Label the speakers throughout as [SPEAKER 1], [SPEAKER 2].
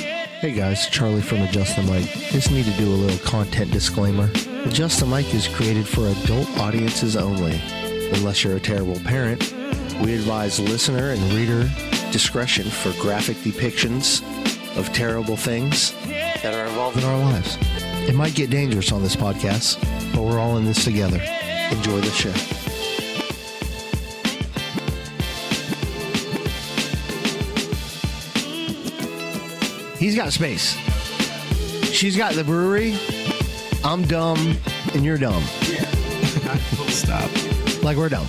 [SPEAKER 1] Hey guys, Charlie from Adjust the Mic. Just need to do a little content disclaimer. Adjust the Mic is created for adult audiences only. Unless you're a terrible parent, we advise listener and reader discretion for graphic depictions of terrible things that are involved in our lives. It might get dangerous on this podcast, but we're all in this together. Enjoy the show. He's got space. She's got the brewery. I'm dumb, and you're dumb.
[SPEAKER 2] Stop.
[SPEAKER 1] Like we're dumb.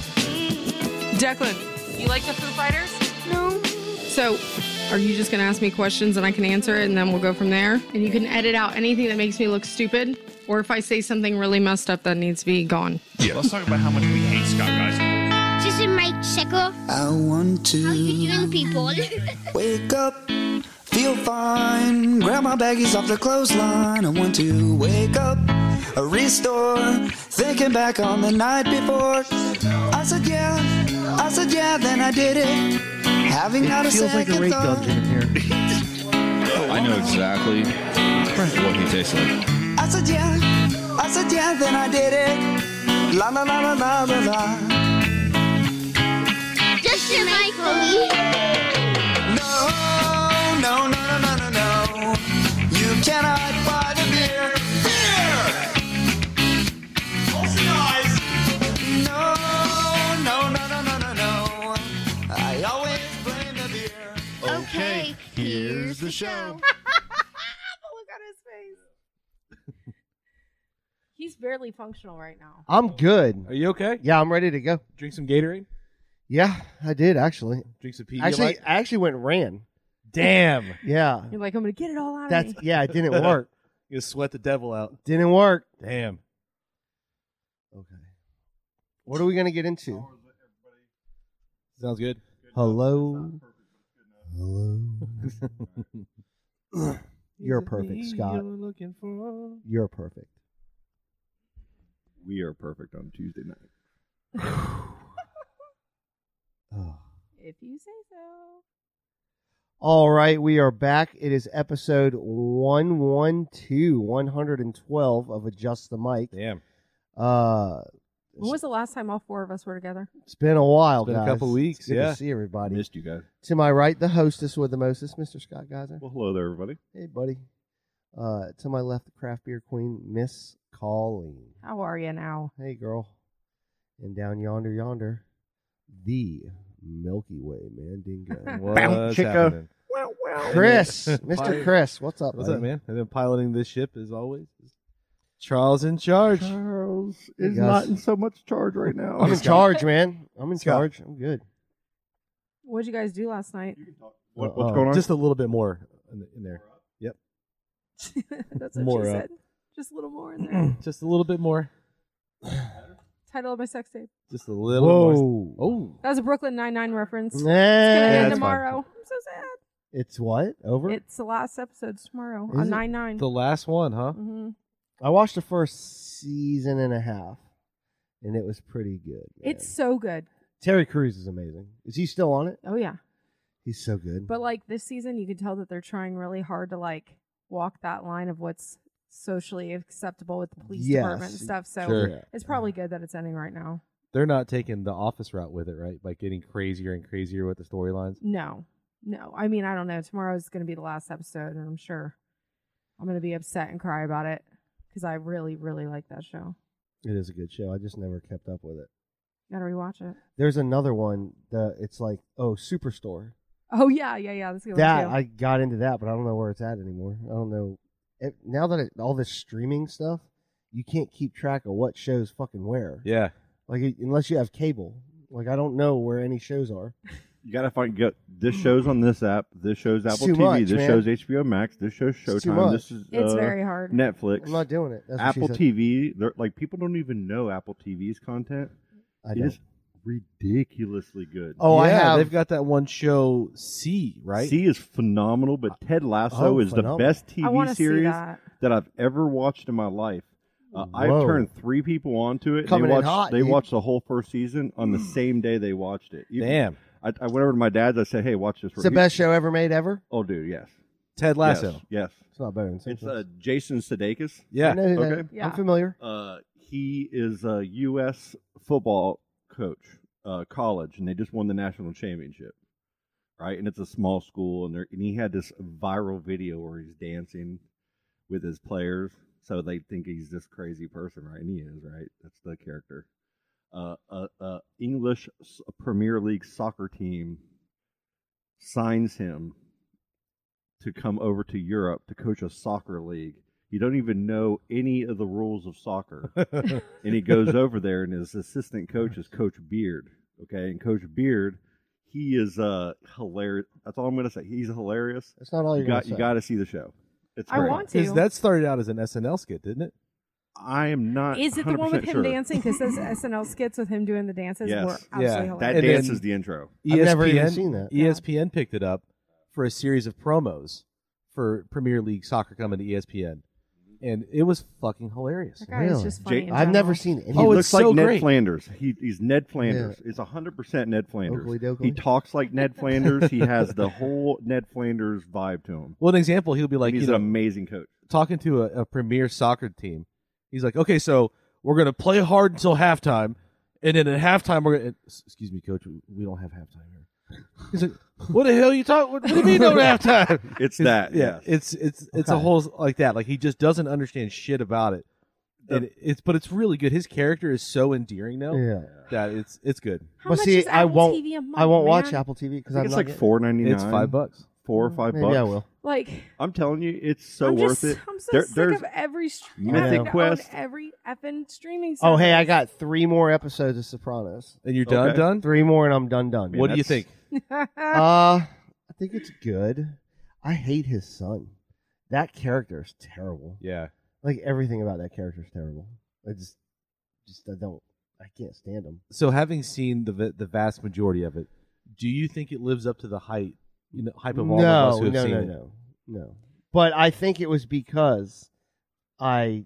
[SPEAKER 3] Declan, you like the Foo Fighters?
[SPEAKER 4] No.
[SPEAKER 3] So, are you just going to ask me questions and I can answer it and then we'll go from there? And you can edit out anything that makes me look stupid or if I say something really messed up that needs to be gone.
[SPEAKER 2] Yeah. Let's talk about how much we hate Scott, guys.
[SPEAKER 4] This is Mike Secker.
[SPEAKER 5] I want
[SPEAKER 4] How
[SPEAKER 5] to
[SPEAKER 4] you doing, people?
[SPEAKER 5] wake up, feel fine, grab my baggies off the clothesline. I want to wake up, a restore, thinking back on the night before. I said yeah, I said yeah, then I did it. Having not a
[SPEAKER 1] Feels like
[SPEAKER 5] second
[SPEAKER 1] a rape
[SPEAKER 5] thought.
[SPEAKER 1] dungeon in here.
[SPEAKER 6] I know exactly what he tastes like.
[SPEAKER 5] I said yeah, I said yeah, then I did it. La la la la la la la.
[SPEAKER 4] This is Mike Lee.
[SPEAKER 5] No, no, no, no, no, no, no. You cannot buy the beer. Beer! No, no, no, no, no, no, no. I always blame the beer.
[SPEAKER 4] Okay, here's the show.
[SPEAKER 3] He's barely functional right now.
[SPEAKER 1] I'm good.
[SPEAKER 7] Are you okay?
[SPEAKER 1] Yeah, I'm ready to go.
[SPEAKER 7] Drink some Gatorade.
[SPEAKER 1] Yeah, I did actually.
[SPEAKER 7] Drink some Pedialyte.
[SPEAKER 1] Actually, I actually went and ran.
[SPEAKER 7] damn,
[SPEAKER 1] Yeah,
[SPEAKER 3] You're like, I'm going to get it all out
[SPEAKER 1] that's
[SPEAKER 3] of me.
[SPEAKER 1] yeah. It didn't work.
[SPEAKER 7] you sweat the devil out.
[SPEAKER 1] Didn't work.
[SPEAKER 7] Damn.
[SPEAKER 1] Okay. What are we gonna get into?
[SPEAKER 7] Sounds good.
[SPEAKER 1] Hello. Hello. You're perfect, Scott.
[SPEAKER 7] looking for.
[SPEAKER 1] You're perfect.
[SPEAKER 6] We are perfect on Tuesday night.
[SPEAKER 1] Oh.
[SPEAKER 3] If you say so.
[SPEAKER 1] All right, we are back. It is episode 112, 112 of Adjust the Mic.
[SPEAKER 7] Damn.
[SPEAKER 1] Uh,
[SPEAKER 3] When was the last time all four of us were together?
[SPEAKER 1] it's been a while,
[SPEAKER 7] It's been a
[SPEAKER 1] guys.
[SPEAKER 7] couple weeks,
[SPEAKER 1] It's good
[SPEAKER 7] yeah.
[SPEAKER 1] to see
[SPEAKER 6] I
[SPEAKER 1] everybody.
[SPEAKER 6] missed you guys.
[SPEAKER 1] to my right, the hostess with the mostest, Mr. Scott Geiser.
[SPEAKER 6] Well, hello there, everybody.
[SPEAKER 1] Hey, buddy. Uh, to my left, the craft beer queen, Miss Colleen.
[SPEAKER 3] How are you now?
[SPEAKER 1] Hey, girl. And down yonder, yonder, the Milky Way Mandingo.
[SPEAKER 7] What's
[SPEAKER 1] Chico.
[SPEAKER 7] happening?
[SPEAKER 1] Chris, Mr.
[SPEAKER 7] Hi.
[SPEAKER 1] Chris, what's up?
[SPEAKER 7] What's
[SPEAKER 1] buddy?
[SPEAKER 7] up, man? And then piloting this ship as always. is Charles in charge.
[SPEAKER 8] Charles
[SPEAKER 1] Hey,
[SPEAKER 8] is
[SPEAKER 1] guys.
[SPEAKER 8] not in so much charge right now.
[SPEAKER 1] I'm in charge, man. I'm in
[SPEAKER 7] Scott.
[SPEAKER 1] charge. I'm good.
[SPEAKER 3] What did you guys do last night?
[SPEAKER 6] What,
[SPEAKER 1] Uh-oh.
[SPEAKER 6] what's going on?
[SPEAKER 7] Just a little bit more in, in there.
[SPEAKER 3] That's what
[SPEAKER 7] More
[SPEAKER 3] she
[SPEAKER 7] up.
[SPEAKER 3] said. Just a little more in there.
[SPEAKER 7] Just a little bit more.
[SPEAKER 3] Title of my sex tape.
[SPEAKER 7] Just a little more. Oh.
[SPEAKER 3] That was a Brooklyn Nine-Nine reference.
[SPEAKER 1] Nah,
[SPEAKER 3] It's going to end
[SPEAKER 7] that's fine.
[SPEAKER 3] tomorrow. I'm so sad.
[SPEAKER 1] It's what? Over?
[SPEAKER 3] It's the last episode tomorrow
[SPEAKER 1] Is
[SPEAKER 3] on
[SPEAKER 1] it?
[SPEAKER 3] 9 9.
[SPEAKER 7] The last one, huh?
[SPEAKER 3] hmm
[SPEAKER 1] I watched the first season and a half, and it was pretty good. man.
[SPEAKER 3] It's so good.
[SPEAKER 1] Terry Crews is amazing. Is he still on it?
[SPEAKER 3] Oh, yeah.
[SPEAKER 1] He's so good.
[SPEAKER 3] But like this season, you could tell that they're trying really hard to like walk that line of what's socially acceptable with the police
[SPEAKER 1] Yes.
[SPEAKER 3] department and stuff. So
[SPEAKER 7] Sure.
[SPEAKER 1] Yeah.
[SPEAKER 3] it's probably good that it's ending right now.
[SPEAKER 7] They're not taking the office route with it, right? By getting crazier and crazier with the storylines.
[SPEAKER 3] No, no. I mean, I don't know. Tomorrow's going to be the last episode, and I'm sure I'm going to be upset and cry about it because I really, really like that show.
[SPEAKER 1] it is a good show. I just never kept up with it.
[SPEAKER 3] Got to rewatch it.
[SPEAKER 1] There's another one that it's like oh Superstore.
[SPEAKER 3] Oh yeah, yeah, yeah. That's a good
[SPEAKER 1] That
[SPEAKER 3] one too.
[SPEAKER 1] I got into that, but I don't know where it's at anymore. I don't know. It, now that it, all this streaming stuff, you can't keep track of what shows fucking where.
[SPEAKER 7] Yeah.
[SPEAKER 1] Like it- unless you have cable. Like I don't know where any shows are.
[SPEAKER 6] you gotta find get this show's on this app. This show's
[SPEAKER 1] It's
[SPEAKER 6] Apple
[SPEAKER 1] too
[SPEAKER 6] TV.
[SPEAKER 1] much,
[SPEAKER 6] this
[SPEAKER 1] man.
[SPEAKER 6] show's HBO Max. This show's
[SPEAKER 1] It's too
[SPEAKER 6] Showtime.
[SPEAKER 1] much.
[SPEAKER 6] This is
[SPEAKER 3] it's
[SPEAKER 6] uh,
[SPEAKER 3] very hard.
[SPEAKER 6] Netflix.
[SPEAKER 1] I'm not doing it. That's what she
[SPEAKER 6] Apple
[SPEAKER 1] said.
[SPEAKER 6] TV. They're, like people don't even know Apple TV's content.
[SPEAKER 1] I
[SPEAKER 6] It
[SPEAKER 1] don't.
[SPEAKER 6] is ridiculously good.
[SPEAKER 1] Oh, I
[SPEAKER 7] Yeah,
[SPEAKER 1] have.
[SPEAKER 7] They've got that one show C, right?
[SPEAKER 6] C is phenomenal, but Ted Lasso
[SPEAKER 1] Oh,
[SPEAKER 6] is
[SPEAKER 1] phenomenal.
[SPEAKER 6] the best
[SPEAKER 3] I want
[SPEAKER 6] TV
[SPEAKER 3] to see
[SPEAKER 6] series
[SPEAKER 3] that.
[SPEAKER 6] that I've ever watched in my life. Uh,
[SPEAKER 1] Whoa.
[SPEAKER 6] I've turned three people onto it.
[SPEAKER 1] Coming in
[SPEAKER 6] they watched,
[SPEAKER 1] hot,
[SPEAKER 6] they
[SPEAKER 1] dude. Mm.
[SPEAKER 6] watched the whole first season on the same day they watched it. Even-
[SPEAKER 7] Damn.
[SPEAKER 6] I, I went over to my dad's. I said, "Hey, watch this."
[SPEAKER 1] It's the
[SPEAKER 6] He-
[SPEAKER 1] best show ever made ever.
[SPEAKER 6] Oh, dude, yes.
[SPEAKER 7] Ted Lasso.
[SPEAKER 6] Yes. yes.
[SPEAKER 7] It's not better than
[SPEAKER 6] It's
[SPEAKER 7] Simpsons.
[SPEAKER 6] uh, Jason Sudeikis.
[SPEAKER 7] yeah.
[SPEAKER 9] I know who that-
[SPEAKER 6] Okay.
[SPEAKER 9] I'm
[SPEAKER 10] Yeah.
[SPEAKER 9] familiar.
[SPEAKER 6] Uh, he is a U.S. football coach, uh, college, and they just won the national championship, right? And it's a small school, and, they're- and he had this viral video where he's dancing with his players, so they think he's this crazy person, right? And he is, right? That's the character. Uh, uh, uh, English s- Premier League soccer team signs him to come over to Europe to coach a soccer league. You don't even know any of the rules of soccer. and he goes over there and his assistant coach is Coach Beard. Okay. And Coach Beard, he is uh hilarious. That's all I'm gonna say. He's hilarious.
[SPEAKER 9] That's not all
[SPEAKER 6] You
[SPEAKER 9] you're
[SPEAKER 6] got
[SPEAKER 9] gonna
[SPEAKER 6] you
[SPEAKER 9] say.
[SPEAKER 6] gotta see the show. It's
[SPEAKER 3] I
[SPEAKER 6] great.
[SPEAKER 3] want to.
[SPEAKER 7] 'Cause that started out as an SNL skit, didn't it?
[SPEAKER 6] I am not
[SPEAKER 3] Is it the one with
[SPEAKER 6] 100%
[SPEAKER 3] him
[SPEAKER 6] sure.
[SPEAKER 3] dancing? Because those SNL skits with him doing the dances
[SPEAKER 6] Yes.
[SPEAKER 3] were absolutely
[SPEAKER 7] Yeah.
[SPEAKER 3] hilarious.
[SPEAKER 6] That
[SPEAKER 7] And
[SPEAKER 6] dance
[SPEAKER 7] then-
[SPEAKER 6] is the intro.
[SPEAKER 9] I've never
[SPEAKER 7] E
[SPEAKER 9] even seen
[SPEAKER 3] E
[SPEAKER 9] that.
[SPEAKER 7] ESPN picked it up for a series of promos for Premier League soccer coming to E ESPN, and it was fucking hilarious.
[SPEAKER 3] That guy is
[SPEAKER 9] Really?
[SPEAKER 3] just funny.
[SPEAKER 6] Jake-
[SPEAKER 3] in
[SPEAKER 9] I've
[SPEAKER 3] general.
[SPEAKER 9] never seen any.
[SPEAKER 6] He
[SPEAKER 7] Oh,
[SPEAKER 9] of
[SPEAKER 7] it's
[SPEAKER 6] looks like
[SPEAKER 7] so
[SPEAKER 6] Ned
[SPEAKER 7] great.
[SPEAKER 6] Flanders. He, he's Ned Flanders. It's It's 100% Ned Flanders.
[SPEAKER 9] Oakley dokley.
[SPEAKER 6] He talks like Ned Flanders. he has the whole Ned Flanders vibe to him.
[SPEAKER 7] Well, an example, he'll be like,
[SPEAKER 6] he's
[SPEAKER 7] you know,
[SPEAKER 6] an amazing coach.
[SPEAKER 7] talking to a, a premier soccer team. He's like, okay, so we're gonna play hard until halftime, and then at halftime we're gonna. s- Excuse me, coach, we- we don't have halftime here. He's like, what the hell you talking? What, what do you mean don't have time?
[SPEAKER 6] It's that.
[SPEAKER 7] yeah,
[SPEAKER 6] Yeah.
[SPEAKER 7] it's it's it's a
[SPEAKER 9] Okay.
[SPEAKER 7] whole s- like that. Like he just doesn't understand shit about it.
[SPEAKER 6] The-
[SPEAKER 7] And it's but it's really good. His character is so endearing now
[SPEAKER 9] Yeah.
[SPEAKER 7] that it's it's good.
[SPEAKER 3] How
[SPEAKER 9] But
[SPEAKER 3] much
[SPEAKER 9] see,
[SPEAKER 3] is
[SPEAKER 9] I
[SPEAKER 3] Apple
[SPEAKER 9] won't-
[SPEAKER 3] TV a month,
[SPEAKER 9] I won't watch
[SPEAKER 3] man?
[SPEAKER 9] Apple TV because
[SPEAKER 6] I
[SPEAKER 9] I'm
[SPEAKER 6] think it's
[SPEAKER 9] not
[SPEAKER 6] like
[SPEAKER 9] getting-
[SPEAKER 6] four ninety nine.
[SPEAKER 7] It's five bucks.
[SPEAKER 6] Four or five
[SPEAKER 9] Maybe
[SPEAKER 6] bucks.
[SPEAKER 9] I will.
[SPEAKER 3] Like
[SPEAKER 6] I'm telling you, it's so
[SPEAKER 3] I'm
[SPEAKER 6] worth
[SPEAKER 3] just,
[SPEAKER 6] it.
[SPEAKER 3] I'm so
[SPEAKER 6] There-
[SPEAKER 3] sick
[SPEAKER 6] there's
[SPEAKER 3] of every stream.
[SPEAKER 6] Mythic
[SPEAKER 3] having to own
[SPEAKER 6] Quest.
[SPEAKER 3] Every effing streaming. Service.
[SPEAKER 9] Oh, hey, I got three more episodes of Sopranos.
[SPEAKER 7] And you're done,
[SPEAKER 6] Okay.
[SPEAKER 7] done.
[SPEAKER 9] Three more, and I'm done. Done.
[SPEAKER 6] Man,
[SPEAKER 7] what do you
[SPEAKER 6] that's-
[SPEAKER 7] think?
[SPEAKER 9] Uh, I think it's good. I hate his son. That character is terrible.
[SPEAKER 7] Yeah,
[SPEAKER 9] Like everything about that character is terrible. I just, just I don't. I can't stand him.
[SPEAKER 7] so having seen the v- the vast majority of it, do you think it lives up to the height you know, hype of all of us
[SPEAKER 9] no,
[SPEAKER 7] who have
[SPEAKER 9] no,
[SPEAKER 7] seen
[SPEAKER 9] no,
[SPEAKER 7] it?
[SPEAKER 9] no, no. But I think it was because I,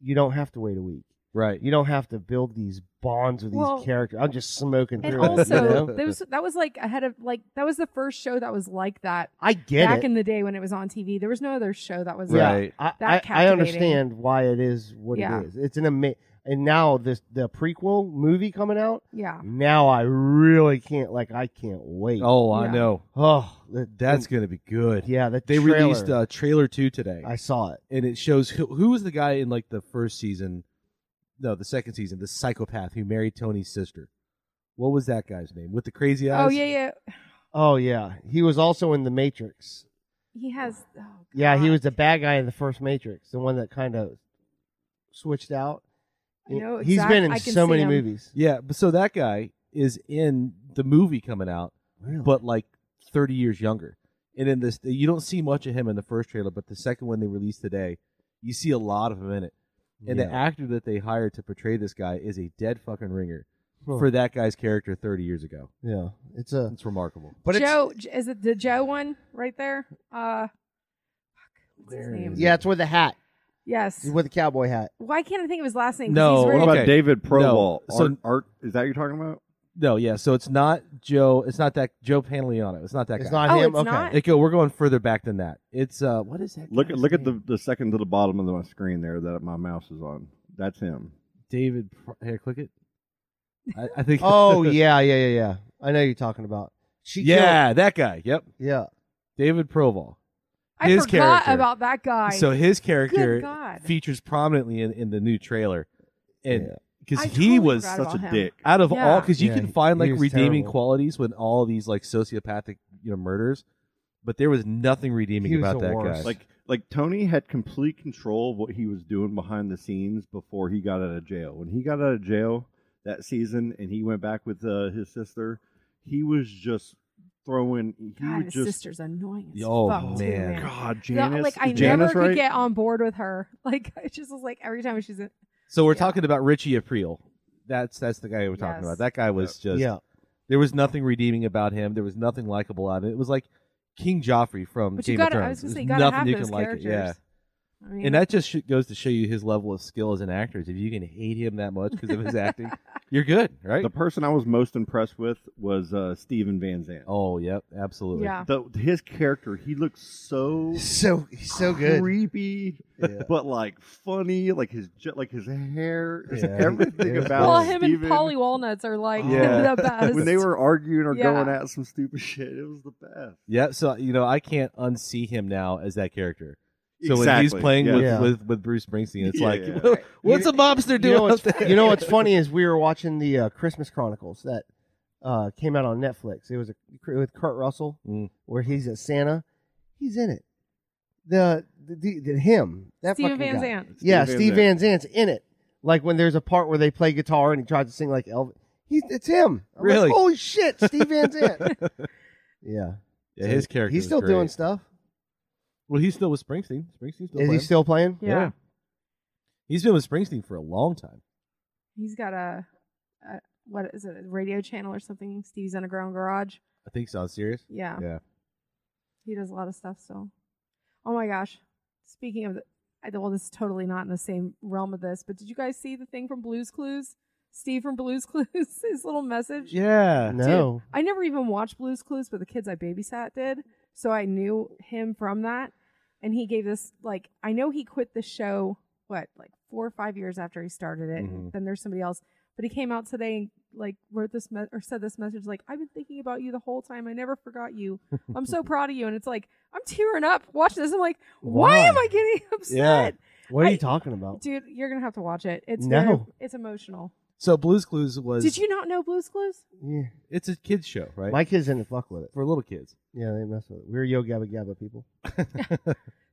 [SPEAKER 9] you don't have to wait a week.
[SPEAKER 7] Right.
[SPEAKER 9] You don't have to build these bonds with
[SPEAKER 3] Well-
[SPEAKER 9] these characters. I'm just smoking
[SPEAKER 3] and
[SPEAKER 9] through it. you
[SPEAKER 3] also,
[SPEAKER 9] know?
[SPEAKER 3] there was, that was like ahead of like that was the first show that was like that
[SPEAKER 9] I get
[SPEAKER 3] back
[SPEAKER 9] it.
[SPEAKER 3] in the day when it was on TV. There was no other show that was
[SPEAKER 9] Yeah,
[SPEAKER 7] Right.
[SPEAKER 9] I,
[SPEAKER 3] That
[SPEAKER 9] I, I
[SPEAKER 3] captivating.
[SPEAKER 9] understand why it is what
[SPEAKER 3] Yeah.
[SPEAKER 9] it is. It's an amazing. And now this the prequel movie coming out.
[SPEAKER 3] yeah.
[SPEAKER 9] Now I really can't like I can't wait.
[SPEAKER 7] Oh, I
[SPEAKER 3] Yeah.
[SPEAKER 7] know.
[SPEAKER 9] oh that-
[SPEAKER 7] That's gonna be good.
[SPEAKER 9] yeah. That
[SPEAKER 7] They
[SPEAKER 9] trailer,
[SPEAKER 7] released uh, trailer two today,
[SPEAKER 9] I saw it.
[SPEAKER 7] and it shows who, who was the guy in like the first season, no, the second season, the psychopath who married Tony's sister. What was that guy's name with the crazy eyes?
[SPEAKER 3] Oh yeah, yeah.
[SPEAKER 9] Oh yeah, he was also in the Matrix.
[SPEAKER 3] He has. Oh,
[SPEAKER 9] Yeah, he
[SPEAKER 3] God.
[SPEAKER 9] was the bad guy in the first Matrix, the one that kind of switched out.
[SPEAKER 3] I know
[SPEAKER 9] He's been
[SPEAKER 3] exact-
[SPEAKER 9] in
[SPEAKER 3] I can
[SPEAKER 9] so
[SPEAKER 3] see
[SPEAKER 9] many
[SPEAKER 3] him.
[SPEAKER 9] movies.
[SPEAKER 7] Yeah, but so that guy is in the movie coming out, but like thirty years younger. And in this, you don't see much of him in the first trailer, but the second one they released today, you see a lot of him in it. And the actor that they hired to portray this guy is a dead fucking ringer
[SPEAKER 9] Huh.
[SPEAKER 7] for that guy's character thirty years ago.
[SPEAKER 9] yeah, it's a
[SPEAKER 7] It's remarkable.
[SPEAKER 9] but it's
[SPEAKER 3] Joe J- is it the Joe one right there? Uh, fuck, what's his
[SPEAKER 7] Where
[SPEAKER 3] name?
[SPEAKER 7] is it?
[SPEAKER 9] yeah, it's with the hat,
[SPEAKER 3] Yes.
[SPEAKER 9] with the cowboy hat.
[SPEAKER 3] Why can't I think of his last name? 'Cause
[SPEAKER 7] No,
[SPEAKER 3] he's
[SPEAKER 6] What
[SPEAKER 3] wearing-
[SPEAKER 7] Okay.
[SPEAKER 6] about David Provol?
[SPEAKER 7] No, so-
[SPEAKER 6] art, art, is that you're talking about?
[SPEAKER 7] No, yeah. So it's not Joe. It's not that Joe Panleano. It's not that
[SPEAKER 9] It's
[SPEAKER 7] guy.
[SPEAKER 9] not
[SPEAKER 3] Oh,
[SPEAKER 9] him.
[SPEAKER 3] it's
[SPEAKER 9] okay.
[SPEAKER 3] not?
[SPEAKER 7] It go. We're going further back than that. It's uh, what is that?
[SPEAKER 6] Look at
[SPEAKER 7] guy's
[SPEAKER 6] look at
[SPEAKER 7] name?
[SPEAKER 6] the, the second to the bottom of my screen there that my mouse is on. That's him.
[SPEAKER 7] David. Pro- Here, click it. I, I think.
[SPEAKER 9] Oh yeah, yeah, yeah, yeah. I know you're talking about. She
[SPEAKER 7] yeah, that guy. Yep,
[SPEAKER 9] killed- yeah.
[SPEAKER 7] David Provol.
[SPEAKER 3] I
[SPEAKER 7] his
[SPEAKER 3] forgot
[SPEAKER 7] character.
[SPEAKER 3] about that guy.
[SPEAKER 7] So his
[SPEAKER 3] Good
[SPEAKER 7] character
[SPEAKER 3] God.
[SPEAKER 7] features prominently in, in the new trailer, and
[SPEAKER 9] Yeah.
[SPEAKER 7] because
[SPEAKER 3] I
[SPEAKER 7] he
[SPEAKER 3] totally
[SPEAKER 7] was
[SPEAKER 3] forgot about
[SPEAKER 6] Such a
[SPEAKER 3] him.
[SPEAKER 6] dick.
[SPEAKER 7] out of all
[SPEAKER 3] Yeah.
[SPEAKER 7] because you
[SPEAKER 9] Yeah,
[SPEAKER 7] can
[SPEAKER 9] he-
[SPEAKER 7] find
[SPEAKER 9] he
[SPEAKER 7] like
[SPEAKER 9] was
[SPEAKER 7] redeeming
[SPEAKER 9] terrible.
[SPEAKER 7] qualities with all these like sociopathic you know murders, but there was nothing redeeming
[SPEAKER 9] He was
[SPEAKER 7] about
[SPEAKER 9] the
[SPEAKER 7] that
[SPEAKER 9] worst.
[SPEAKER 7] guy.
[SPEAKER 6] Like like Tony had complete control of what he was doing behind the scenes before he got out of jail. When he got out of jail that season and he went back with uh, his sister, he was just throwing. He
[SPEAKER 3] God,
[SPEAKER 6] was
[SPEAKER 3] his
[SPEAKER 6] just
[SPEAKER 3] sister's annoying. As
[SPEAKER 7] Oh,
[SPEAKER 3] fuck too,
[SPEAKER 7] man.
[SPEAKER 3] man.
[SPEAKER 6] God
[SPEAKER 3] The-
[SPEAKER 6] Janice.
[SPEAKER 3] like I
[SPEAKER 6] is Janice,
[SPEAKER 3] never
[SPEAKER 6] right?
[SPEAKER 3] could get on board with her. Like I just was like every time she's in.
[SPEAKER 7] so we're
[SPEAKER 3] yeah.
[SPEAKER 7] talking about Richie April. That's that's the guy we're talking
[SPEAKER 3] Yes.
[SPEAKER 7] about. That guy was just
[SPEAKER 9] yeah.
[SPEAKER 7] There was nothing redeeming about him. There was nothing likable about it. It was like King Joffrey from
[SPEAKER 3] But
[SPEAKER 7] Game
[SPEAKER 3] you got.
[SPEAKER 7] of Thrones.
[SPEAKER 3] I was gonna say, you
[SPEAKER 7] There's
[SPEAKER 3] gotta
[SPEAKER 7] nothing
[SPEAKER 3] have
[SPEAKER 7] you
[SPEAKER 3] those
[SPEAKER 7] can like it.
[SPEAKER 3] characters.
[SPEAKER 7] Yeah,
[SPEAKER 3] I mean,
[SPEAKER 7] and that just sh- goes to show you his level of skill as an actor. is If you can hate him that much because of his acting, You're good, right?
[SPEAKER 6] The person I was most impressed with was uh, Steven Van Zandt.
[SPEAKER 7] Oh, yep, absolutely.
[SPEAKER 3] Yeah.
[SPEAKER 6] The, his character, he looks so
[SPEAKER 9] So he's so good.
[SPEAKER 6] creepy, but like funny, like his ju- like his hair, just
[SPEAKER 9] Yeah.
[SPEAKER 6] everything
[SPEAKER 9] Yeah.
[SPEAKER 6] about
[SPEAKER 3] Well, him
[SPEAKER 6] Steven.
[SPEAKER 3] and Polly Walnuts are like
[SPEAKER 6] Yeah.
[SPEAKER 3] the best.
[SPEAKER 6] when they were arguing or
[SPEAKER 3] Yeah.
[SPEAKER 6] going at some stupid shit, it was the best.
[SPEAKER 7] Yeah, so you know, I can't unsee him now as that character. So when he's
[SPEAKER 6] Exactly,
[SPEAKER 7] playing
[SPEAKER 6] yeah.
[SPEAKER 7] with,
[SPEAKER 9] Yeah.
[SPEAKER 7] with with Bruce Springsteen, it's
[SPEAKER 6] Yeah,
[SPEAKER 7] like,
[SPEAKER 6] yeah.
[SPEAKER 7] "Wha- what's a mobster
[SPEAKER 9] You
[SPEAKER 7] doing?
[SPEAKER 9] know, what's,
[SPEAKER 7] up there?"
[SPEAKER 9] you know what's funny is we were watching the uh, Christmas Chronicles that uh, came out on Netflix. It was a, with Kurt Russell,
[SPEAKER 7] Mm.
[SPEAKER 9] where he's a Santa. He's in it. The the, the, the him that
[SPEAKER 3] Steven
[SPEAKER 9] fucking
[SPEAKER 3] Van
[SPEAKER 9] guy.
[SPEAKER 3] Zandt.
[SPEAKER 9] Yeah,
[SPEAKER 6] Steve Van
[SPEAKER 9] Steve Van Zandt's in it. Like when there's a part where they play guitar and he tries to sing like Elvis. He's it's him. I'm like,
[SPEAKER 7] Really?
[SPEAKER 9] Holy shit, Steve Van Zandt. yeah.
[SPEAKER 7] Yeah, his character.
[SPEAKER 9] He's
[SPEAKER 7] was
[SPEAKER 9] still
[SPEAKER 7] great.
[SPEAKER 9] doing stuff.
[SPEAKER 7] Well, he's still with Springsteen. Springsteen's still.
[SPEAKER 9] Is he
[SPEAKER 7] playing.
[SPEAKER 9] still playing?
[SPEAKER 3] Yeah.
[SPEAKER 7] Yeah. He's been with Springsteen for a long time.
[SPEAKER 3] He's got a, a what is it? A radio channel or something? Steve's Underground Garage.
[SPEAKER 7] I think so. Serious.
[SPEAKER 3] Yeah.
[SPEAKER 7] Yeah.
[SPEAKER 3] He does a lot of stuff. So, oh my gosh. Speaking of, the, I, well, this is totally not in the same realm of this, but did you guys see the thing from Blues Clues? Steve from Blues Clues, his little message.
[SPEAKER 7] Yeah.
[SPEAKER 9] No.
[SPEAKER 3] I never even watched Blues Clues, but the kids I babysat did, so I knew him from that. And he gave this like I know he quit the show what like four or five years after he started it.
[SPEAKER 9] Mm-hmm.
[SPEAKER 7] Mhm.
[SPEAKER 3] Then there's somebody else, but he came out today and like wrote this me- or said this message like I've been thinking about you the whole time. I never forgot you. I'm so proud of you. And it's like I'm tearing up watching this. I'm like, why,
[SPEAKER 9] Why?
[SPEAKER 3] am I getting upset?
[SPEAKER 7] Yeah.
[SPEAKER 9] What are
[SPEAKER 3] I-
[SPEAKER 9] you talking about?
[SPEAKER 3] Dude, you're gonna have to watch it. It's
[SPEAKER 9] No.
[SPEAKER 3] very, it's emotional.
[SPEAKER 7] So Blues Clues was.
[SPEAKER 3] Did you not know Blues Clues?
[SPEAKER 9] Yeah.
[SPEAKER 7] It's a kids show, right?
[SPEAKER 9] My kids didn't fuck with it.
[SPEAKER 7] for little kids.
[SPEAKER 9] Yeah, they mess with it. We're Yo Gabba Gabba people. 'Cause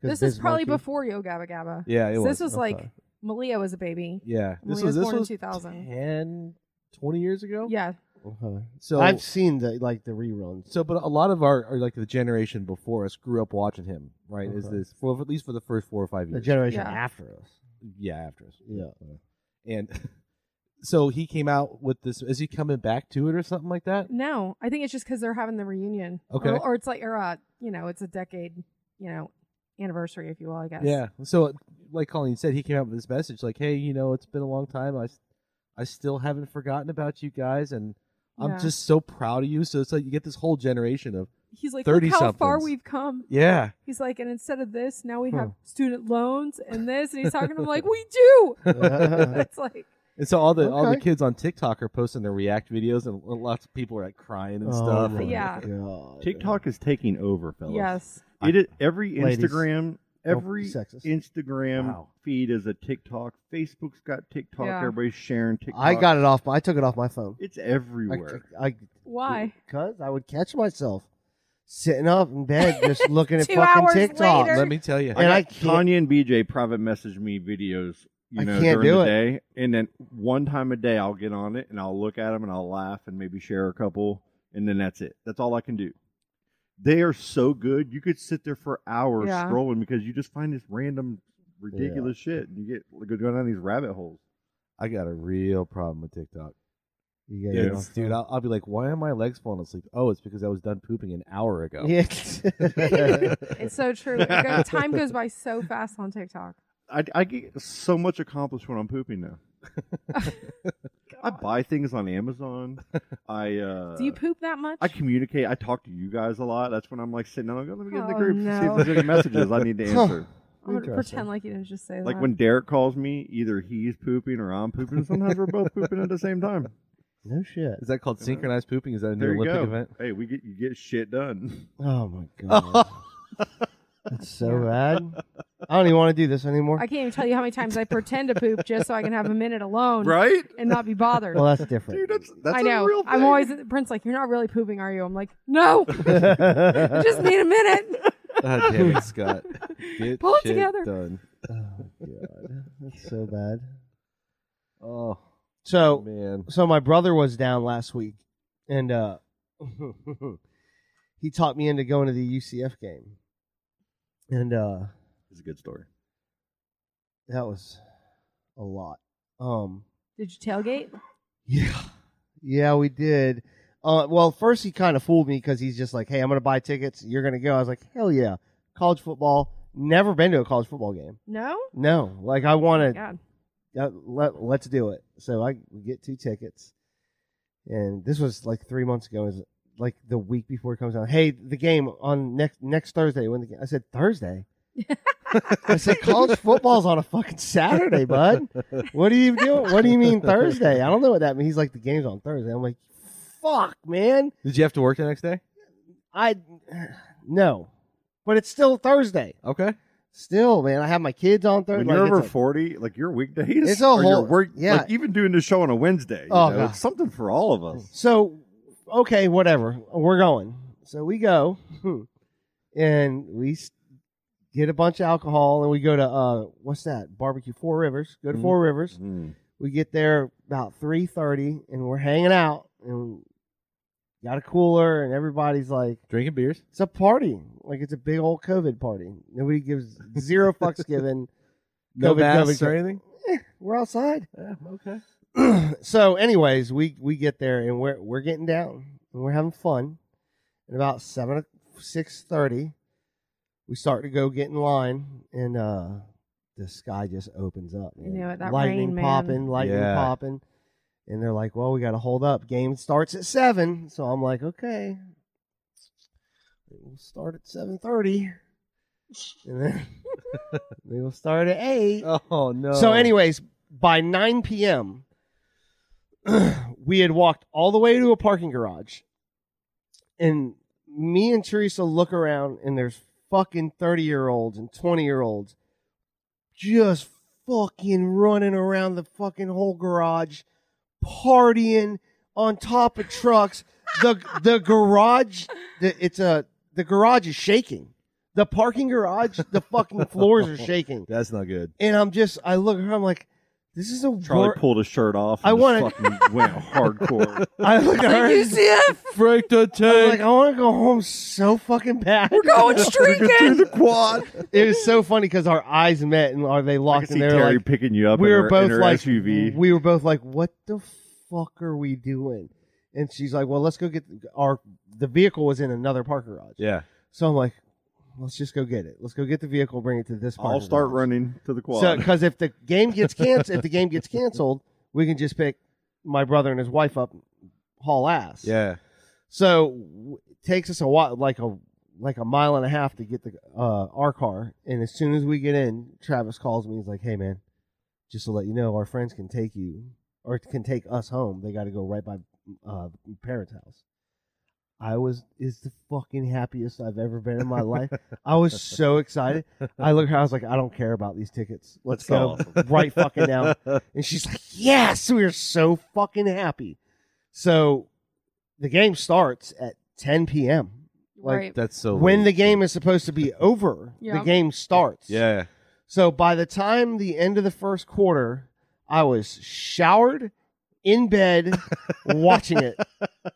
[SPEAKER 3] This is
[SPEAKER 9] Biz
[SPEAKER 3] probably
[SPEAKER 9] Markie-
[SPEAKER 3] before Yo Gabba Gabba.
[SPEAKER 7] Yeah. It
[SPEAKER 3] So
[SPEAKER 7] was.
[SPEAKER 3] this was like
[SPEAKER 9] Okay.
[SPEAKER 3] Malia was a baby.
[SPEAKER 7] Yeah.
[SPEAKER 3] Well,
[SPEAKER 7] This
[SPEAKER 3] he was
[SPEAKER 7] was this
[SPEAKER 3] born in
[SPEAKER 7] was
[SPEAKER 3] 2000.
[SPEAKER 7] 10, 20 years ago.
[SPEAKER 3] Yeah.
[SPEAKER 9] Okay.
[SPEAKER 7] So
[SPEAKER 9] I've seen the like the reruns.
[SPEAKER 7] So, but a lot of our, or like the generation before us grew up watching him, right? Is
[SPEAKER 9] Okay.
[SPEAKER 7] this for at least for the first four or five
[SPEAKER 9] The
[SPEAKER 7] years?
[SPEAKER 9] generation
[SPEAKER 3] Yeah.
[SPEAKER 9] after us.
[SPEAKER 7] yeah, after us.
[SPEAKER 9] Yeah.
[SPEAKER 7] And so he came out with this. Is he coming back to it or something like that?
[SPEAKER 3] No, I think it's just because they're having the reunion.
[SPEAKER 7] Okay.
[SPEAKER 3] Or, or it's like, or uh, you know, it's a decade, you know, anniversary, if you will, I guess.
[SPEAKER 7] Yeah. So, like Colleen said, he came out with this message, like, "Hey, you know, it's been a long time. I, s- I still haven't forgotten about you guys, and
[SPEAKER 3] Yeah.
[SPEAKER 7] I'm just so proud of you." So it's like you get this whole generation of,
[SPEAKER 3] He's like, look how
[SPEAKER 7] 30-somethings.
[SPEAKER 3] far we've come.
[SPEAKER 7] yeah,
[SPEAKER 3] He's like, and instead of this, now we have
[SPEAKER 9] Huh.
[SPEAKER 3] student loans and this, and he's talking to him like, we do.
[SPEAKER 7] and
[SPEAKER 3] It's like,
[SPEAKER 7] so all the all the
[SPEAKER 9] Okay.
[SPEAKER 7] kids on TikTok are posting their React videos, and lots of people are like crying and
[SPEAKER 9] Oh
[SPEAKER 7] stuff.
[SPEAKER 9] my
[SPEAKER 3] Yeah.
[SPEAKER 9] God.
[SPEAKER 6] TikTok is taking over, fellas.
[SPEAKER 3] yes.
[SPEAKER 6] It is every
[SPEAKER 9] Ladies. Oh,
[SPEAKER 6] Instagram,
[SPEAKER 9] Don't
[SPEAKER 6] every
[SPEAKER 9] be sexist.
[SPEAKER 6] Instagram
[SPEAKER 7] Wow.
[SPEAKER 6] feed is a TikTok. Facebook's got TikTok.
[SPEAKER 3] Yeah.
[SPEAKER 6] Everybody's sharing TikTok.
[SPEAKER 9] I got it off. I took it off my phone.
[SPEAKER 6] It's everywhere.
[SPEAKER 9] I,
[SPEAKER 3] Why?
[SPEAKER 9] Because I would catch myself sitting up in bed just looking at
[SPEAKER 3] Two
[SPEAKER 9] fucking
[SPEAKER 3] hours
[SPEAKER 9] TikTok.
[SPEAKER 3] later.
[SPEAKER 7] Let me tell you,
[SPEAKER 9] I and
[SPEAKER 6] got
[SPEAKER 9] I can't-
[SPEAKER 6] Tanya and BJ private message me videos. You
[SPEAKER 9] I
[SPEAKER 6] know,
[SPEAKER 9] can't
[SPEAKER 6] during
[SPEAKER 9] do
[SPEAKER 6] the
[SPEAKER 9] it.
[SPEAKER 6] day, and then one time a day, I'll get on it and I'll look at them and I'll laugh and maybe share a couple, and then that's it. That's all I can do. They are so good. You could sit there for hours
[SPEAKER 3] Yeah.
[SPEAKER 6] scrolling because you just find this random, ridiculous shit, and you get like, go down these rabbit holes.
[SPEAKER 7] I got a real problem with TikTok.
[SPEAKER 9] You got it
[SPEAKER 7] It's-
[SPEAKER 9] off
[SPEAKER 7] dude,
[SPEAKER 9] phone.
[SPEAKER 7] I'll, I'll be like, "Why are my legs falling asleep?" Oh, it's because I was done pooping an hour ago.
[SPEAKER 9] Yeah.
[SPEAKER 3] It's so true. It go- time goes by so fast on TikTok.
[SPEAKER 6] I, I get so much accomplished when I'm pooping now. I buy things on Amazon. I uh,
[SPEAKER 3] Do you poop that much?
[SPEAKER 6] I communicate. I talk to you guys a lot. That's when I'm like sitting down. I go, let me get in the
[SPEAKER 3] Oh,
[SPEAKER 6] group to see
[SPEAKER 3] no.
[SPEAKER 6] if there's any messages I need to
[SPEAKER 9] Huh.
[SPEAKER 6] answer.
[SPEAKER 3] I'm going to
[SPEAKER 9] Interesting.
[SPEAKER 3] pretend like you didn't just say
[SPEAKER 6] like
[SPEAKER 3] that.
[SPEAKER 6] when Derek calls me, either he's pooping or I'm pooping. Sometimes we're both pooping at the same time.
[SPEAKER 9] no shit.
[SPEAKER 7] Is that called synchronized pooping? Is that a new
[SPEAKER 6] There you
[SPEAKER 7] Olympic
[SPEAKER 6] go.
[SPEAKER 7] event?
[SPEAKER 6] Hey, we get you get shit done.
[SPEAKER 9] Oh my god. That's so bad. I don't even want to do this anymore.
[SPEAKER 3] I can't even tell you how many times I pretend to poop just so I can have a minute alone
[SPEAKER 6] Right?
[SPEAKER 3] and not be bothered.
[SPEAKER 9] well, that's different.
[SPEAKER 6] Dude, that's that's
[SPEAKER 3] Oh, I
[SPEAKER 6] a
[SPEAKER 3] know.
[SPEAKER 6] real thing.
[SPEAKER 3] I'm always Prince like, you're not really pooping, are you? I'm like, no, I
[SPEAKER 9] oh,
[SPEAKER 3] just need a minute.
[SPEAKER 7] Ah, damn it, Scott. Get
[SPEAKER 3] Pull it
[SPEAKER 7] shit
[SPEAKER 3] together.
[SPEAKER 7] Done.
[SPEAKER 9] Oh, god. That's so bad.
[SPEAKER 7] Oh
[SPEAKER 9] So,
[SPEAKER 7] man.
[SPEAKER 9] so my brother was down last week and uh he taught me into going to the UCF game. And uh
[SPEAKER 6] It's a good story.
[SPEAKER 9] that was a lot. Um
[SPEAKER 3] Did you tailgate?
[SPEAKER 9] Yeah. Yeah, we did. Uh, well, first he kind of fooled me because he's just like, "Hey, I'm gonna buy tickets. You're gonna go." I was like, "Hell yeah!" College football. Never been to a college football game.
[SPEAKER 3] No.
[SPEAKER 9] No, like I want to.
[SPEAKER 3] God.
[SPEAKER 9] "Uh, let, let's do it. So I we get two tickets, and this was like three months ago. It was like the week before it comes out. Hey, the game on next next Thursday. When the game, I said Thursday. I said college football's on a fucking Saturday, bud. What do you do? What do you mean Thursday? I don't know what that means. He's like the game's on Thursday. I'm like, fuck, man.
[SPEAKER 7] Did you have to work the next day?
[SPEAKER 9] I no, but it's still Thursday.
[SPEAKER 7] Okay.
[SPEAKER 9] Still, man, I have my kids on Thursday.
[SPEAKER 6] When you're
[SPEAKER 9] Like,
[SPEAKER 6] over
[SPEAKER 9] it's a-
[SPEAKER 6] forty, like your weekdays,
[SPEAKER 9] It's a
[SPEAKER 6] or your
[SPEAKER 9] whole-
[SPEAKER 6] work,
[SPEAKER 9] yeah.
[SPEAKER 6] like even doing the show on a Wednesday, you
[SPEAKER 9] Oh,
[SPEAKER 6] know,
[SPEAKER 9] God.
[SPEAKER 6] it's something for all of us.
[SPEAKER 9] So, okay, whatever. We're going. So we go, and we s- get a bunch of alcohol, and we go to uh, what's that? Barbecue Four Rivers.
[SPEAKER 6] Mm-hmm.
[SPEAKER 9] Go to Four Rivers.
[SPEAKER 6] Hmm.
[SPEAKER 9] We get there about three thirty, and we're hanging out, and got a cooler, and everybody's like
[SPEAKER 7] drinking beers.
[SPEAKER 9] It's a party, like it's a big old COVID party. Nobody gives zero fucks given.
[SPEAKER 7] No masks or anything?
[SPEAKER 9] Eh, we're outside.
[SPEAKER 7] okay.
[SPEAKER 9] so, anyways, we we get there and we're we're getting down and we're having fun. And about seven six thirty, we start to go get in line, and uh the sky just opens up.
[SPEAKER 3] I know it, that
[SPEAKER 9] lightning
[SPEAKER 3] rain, man.
[SPEAKER 9] popping, lightning
[SPEAKER 7] Yeah.
[SPEAKER 9] popping, and they're like, "Well, we got to hold up. Game starts at seven, so I'm like, "Okay, we'll start at seven thirty, and then we will start at eight.
[SPEAKER 7] Oh no.
[SPEAKER 9] So, anyways, by 9 p.m., we had walked all the way to a parking garage, and me and Teresa look around, and there's fucking 30 year olds and 20 year olds just fucking running around the fucking whole garage, partying on top of trucks. the The garage, the, it's a the garage is shaking. The parking garage, the fucking floors are shaking.
[SPEAKER 7] That's not good.
[SPEAKER 9] And I'm just, I look at her, I'm like, this is a
[SPEAKER 6] Charlie
[SPEAKER 9] wor-
[SPEAKER 6] pulled his shirt off. And
[SPEAKER 9] I
[SPEAKER 6] just
[SPEAKER 9] wanna-
[SPEAKER 6] fucking went hardcore.
[SPEAKER 9] I look at her.
[SPEAKER 7] Break the
[SPEAKER 9] I'm
[SPEAKER 7] tank.
[SPEAKER 9] like, I want to go home so fucking bad. We're
[SPEAKER 7] going
[SPEAKER 9] streaking
[SPEAKER 7] through
[SPEAKER 9] the quad. It was so funny because our eyes met and are they
[SPEAKER 6] I
[SPEAKER 9] locked
[SPEAKER 6] could
[SPEAKER 9] and
[SPEAKER 6] see
[SPEAKER 9] they were
[SPEAKER 6] Terry
[SPEAKER 9] like,
[SPEAKER 6] picking you up.
[SPEAKER 9] we
[SPEAKER 6] in
[SPEAKER 9] were
[SPEAKER 6] her,
[SPEAKER 9] both
[SPEAKER 6] in her
[SPEAKER 9] like,
[SPEAKER 6] SUV.
[SPEAKER 9] we were both like, what the fuck are we doing? And she's like, well, let's go get our. The vehicle was in another parking garage,
[SPEAKER 7] Yeah.
[SPEAKER 9] so I'm like, let's just go get it. Let's go get the vehicle, bring it to this.
[SPEAKER 6] I'll
[SPEAKER 9] parking
[SPEAKER 6] start
[SPEAKER 9] garage.
[SPEAKER 6] running to the quad.
[SPEAKER 9] So, because if the game gets canceled, if the game gets canceled, we can just pick my brother and his wife up, haul ass.
[SPEAKER 7] Yeah.
[SPEAKER 9] So w- it takes us a while, like a like a mile and a half to get the uh, our car. And as soon as we get in, Travis calls me. He's like, "Hey, man, just to let you know, our friends can take you or can take us home. They got to go right by uh, parents' house." I was is the fucking happiest I've ever been in my life. I was so excited. I look at her, I was like, I don't care about these tickets. Let's
[SPEAKER 6] That's
[SPEAKER 9] go
[SPEAKER 6] awesome.
[SPEAKER 9] right fucking now. And she's like, Yes, we are so fucking happy. So the game starts at 10 p.m. Like
[SPEAKER 3] Right.
[SPEAKER 7] That's so.
[SPEAKER 9] when
[SPEAKER 7] lame.
[SPEAKER 9] the game is supposed to be over,
[SPEAKER 3] Yeah.
[SPEAKER 9] the game starts.
[SPEAKER 7] Yeah.
[SPEAKER 9] So by the time the end of the first quarter, I was showered in bed watching it.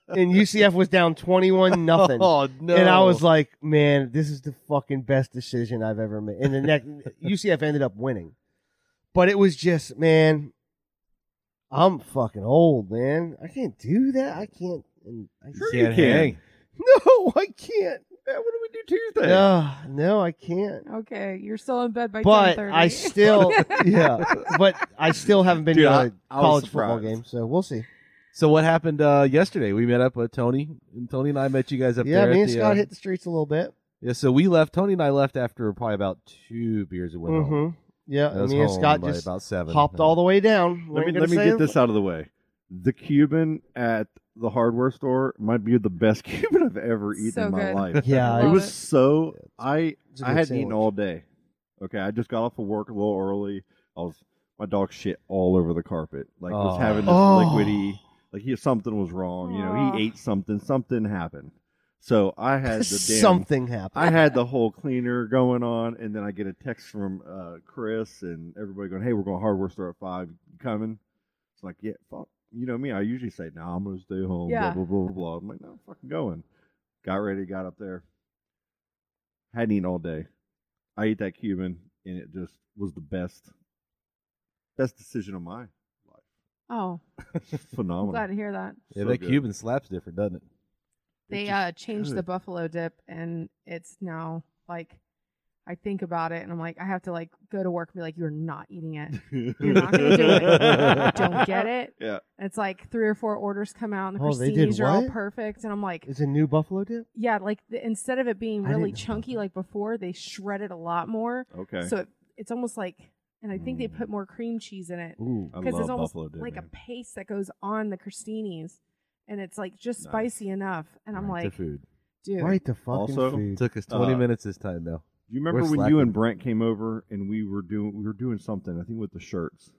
[SPEAKER 9] And UCF was down 21 nothing.
[SPEAKER 7] Oh no.
[SPEAKER 9] And I was like, man, this is the fucking best decision I've ever made. And the next UCF ended up winning. But it was just, man, I'm fucking old, man. I can't do that. I can't. And I,
[SPEAKER 6] Sure
[SPEAKER 7] Can't hang.
[SPEAKER 9] no, I can't.
[SPEAKER 6] Yeah, what do we do Tuesday?
[SPEAKER 9] No, no, I can't.
[SPEAKER 3] Okay, you're still in bed by
[SPEAKER 9] But
[SPEAKER 3] 10:30.
[SPEAKER 9] I still, yeah. But I still haven't been
[SPEAKER 6] Dude,
[SPEAKER 9] to a
[SPEAKER 6] I- I was
[SPEAKER 9] college football
[SPEAKER 6] surprised.
[SPEAKER 9] game, so we'll see.
[SPEAKER 7] So what happened uh, yesterday? We met up with Tony, and Tony and I met you guys up
[SPEAKER 9] yeah,
[SPEAKER 7] there. at
[SPEAKER 9] me and
[SPEAKER 7] the,
[SPEAKER 9] Scott
[SPEAKER 7] uh,
[SPEAKER 9] hit the streets a little bit.
[SPEAKER 7] Yeah, so we left. Tony and I left after probably about two beers and went home.
[SPEAKER 9] hmm Yeah,
[SPEAKER 7] I Oh. was
[SPEAKER 9] me and
[SPEAKER 7] home
[SPEAKER 9] Scott
[SPEAKER 7] by
[SPEAKER 9] just
[SPEAKER 7] about seven.
[SPEAKER 9] hopped all the way down.
[SPEAKER 6] Let me
[SPEAKER 9] We're gonna
[SPEAKER 6] let me
[SPEAKER 9] say
[SPEAKER 6] get this out of the way. The Cuban at the hardware store might be the best Cuban I've ever eaten
[SPEAKER 3] So
[SPEAKER 6] in my
[SPEAKER 3] good.
[SPEAKER 6] life.
[SPEAKER 9] Yeah,
[SPEAKER 6] it
[SPEAKER 3] Love
[SPEAKER 6] was
[SPEAKER 3] it.
[SPEAKER 6] so I
[SPEAKER 9] It's a
[SPEAKER 6] I
[SPEAKER 9] good
[SPEAKER 6] hadn't eaten
[SPEAKER 9] sandwich.
[SPEAKER 6] all day. Okay, I just got off of work a little early. I was my dog shit all over the carpet. Like
[SPEAKER 7] Oh.
[SPEAKER 6] was having this
[SPEAKER 9] Oh.
[SPEAKER 6] liquidy. Like he something was wrong. You know,
[SPEAKER 3] Aw.
[SPEAKER 6] he ate something. Something happened. So I had the damn
[SPEAKER 9] Something happened.
[SPEAKER 6] I had the whole cleaner going on, and then I get a text from uh, Chris and everybody going, "Hey, we're going to hardware store at five. You coming?" It's like, yeah, fuck. You know me. I usually say, "No, I'm going to stay home."
[SPEAKER 3] Yeah.
[SPEAKER 6] Blah blah blah blah blah. I'm like, "No, I'm fucking going." Got ready, got up there. Hadn't eaten all day. I ate that Cuban, and it just was the best, best decision of my
[SPEAKER 3] oh,
[SPEAKER 6] life.
[SPEAKER 9] Oh
[SPEAKER 3] I'm
[SPEAKER 6] Phenomenal.
[SPEAKER 3] glad to hear that.
[SPEAKER 7] Yeah,
[SPEAKER 6] So
[SPEAKER 7] that
[SPEAKER 6] good.
[SPEAKER 7] Cuban slaps different, doesn't it?
[SPEAKER 3] They
[SPEAKER 6] just
[SPEAKER 3] uh changed the
[SPEAKER 6] good.
[SPEAKER 3] buffalo dip, and it's now like I think about it and I'm like, I have to like go to work and be like, you're not eating it. You're not gonna do it. Don't get it.
[SPEAKER 6] Yeah.
[SPEAKER 3] And it's like three or four orders come out and the
[SPEAKER 9] Oh, they did
[SPEAKER 3] crostinis are all
[SPEAKER 9] what?
[SPEAKER 3] perfect. And I'm like,
[SPEAKER 9] Is it new buffalo dip?
[SPEAKER 3] yeah, like the, instead of it being
[SPEAKER 9] I didn't
[SPEAKER 3] really
[SPEAKER 9] know
[SPEAKER 3] chunky like before, they shred it a lot more.
[SPEAKER 6] Okay.
[SPEAKER 3] uh, So it, it's almost like, and I think they
[SPEAKER 9] Mm.
[SPEAKER 3] put more cream cheese in it
[SPEAKER 6] Ooh, I
[SPEAKER 3] because
[SPEAKER 6] love
[SPEAKER 3] it's almost
[SPEAKER 6] buffalo dip,
[SPEAKER 3] like
[SPEAKER 6] man.
[SPEAKER 3] a paste that goes on the crostinis, and it's like just
[SPEAKER 6] Nice.
[SPEAKER 3] spicy enough. And I'm
[SPEAKER 7] Right to
[SPEAKER 3] like,
[SPEAKER 7] food.
[SPEAKER 3] dude,
[SPEAKER 9] Right the fucking
[SPEAKER 6] Also,
[SPEAKER 9] food.
[SPEAKER 7] Took us twenty
[SPEAKER 6] Uh,
[SPEAKER 7] minutes this time though.
[SPEAKER 6] Do you remember
[SPEAKER 7] We're
[SPEAKER 6] when you
[SPEAKER 7] slacking.
[SPEAKER 6] and Brent came over and we were doing we were doing something? I think with the shirts,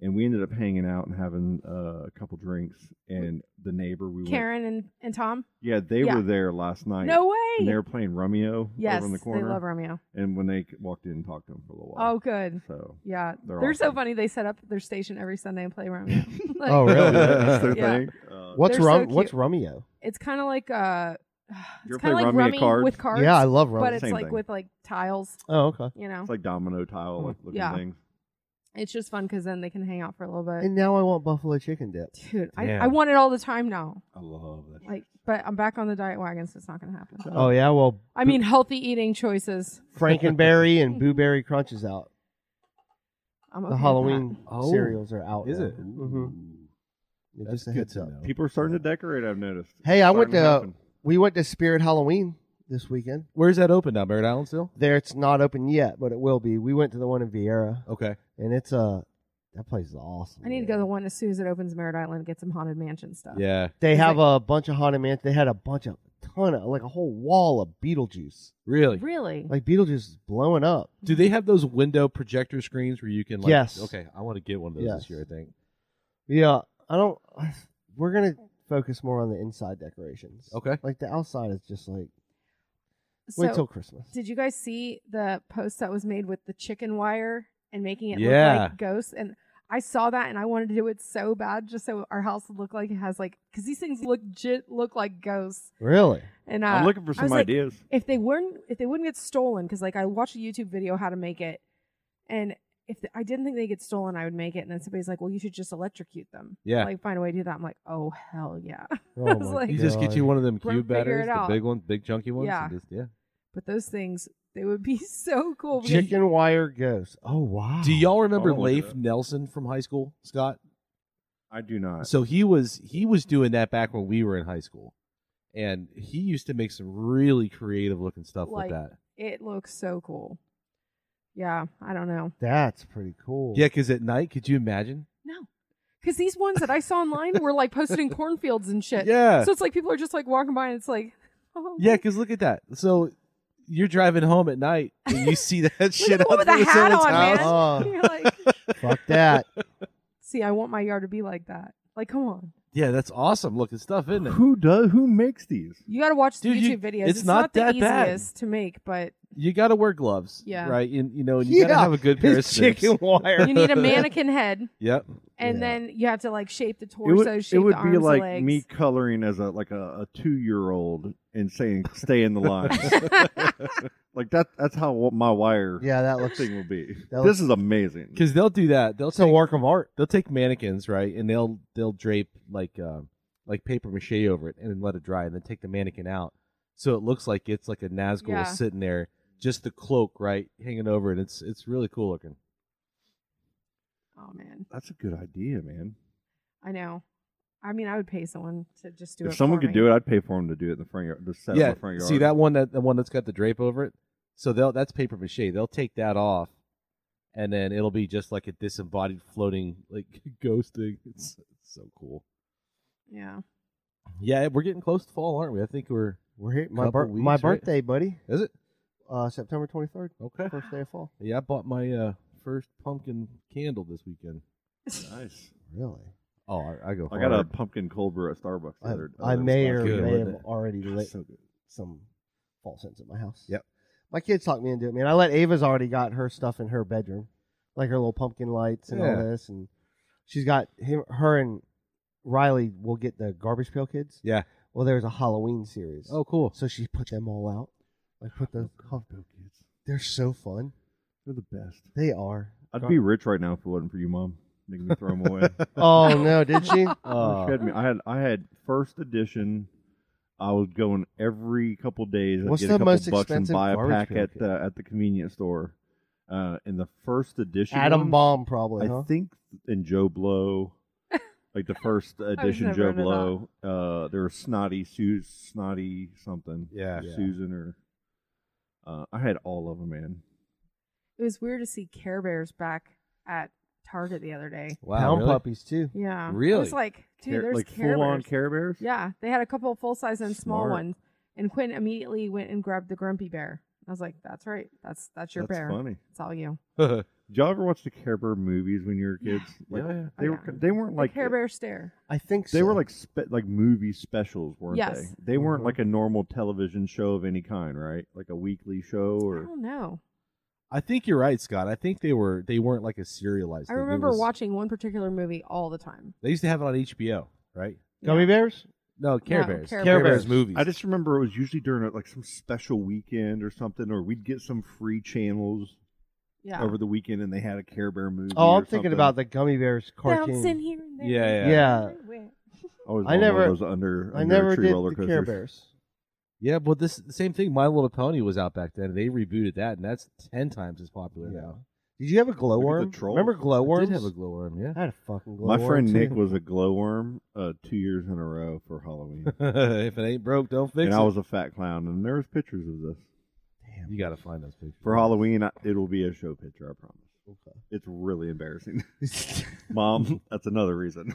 [SPEAKER 6] and we ended up hanging out and having uh, a couple drinks. And the neighbor we went,
[SPEAKER 3] Karen and, and Tom,
[SPEAKER 6] yeah, they
[SPEAKER 3] Yeah.
[SPEAKER 6] were there last night.
[SPEAKER 3] no
[SPEAKER 6] And they
[SPEAKER 3] way.
[SPEAKER 6] were playing Romeo
[SPEAKER 3] Yes,
[SPEAKER 6] over in the
[SPEAKER 3] they
[SPEAKER 6] corner.
[SPEAKER 3] love Romeo.
[SPEAKER 6] And when they walked in and talked to him for a little while.
[SPEAKER 3] Oh, good.
[SPEAKER 6] So
[SPEAKER 3] Yeah,
[SPEAKER 6] They're
[SPEAKER 3] they're, so
[SPEAKER 6] awesome.
[SPEAKER 3] funny. They set up their station every Sunday and play Romeo. Like,
[SPEAKER 9] Oh, really?
[SPEAKER 6] That's their
[SPEAKER 3] Yeah.
[SPEAKER 6] thing. Uh,
[SPEAKER 9] What's
[SPEAKER 3] They're so
[SPEAKER 9] rum?
[SPEAKER 3] cute.
[SPEAKER 9] what's Romeo?
[SPEAKER 3] It's kind of like uh,
[SPEAKER 6] You're
[SPEAKER 3] it's kind of
[SPEAKER 6] playing
[SPEAKER 3] like
[SPEAKER 6] Rummy at
[SPEAKER 3] Rummy
[SPEAKER 6] cards?
[SPEAKER 3] with cards.
[SPEAKER 9] Yeah, I love
[SPEAKER 3] but
[SPEAKER 9] Romeo.
[SPEAKER 3] it's
[SPEAKER 6] Same
[SPEAKER 3] like
[SPEAKER 6] thing.
[SPEAKER 3] with like tiles.
[SPEAKER 9] Oh, okay.
[SPEAKER 3] You know,
[SPEAKER 6] it's like domino tile like looking
[SPEAKER 3] Yeah.
[SPEAKER 6] things.
[SPEAKER 3] it's just fun because then they can hang out for a little bit.
[SPEAKER 9] And now I want buffalo chicken dip.
[SPEAKER 3] Dude, I, I
[SPEAKER 7] Damn.
[SPEAKER 3] want it all the time now.
[SPEAKER 6] I love that.
[SPEAKER 3] Like, but I'm back on the diet wagon, so it's not gonna happen.
[SPEAKER 9] Oh yeah, well,
[SPEAKER 3] I mean, healthy eating choices.
[SPEAKER 9] Frankenberry and Blueberry Crunch is out.
[SPEAKER 3] I'm okay
[SPEAKER 9] The
[SPEAKER 3] with that.
[SPEAKER 9] Halloween
[SPEAKER 7] Oh.
[SPEAKER 9] cereals are out.
[SPEAKER 7] Is
[SPEAKER 9] now.
[SPEAKER 7] it?
[SPEAKER 9] Mhm. Yeah,
[SPEAKER 7] That's
[SPEAKER 9] just a
[SPEAKER 7] good
[SPEAKER 9] heads
[SPEAKER 7] to
[SPEAKER 9] up.
[SPEAKER 7] know.
[SPEAKER 6] People are starting to decorate. I've noticed.
[SPEAKER 9] Hey, I went
[SPEAKER 6] Starting
[SPEAKER 9] to-
[SPEAKER 6] happen.
[SPEAKER 9] We went to Spirit Halloween this weekend.
[SPEAKER 7] Where's that open now? Merritt Island still?
[SPEAKER 9] There, it's not open yet, but it will be. We went to the one in Vieira,
[SPEAKER 7] Okay.
[SPEAKER 9] and it's uh that place is awesome.
[SPEAKER 3] I need to go to the one as soon as it opens Merritt Island and get some haunted mansion stuff.
[SPEAKER 7] Yeah.
[SPEAKER 9] They
[SPEAKER 3] It's
[SPEAKER 9] have a bunch of haunted mansions. They had a bunch of ton of like a whole wall of Beetlejuice.
[SPEAKER 7] Really?
[SPEAKER 3] Really?
[SPEAKER 9] Like Beetlejuice is blowing up.
[SPEAKER 7] Do they have those window projector screens where you can like
[SPEAKER 9] Yes.
[SPEAKER 7] okay, I want to get one of those
[SPEAKER 9] Yes.
[SPEAKER 7] this year, I think.
[SPEAKER 9] Yeah, I don't. We're gonna focus more on the inside decorations.
[SPEAKER 7] Okay.
[SPEAKER 9] Like the outside is just like
[SPEAKER 3] so,
[SPEAKER 9] wait till Christmas.
[SPEAKER 3] did you guys see the post that was made with the chicken wire and making it look
[SPEAKER 7] Yeah.
[SPEAKER 3] like ghosts? And I saw that and I wanted to do it so bad, just so our house would look like it has like because these things legit look like ghosts.
[SPEAKER 9] Really?
[SPEAKER 3] And uh,
[SPEAKER 6] I'm looking for
[SPEAKER 3] I was
[SPEAKER 6] some
[SPEAKER 3] like,
[SPEAKER 6] ideas.
[SPEAKER 3] if they weren't if they wouldn't get stolen because like i watched a youtube video how to make it and if the, i didn't think they get stolen i would make it and then somebody's like well you should just electrocute them
[SPEAKER 7] Yeah.
[SPEAKER 3] like find a way to do that i'm like oh hell yeah
[SPEAKER 9] Oh
[SPEAKER 3] It's
[SPEAKER 9] my
[SPEAKER 3] like-
[SPEAKER 7] you just get
[SPEAKER 9] God.
[SPEAKER 7] you one of them
[SPEAKER 3] Bro,
[SPEAKER 7] cube
[SPEAKER 3] figure
[SPEAKER 7] batteries,
[SPEAKER 3] it
[SPEAKER 7] the
[SPEAKER 3] out.
[SPEAKER 7] big ones, big chunky ones.
[SPEAKER 3] Yeah.
[SPEAKER 7] and just- yeah.
[SPEAKER 3] but those things they would be so cool because
[SPEAKER 9] chicken wire ghost. Oh wow.
[SPEAKER 7] Do y'all remember
[SPEAKER 6] I'll look it
[SPEAKER 7] Leif
[SPEAKER 6] up.
[SPEAKER 7] Nelson from high school, Scott?
[SPEAKER 6] I do not.
[SPEAKER 7] So he was he was doing that back when we were in high school. And he used to make some really creative looking stuff
[SPEAKER 3] Like-
[SPEAKER 7] with that.
[SPEAKER 3] it looks so cool yeah i don't know
[SPEAKER 9] That's pretty cool.
[SPEAKER 7] Yeah, because at night, could you imagine?
[SPEAKER 3] because these ones that i saw online were like posted in cornfields and shit
[SPEAKER 7] Yeah.
[SPEAKER 3] so it's like people are just like walking by and it's like oh
[SPEAKER 7] Yeah, because look at that. So you're driving home at night and you see that shit
[SPEAKER 3] the
[SPEAKER 7] up
[SPEAKER 3] one with the
[SPEAKER 7] in
[SPEAKER 3] hat
[SPEAKER 7] someone's
[SPEAKER 3] on, man.
[SPEAKER 7] house.
[SPEAKER 9] Oh,
[SPEAKER 3] You're like
[SPEAKER 9] fuck that.
[SPEAKER 3] see i want my yard to be like that like come on
[SPEAKER 7] Yeah, that's awesome looking stuff, isn't it?
[SPEAKER 6] who does? Who makes these?
[SPEAKER 3] You got to watch the
[SPEAKER 7] Dude, you-
[SPEAKER 3] YouTube videos.
[SPEAKER 7] it's not that
[SPEAKER 3] the
[SPEAKER 7] bad.
[SPEAKER 3] easiest to make, but
[SPEAKER 7] You got to wear gloves,
[SPEAKER 3] Yeah.
[SPEAKER 7] right? And, you know, and you got to
[SPEAKER 9] Yeah,
[SPEAKER 7] have a good pair of
[SPEAKER 9] His
[SPEAKER 7] snips.
[SPEAKER 9] chicken wire.
[SPEAKER 3] you need a mannequin head,
[SPEAKER 7] Yep.
[SPEAKER 3] and
[SPEAKER 9] Yeah.
[SPEAKER 3] then you have to like shape the
[SPEAKER 6] It
[SPEAKER 3] torso,
[SPEAKER 6] would, it
[SPEAKER 3] shape
[SPEAKER 6] would
[SPEAKER 3] the
[SPEAKER 6] be
[SPEAKER 3] arms,
[SPEAKER 6] like
[SPEAKER 3] the legs.
[SPEAKER 6] me coloring as a like a, a two year old and saying stay in the line. like that. That's how wa- my wire
[SPEAKER 9] Yeah, that looks.
[SPEAKER 6] thing will be.
[SPEAKER 9] That
[SPEAKER 6] this
[SPEAKER 9] looks-
[SPEAKER 6] is amazing.
[SPEAKER 7] Because they'll do that. They'll
[SPEAKER 9] It's a
[SPEAKER 7] take,
[SPEAKER 9] work of art.
[SPEAKER 7] they'll take mannequins, right, and they'll they'll drape like uh, like paper mache over it and then let it dry, and then take the mannequin out, so it looks like it's like a Nazgul
[SPEAKER 3] Yeah.
[SPEAKER 7] sitting there, just the cloak, right, hanging over it. It's it's really cool looking.
[SPEAKER 3] Oh man,
[SPEAKER 6] That's a good idea, man.
[SPEAKER 3] I know. I mean, I would pay someone to just do it.
[SPEAKER 6] if someone
[SPEAKER 3] for
[SPEAKER 6] could
[SPEAKER 3] me.
[SPEAKER 6] do it, I'd pay for them to do it in the front yard. The set up
[SPEAKER 7] yeah,
[SPEAKER 6] in the front yard.
[SPEAKER 7] see that one that the one that's got the drape over it. So they'll that's paper mache. They'll take that off, and then it'll be just like a disembodied floating like ghost thing. It's, it's so cool.
[SPEAKER 3] yeah,
[SPEAKER 7] Yeah, we're getting close to fall, aren't we? I think we're
[SPEAKER 9] We're here. My,
[SPEAKER 7] Couple
[SPEAKER 9] bir-
[SPEAKER 7] weeks,
[SPEAKER 9] my
[SPEAKER 7] right?
[SPEAKER 9] birthday, buddy.
[SPEAKER 7] is it
[SPEAKER 9] Uh, September twenty third,
[SPEAKER 7] okay?
[SPEAKER 9] first day of fall.
[SPEAKER 7] Yeah, I bought my uh, first pumpkin candle this weekend.
[SPEAKER 6] Nice.
[SPEAKER 9] Really?
[SPEAKER 7] Oh, I, I go.
[SPEAKER 6] I got a
[SPEAKER 7] hard.
[SPEAKER 6] pumpkin cold brew at Starbucks. the
[SPEAKER 9] I,
[SPEAKER 6] other-
[SPEAKER 9] I
[SPEAKER 6] other
[SPEAKER 9] may
[SPEAKER 6] spot.
[SPEAKER 9] or
[SPEAKER 7] good,
[SPEAKER 9] may
[SPEAKER 7] wasn't
[SPEAKER 9] have
[SPEAKER 7] it?
[SPEAKER 9] already
[SPEAKER 6] God,
[SPEAKER 9] lit
[SPEAKER 6] so good.
[SPEAKER 9] some false scents at my house.
[SPEAKER 7] Yep.
[SPEAKER 9] My kids talked me into it, man. I let Ava's already got her stuff in her bedroom, like her little pumpkin lights and
[SPEAKER 7] Yeah.
[SPEAKER 9] all this, and she's got him, her and Riley will get the Garbage Pail Kids.
[SPEAKER 7] Yeah.
[SPEAKER 9] Well, there's a Halloween series.
[SPEAKER 7] Oh, cool.
[SPEAKER 9] So she put them all out. Like put the.
[SPEAKER 6] Costco kids.
[SPEAKER 9] They're so fun.
[SPEAKER 6] They're the best.
[SPEAKER 9] They are.
[SPEAKER 6] I'd be rich right now if it wasn't for you, mom. Making me throw them away.
[SPEAKER 9] Oh no, did she?
[SPEAKER 6] Oh, she had me. I had I had first edition I was going every couple days. I'd
[SPEAKER 9] What's
[SPEAKER 6] get
[SPEAKER 9] the
[SPEAKER 6] a couple
[SPEAKER 9] most
[SPEAKER 6] bucks and
[SPEAKER 9] expensive
[SPEAKER 6] buy a
[SPEAKER 9] garbage
[SPEAKER 6] pack
[SPEAKER 9] pail
[SPEAKER 6] at
[SPEAKER 9] kit?
[SPEAKER 6] the at the convenience store. Uh, in the first edition,
[SPEAKER 9] Adam
[SPEAKER 6] ones,
[SPEAKER 9] Bomb probably,
[SPEAKER 6] I
[SPEAKER 9] huh?
[SPEAKER 6] think, and Joe Blow, like the first edition
[SPEAKER 9] never
[SPEAKER 6] Joe
[SPEAKER 9] into that.
[SPEAKER 6] Blow. Uh, there was Snotty Sue, Snotty something.
[SPEAKER 7] Yeah.
[SPEAKER 9] Yeah.
[SPEAKER 6] Susan or uh, I had all of them, man.
[SPEAKER 3] It was weird to see Care Bears back at Target the other day.
[SPEAKER 7] Wow,
[SPEAKER 9] Pound
[SPEAKER 7] really?
[SPEAKER 9] puppies too.
[SPEAKER 3] Yeah. It
[SPEAKER 7] Really?
[SPEAKER 3] was like, dude,
[SPEAKER 6] Care-
[SPEAKER 3] there's
[SPEAKER 6] like
[SPEAKER 3] Care
[SPEAKER 6] full-on
[SPEAKER 3] Bears.
[SPEAKER 6] Care Bears?
[SPEAKER 3] Yeah. They had a couple of full size and small
[SPEAKER 6] Smart.
[SPEAKER 3] ones. And Quinn immediately went and grabbed the Grumpy Bear. I was like, that's right. That's that's your
[SPEAKER 6] That's
[SPEAKER 3] bear.
[SPEAKER 6] funny.
[SPEAKER 3] It's all you.
[SPEAKER 6] Did y'all ever watch the Care Bear movies when you were kids? Like,
[SPEAKER 3] Yeah.
[SPEAKER 6] They
[SPEAKER 3] Oh,
[SPEAKER 6] were
[SPEAKER 3] yeah.
[SPEAKER 6] they weren't
[SPEAKER 3] The
[SPEAKER 6] like
[SPEAKER 3] Care Bear stare.
[SPEAKER 9] I think
[SPEAKER 6] they were like spe- like movie specials, weren't
[SPEAKER 3] Yes.
[SPEAKER 6] they? They weren't
[SPEAKER 9] Mhm.
[SPEAKER 6] like a normal television show of any kind, right? Like a weekly show
[SPEAKER 3] I
[SPEAKER 6] or
[SPEAKER 3] don't know.
[SPEAKER 7] I think you're right, Scott. I think they were they weren't like a serialized.
[SPEAKER 3] I
[SPEAKER 7] thing. It
[SPEAKER 3] remember
[SPEAKER 7] was-
[SPEAKER 3] watching one particular movie all the time.
[SPEAKER 7] They used to have it on HBO, right?
[SPEAKER 9] Gummy bears?
[SPEAKER 7] No, Care
[SPEAKER 3] No,
[SPEAKER 7] Bears.
[SPEAKER 3] Care
[SPEAKER 7] Care,
[SPEAKER 3] Bears.
[SPEAKER 7] Bears. movies.
[SPEAKER 6] I just remember it was usually during like some special weekend or something, or we'd get some free channels
[SPEAKER 3] Yeah.
[SPEAKER 6] over the weekend, and they had a Care Bear movie.
[SPEAKER 9] Oh,
[SPEAKER 6] or
[SPEAKER 9] I'm thinking
[SPEAKER 6] something.
[SPEAKER 9] about the gummy bears cartoon.
[SPEAKER 3] Bouncing here and there.
[SPEAKER 7] Yeah, yeah.
[SPEAKER 6] I,
[SPEAKER 9] Yeah.
[SPEAKER 6] always
[SPEAKER 9] I
[SPEAKER 6] wanted one of
[SPEAKER 9] never-
[SPEAKER 6] those under,
[SPEAKER 9] I
[SPEAKER 6] under
[SPEAKER 9] never
[SPEAKER 6] tree
[SPEAKER 9] did
[SPEAKER 6] roller
[SPEAKER 9] the Care
[SPEAKER 6] coasters.
[SPEAKER 9] Bears.
[SPEAKER 7] yeah, but this the same thing. My Little Pony was out back then. and They rebooted that, and that's ten times as popular
[SPEAKER 9] Yeah.
[SPEAKER 7] now.
[SPEAKER 9] Did you have a glowworm?
[SPEAKER 6] Look at the troll.
[SPEAKER 9] Remember glowworms?
[SPEAKER 7] I did have a glowworm, yeah.
[SPEAKER 9] I had a fucking glowworm.
[SPEAKER 6] My friend Nick
[SPEAKER 9] too.
[SPEAKER 6] was a glowworm uh, two years in a row for Halloween,
[SPEAKER 7] if it ain't broke, don't fix
[SPEAKER 6] and
[SPEAKER 7] it.
[SPEAKER 6] I was a fat clown. And there's pictures of this
[SPEAKER 7] Damn, you got to find those pictures
[SPEAKER 6] for Halloween. I, it'll be a show picture, I promise. It's really embarrassing, Mom. That's another reason.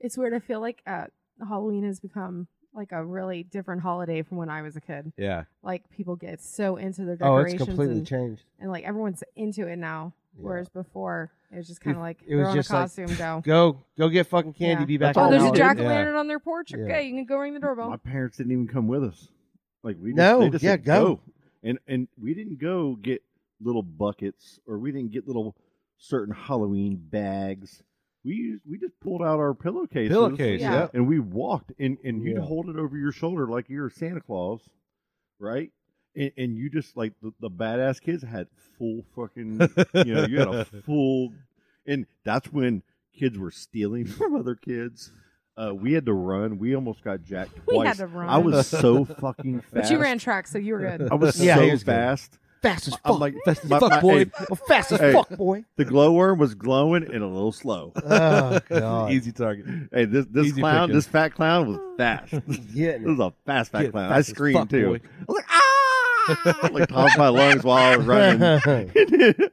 [SPEAKER 3] It's weird. I feel like uh, Halloween has become like a really different holiday from when I was a kid.
[SPEAKER 7] yeah,
[SPEAKER 3] Like people get so into their
[SPEAKER 9] Oh,
[SPEAKER 3] decorations
[SPEAKER 9] it's completely
[SPEAKER 3] and,
[SPEAKER 9] changed.
[SPEAKER 3] and like everyone's into it now. Whereas before it was just kind of like
[SPEAKER 9] It was
[SPEAKER 3] throw on
[SPEAKER 9] just
[SPEAKER 3] a costume,
[SPEAKER 9] like,
[SPEAKER 3] go.
[SPEAKER 9] go, go get fucking candy.
[SPEAKER 3] Yeah.
[SPEAKER 9] Be back.
[SPEAKER 3] Oh,
[SPEAKER 9] in
[SPEAKER 3] there's
[SPEAKER 9] an
[SPEAKER 3] a
[SPEAKER 9] hour.
[SPEAKER 3] jack o'
[SPEAKER 7] Yeah.
[SPEAKER 3] lantern on their porch.
[SPEAKER 7] Yeah.
[SPEAKER 3] Okay, you can go ring the doorbell.
[SPEAKER 6] My parents didn't even come with us. Like we just,
[SPEAKER 9] No,
[SPEAKER 6] they just
[SPEAKER 9] yeah,
[SPEAKER 6] said,
[SPEAKER 9] go.
[SPEAKER 6] and and we didn't go get little buckets or we didn't get little certain Halloween bags. We used, we just pulled out our pillowcases,
[SPEAKER 7] Pillowcase,
[SPEAKER 3] Yeah. yep.
[SPEAKER 6] and we walked and and you'd
[SPEAKER 7] Yeah.
[SPEAKER 6] hold it over your shoulder like you were Santa Claus, right? And, and you just like the, the badass kids had full fucking you know you had a full and that's when kids were stealing from other kids. Uh, we had to run. We almost got jacked twice.
[SPEAKER 3] We had to run.
[SPEAKER 6] I was so fucking fast. Oh,
[SPEAKER 3] but you ran track, so you were good.
[SPEAKER 6] I was
[SPEAKER 9] Yeah, he
[SPEAKER 6] so
[SPEAKER 9] was good.
[SPEAKER 6] fast.
[SPEAKER 9] Fast as
[SPEAKER 6] I'm
[SPEAKER 9] fuck.
[SPEAKER 6] like
[SPEAKER 7] Fast as
[SPEAKER 6] my-
[SPEAKER 7] fuck,
[SPEAKER 6] my-
[SPEAKER 7] boy.
[SPEAKER 6] hey,
[SPEAKER 9] Well, fast as
[SPEAKER 6] Hey.
[SPEAKER 9] fuck, boy.
[SPEAKER 6] the glowworm was glowing and a little slow.
[SPEAKER 9] Oh
[SPEAKER 7] It's
[SPEAKER 9] god.
[SPEAKER 7] an easy target.
[SPEAKER 6] Hey, this this
[SPEAKER 7] Easy
[SPEAKER 6] clown,
[SPEAKER 7] picking.
[SPEAKER 6] this fat clown was fast. this
[SPEAKER 9] Getting
[SPEAKER 6] was a
[SPEAKER 9] it.
[SPEAKER 6] fast fat
[SPEAKER 7] Get
[SPEAKER 6] clown.
[SPEAKER 7] fast
[SPEAKER 6] I
[SPEAKER 7] as
[SPEAKER 6] screamed
[SPEAKER 7] fuck,
[SPEAKER 6] too.
[SPEAKER 7] boy.
[SPEAKER 6] I was like ah, I, like top of my lungs while I was running.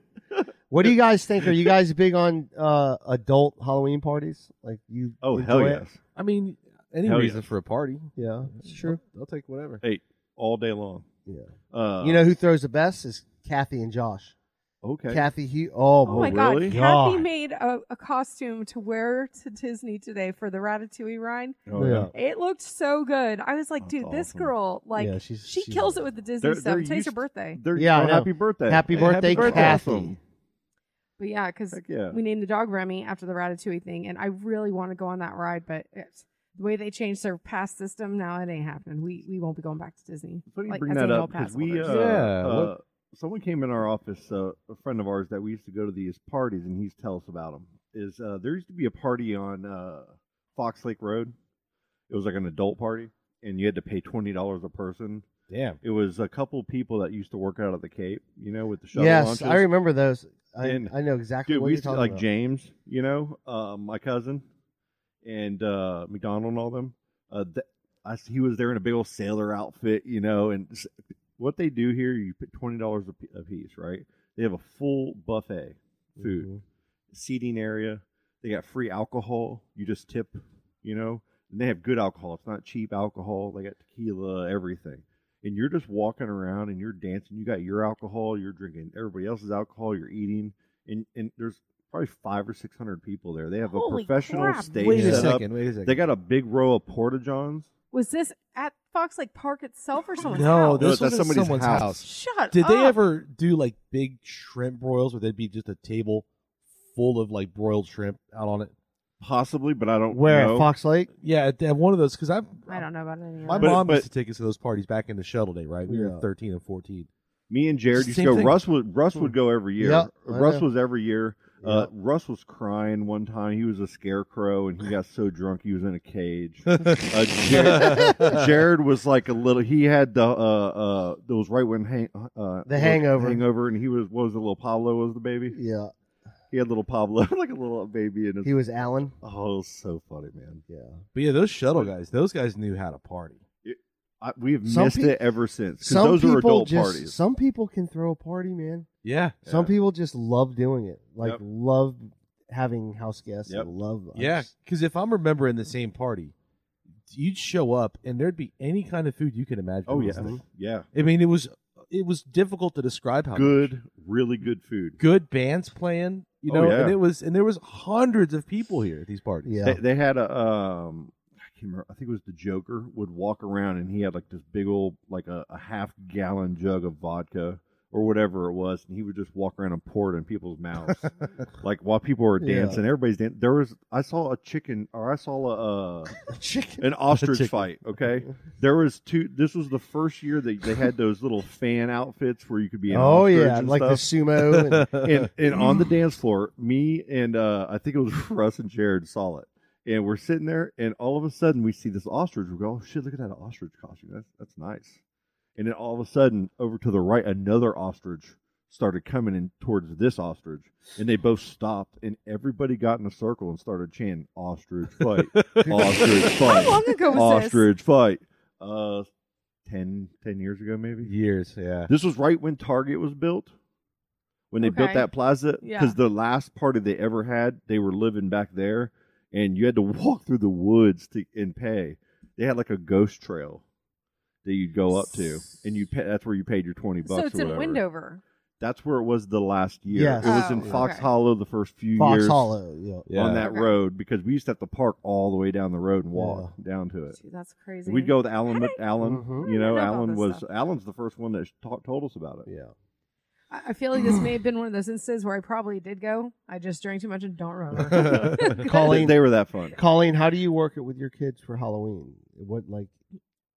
[SPEAKER 9] What do you guys think? Are you guys big on uh, adult Halloween parties? Like you?
[SPEAKER 6] oh
[SPEAKER 9] enjoy
[SPEAKER 6] hell
[SPEAKER 9] it?
[SPEAKER 6] yes,
[SPEAKER 7] I mean, any
[SPEAKER 6] Hell
[SPEAKER 7] reason
[SPEAKER 6] yes.
[SPEAKER 7] for a party?
[SPEAKER 9] Yeah, it's true.
[SPEAKER 7] I'll take whatever.
[SPEAKER 6] all day long.
[SPEAKER 9] Yeah.
[SPEAKER 6] Uh,
[SPEAKER 9] you know who throws the best is Kathy and Josh.
[SPEAKER 6] okay.
[SPEAKER 9] Kathy, he, oh,
[SPEAKER 3] Oh
[SPEAKER 9] boy.
[SPEAKER 3] my god,
[SPEAKER 6] really?
[SPEAKER 3] Kathy
[SPEAKER 9] God.
[SPEAKER 3] made a, a costume to wear to Disney today for the Ratatouille ride.
[SPEAKER 6] Oh, yeah.
[SPEAKER 3] It looked so good. I was like,
[SPEAKER 6] That's
[SPEAKER 3] dude, this
[SPEAKER 6] awesome.
[SPEAKER 3] girl, like,
[SPEAKER 9] Yeah, she's-
[SPEAKER 3] she
[SPEAKER 9] she's-
[SPEAKER 3] kills it with the Disney
[SPEAKER 6] They're-
[SPEAKER 3] stuff.
[SPEAKER 6] they're
[SPEAKER 3] Today's her
[SPEAKER 6] used-
[SPEAKER 3] birthday.
[SPEAKER 6] They're,
[SPEAKER 9] Yeah, I
[SPEAKER 6] oh,
[SPEAKER 9] know.
[SPEAKER 6] happy birthday.
[SPEAKER 9] Happy
[SPEAKER 6] Hey,
[SPEAKER 9] birthday, Kathy.
[SPEAKER 6] Awesome.
[SPEAKER 3] But yeah, because
[SPEAKER 6] Heck yeah.
[SPEAKER 3] we named the dog Remy after the Ratatouille thing, and I really want to go on that ride, but it's, the way they changed their pass system, now it ain't happening. We we won't be going back to Disney.
[SPEAKER 6] It's funny you
[SPEAKER 3] Like,
[SPEAKER 6] bring
[SPEAKER 3] as
[SPEAKER 6] that
[SPEAKER 3] annual
[SPEAKER 6] up because
[SPEAKER 3] pass
[SPEAKER 6] we,
[SPEAKER 3] holders.
[SPEAKER 6] uh,
[SPEAKER 7] Yeah,
[SPEAKER 6] uh,
[SPEAKER 7] what-
[SPEAKER 6] someone came in our office, uh, a friend of ours that we used to go to these parties, and he's tell us about them. Is uh, there used to be a party on uh, Fox Lake Road? It was like an adult party, and you had to pay twenty dollars a person.
[SPEAKER 7] Damn.
[SPEAKER 6] It was a couple people that used to work out of the Cape, you know, with the shuttle
[SPEAKER 9] yes,
[SPEAKER 6] launches.
[SPEAKER 9] I remember those. I,
[SPEAKER 6] And-
[SPEAKER 9] I know exactly
[SPEAKER 6] Dude,
[SPEAKER 9] what
[SPEAKER 6] we
[SPEAKER 9] you're
[SPEAKER 6] used to
[SPEAKER 9] talking
[SPEAKER 6] like
[SPEAKER 9] about.
[SPEAKER 6] James, you know, uh, my cousin, and uh, McDonald and all them. Uh, th- I, s- he was there in a big old sailor outfit, you know. And s- what they do here, you put twenty dollars a p- a piece, right? They have a full buffet, food,
[SPEAKER 9] Mm-hmm.
[SPEAKER 6] seating area. They got free alcohol. You just tip, you know. And they have good alcohol. It's not cheap alcohol. They got tequila, everything. And you're just walking around and you're dancing. You got your alcohol. You're drinking everybody else's alcohol. You're eating. And and there's probably five or six hundred people there. They have
[SPEAKER 3] Holy
[SPEAKER 6] a professional
[SPEAKER 3] crap.
[SPEAKER 6] stage
[SPEAKER 7] Wait a
[SPEAKER 6] set up.
[SPEAKER 7] second. Wait a second.
[SPEAKER 6] They got a big row of porta johns.
[SPEAKER 3] Was this at Fox Lake Park itself or someone's
[SPEAKER 7] no,
[SPEAKER 3] house? Ah.
[SPEAKER 7] this
[SPEAKER 6] No,
[SPEAKER 7] was
[SPEAKER 6] that's
[SPEAKER 7] at
[SPEAKER 6] somebody's
[SPEAKER 7] someone's
[SPEAKER 6] house.
[SPEAKER 3] Shut
[SPEAKER 7] Did
[SPEAKER 3] up.
[SPEAKER 7] they ever do like big shrimp broils, or there'd be just a table full of like broiled shrimp out on it?
[SPEAKER 6] Possibly, but I don't
[SPEAKER 9] Where
[SPEAKER 6] know.
[SPEAKER 9] at Fox Lake?
[SPEAKER 7] Yeah, at, at one of those because I've
[SPEAKER 3] I don't know about any of
[SPEAKER 7] My
[SPEAKER 3] that.
[SPEAKER 6] But-
[SPEAKER 7] mom
[SPEAKER 6] but-
[SPEAKER 7] used to take us to those parties back in the shuttle day, right? We
[SPEAKER 9] Yeah.
[SPEAKER 7] were thirteen and fourteen.
[SPEAKER 6] Me and Jared used to
[SPEAKER 7] Same
[SPEAKER 6] go.
[SPEAKER 7] thing.
[SPEAKER 6] Russ would Russ would go every year.
[SPEAKER 9] Yep, I
[SPEAKER 6] Russ
[SPEAKER 9] know.
[SPEAKER 6] was every year. Uh, Russ was crying one time. He was a scarecrow, and he got so drunk he was in a cage. Uh, Jared, Jared was like a little. He had the uh, uh, those right when hang, uh,
[SPEAKER 9] The hangover.
[SPEAKER 6] hangover, and he was what was it? Little Pablo was the baby.
[SPEAKER 9] Yeah,
[SPEAKER 6] he had little Pablo, like a little baby in his.
[SPEAKER 9] He was Alan.
[SPEAKER 6] Oh, it was so funny, man.
[SPEAKER 9] Yeah,
[SPEAKER 7] But yeah, those shuttle guys, those guys knew how to party.
[SPEAKER 6] I, we have
[SPEAKER 9] Some
[SPEAKER 6] missed
[SPEAKER 9] peop-
[SPEAKER 6] it ever since. 'cause
[SPEAKER 9] Some
[SPEAKER 6] those
[SPEAKER 9] people
[SPEAKER 6] are adult
[SPEAKER 9] just,
[SPEAKER 6] parties.
[SPEAKER 9] Some people can throw a party, man.
[SPEAKER 7] Yeah.
[SPEAKER 9] Some people just love doing it. Like
[SPEAKER 7] Yep.
[SPEAKER 9] love having house guests.
[SPEAKER 7] Yep.
[SPEAKER 9] And love.
[SPEAKER 7] Yeah, because if I'm remembering the same party, you'd show up and there'd be any kind of food you can imagine.
[SPEAKER 6] Oh,
[SPEAKER 7] was
[SPEAKER 6] yeah.
[SPEAKER 7] there.
[SPEAKER 6] Yeah.
[SPEAKER 7] I mean, it was it was difficult to describe how
[SPEAKER 6] good,
[SPEAKER 7] much.
[SPEAKER 6] really good food.
[SPEAKER 7] good bands playing. You
[SPEAKER 6] Oh,
[SPEAKER 7] know,
[SPEAKER 6] yeah.
[SPEAKER 7] and it was and there was hundreds of people here at these parties.
[SPEAKER 6] They, they had a um, I can't remember. I think it was the Joker would walk around and he had like this big old like a, a half gallon jug of vodka or whatever it was, and he would just walk around and pour it in people's mouths, like while people were
[SPEAKER 7] Yeah.
[SPEAKER 6] dancing. Everybody's dancing. There was I saw a chicken or I saw a, uh
[SPEAKER 9] chicken
[SPEAKER 6] an ostrich
[SPEAKER 7] chicken.
[SPEAKER 6] fight. Okay, there was two. This was the first year that they had those little fan outfits where you could be an
[SPEAKER 9] Oh,
[SPEAKER 6] ostrich
[SPEAKER 9] yeah,
[SPEAKER 6] and
[SPEAKER 9] like the
[SPEAKER 6] stuff.
[SPEAKER 9] sumo and-
[SPEAKER 6] and, and on the dance floor, me and uh, I think it was Russ and Jared saw it. And we're sitting there, and all of a sudden we see this ostrich. We go, oh shit, look at that ostrich costume. That's that's nice. And then all of a sudden, over to the right, another ostrich started coming in towards this ostrich, and they both stopped, and everybody got in a circle and started chanting "ostrich fight, ostrich fight,
[SPEAKER 3] How long ago was this?
[SPEAKER 6] ostrich fight." Uh, 10, 10 years ago, maybe
[SPEAKER 7] years. Yeah,
[SPEAKER 6] this was right when Target was built. When they built
[SPEAKER 3] Okay.
[SPEAKER 6] that plaza, because
[SPEAKER 3] Yeah.
[SPEAKER 6] the last party they ever had, they were living back there, and you had to walk through the woods to and pay. They had like a ghost trail that you'd go up to, and you pay, that's where you paid your twenty bucks.
[SPEAKER 3] So it's
[SPEAKER 6] or
[SPEAKER 3] in
[SPEAKER 6] whatever.
[SPEAKER 3] Windover.
[SPEAKER 6] That's where it was the last year.
[SPEAKER 9] Yes.
[SPEAKER 6] It was
[SPEAKER 3] Oh,
[SPEAKER 6] in Fox
[SPEAKER 3] okay.
[SPEAKER 6] Hollow the first few
[SPEAKER 9] Fox
[SPEAKER 6] years.
[SPEAKER 9] Hollow, yeah.
[SPEAKER 6] On
[SPEAKER 9] Yeah.
[SPEAKER 6] that
[SPEAKER 9] Okay.
[SPEAKER 6] road because we used to have to park all the way down the road and walk down to it.
[SPEAKER 3] Dude, that's crazy.
[SPEAKER 6] We'd go with Alan. Mc- Alan,
[SPEAKER 9] Mhm.
[SPEAKER 6] you
[SPEAKER 3] Mm-hmm. know
[SPEAKER 6] know,
[SPEAKER 3] about
[SPEAKER 6] Alan
[SPEAKER 3] this
[SPEAKER 6] was
[SPEAKER 3] stuff.
[SPEAKER 6] Alan's the first one that sh- ta- told us about it.
[SPEAKER 9] Yeah.
[SPEAKER 3] I I feel like this may have been one of those instances where I probably did go. I just drank too much and don't remember.
[SPEAKER 9] Colleen,
[SPEAKER 6] They- they were that fun.
[SPEAKER 9] Colleen, how do you work it with your kids for Halloween? What like?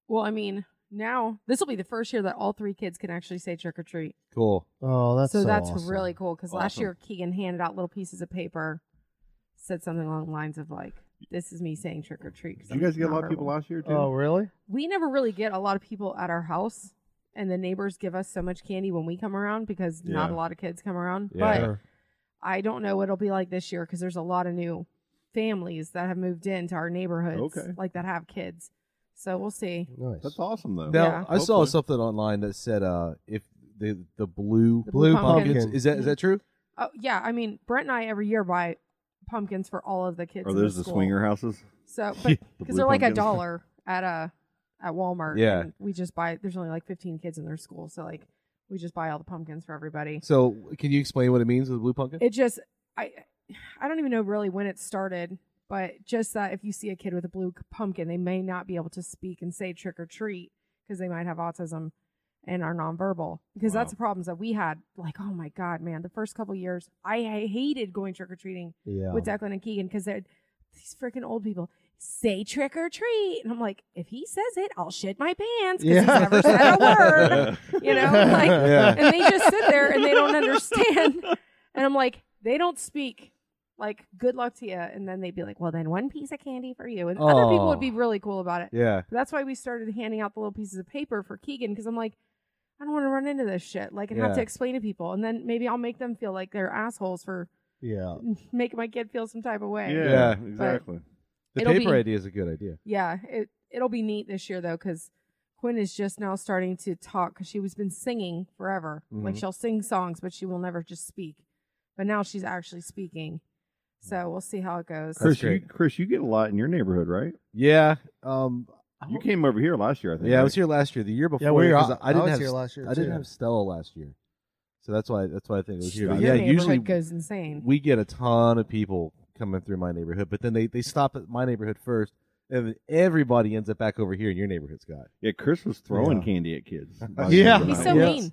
[SPEAKER 3] well, I mean, now this will be the first year that all three kids can actually say trick or treat.
[SPEAKER 7] Cool.
[SPEAKER 9] Oh, that's
[SPEAKER 3] so,
[SPEAKER 9] so,
[SPEAKER 3] that's
[SPEAKER 9] awesome.
[SPEAKER 3] really cool because last
[SPEAKER 9] Awesome.
[SPEAKER 3] year Keegan handed out little pieces of paper, said something along the lines of like, "This is me saying trick or treat." 'cause
[SPEAKER 6] Did you
[SPEAKER 3] I'm
[SPEAKER 6] guys get a
[SPEAKER 3] not
[SPEAKER 6] lot of people
[SPEAKER 3] verbal.
[SPEAKER 6] last year too?
[SPEAKER 9] Oh, really?
[SPEAKER 3] We never really get a lot of people at our house, and the neighbors give us so much candy when we come around because not a
[SPEAKER 6] Yeah.
[SPEAKER 3] lot of kids come around.
[SPEAKER 9] Yeah.
[SPEAKER 3] But I don't know what it'll be like this year because there's a lot of new families that have moved into our neighborhoods,
[SPEAKER 6] Okay.
[SPEAKER 3] like that have kids. So we'll see.
[SPEAKER 9] Nice.
[SPEAKER 6] That's awesome though.
[SPEAKER 7] Now
[SPEAKER 3] Yeah.
[SPEAKER 7] I saw something online that said uh, if the the blue
[SPEAKER 3] The blue pumpkin.
[SPEAKER 7] is that is that true?
[SPEAKER 3] Oh yeah, I mean Brent and I every year buy pumpkins for all of the kids.
[SPEAKER 9] Oh,
[SPEAKER 6] Are
[SPEAKER 3] in
[SPEAKER 6] those the,
[SPEAKER 3] the school.
[SPEAKER 6] swinger houses?
[SPEAKER 3] So,
[SPEAKER 6] Yeah,
[SPEAKER 3] but
[SPEAKER 6] the
[SPEAKER 3] because
[SPEAKER 6] blue
[SPEAKER 3] they're like a
[SPEAKER 6] pumpkins.
[SPEAKER 3] dollar at a at Walmart.
[SPEAKER 7] Yeah.
[SPEAKER 3] and we just buy. There's only like 15 kids in their school, so like we just buy all the pumpkins for everybody.
[SPEAKER 7] So can you explain what it means with the blue pumpkin?
[SPEAKER 3] It just I I don't even know really when it started, but just that if you see a kid with a blue pumpkin, they may not be able to speak and say trick or treat because they might have autism and are nonverbal. Because that's
[SPEAKER 6] Wow.
[SPEAKER 3] the problems that we had. Like, oh my god, man, the first couple years I ha- hated going trick or treating
[SPEAKER 9] Yeah.
[SPEAKER 3] with Declan and Keegan because they're these freaking old people. Say trick or treat, and I'm like, if he says it, I'll shit my pants because he's
[SPEAKER 9] Yeah.
[SPEAKER 3] never said a word, you know. Like,
[SPEAKER 9] Yeah.
[SPEAKER 3] and they just sit there and they don't understand. And I'm like, they don't speak. Like, good luck to you. And then they'd be like, well, then one piece of candy for you. And other people would
[SPEAKER 7] Oh.
[SPEAKER 3] be really cool about it.
[SPEAKER 7] Yeah.
[SPEAKER 3] But that's why we started handing out the little pieces of paper for Keegan because I'm like, I don't want to run into this shit. Like, and have to
[SPEAKER 7] Yeah.
[SPEAKER 3] explain to people. And then maybe I'll make them feel like they're assholes for
[SPEAKER 9] Yeah.
[SPEAKER 3] making my kid feel some type of way.
[SPEAKER 7] Yeah.
[SPEAKER 6] exactly.
[SPEAKER 7] The
[SPEAKER 3] It'll
[SPEAKER 7] paper
[SPEAKER 3] be-
[SPEAKER 7] idea is a good idea.
[SPEAKER 3] Yeah, it it'll be neat this year though, because Quinn is just now starting to talk because she was been singing forever. Like
[SPEAKER 6] Mm-hmm.
[SPEAKER 7] Mhm.
[SPEAKER 3] she'll sing songs, but she will never just speak. But now she's actually speaking, so we'll see how it goes.
[SPEAKER 6] Chris, you,
[SPEAKER 7] great.
[SPEAKER 6] Chris, you get a lot in your neighborhood, right?
[SPEAKER 7] Yeah. Um.
[SPEAKER 6] You came over here last year, I think.
[SPEAKER 7] Yeah, I
[SPEAKER 6] right?
[SPEAKER 7] was here last year. The year before,
[SPEAKER 9] we were-
[SPEAKER 7] 'cause
[SPEAKER 9] I
[SPEAKER 7] I didn't
[SPEAKER 9] was
[SPEAKER 7] have
[SPEAKER 9] here last year,
[SPEAKER 7] I didn't
[SPEAKER 9] too.
[SPEAKER 7] have Stella last year, so that's why that's why I think it was here. But
[SPEAKER 3] Your
[SPEAKER 7] yeah,
[SPEAKER 3] neighborhood
[SPEAKER 7] usually
[SPEAKER 3] goes insane.
[SPEAKER 7] we get a ton of people coming through my neighborhood, but then they they stop at my neighborhood first, and then everybody ends up back over here in your neighborhood, Scott.
[SPEAKER 6] Yeah, Chris was throwing
[SPEAKER 7] Yeah.
[SPEAKER 6] candy at kids.
[SPEAKER 9] Yeah.
[SPEAKER 3] He's so
[SPEAKER 7] Yeah.
[SPEAKER 3] mean.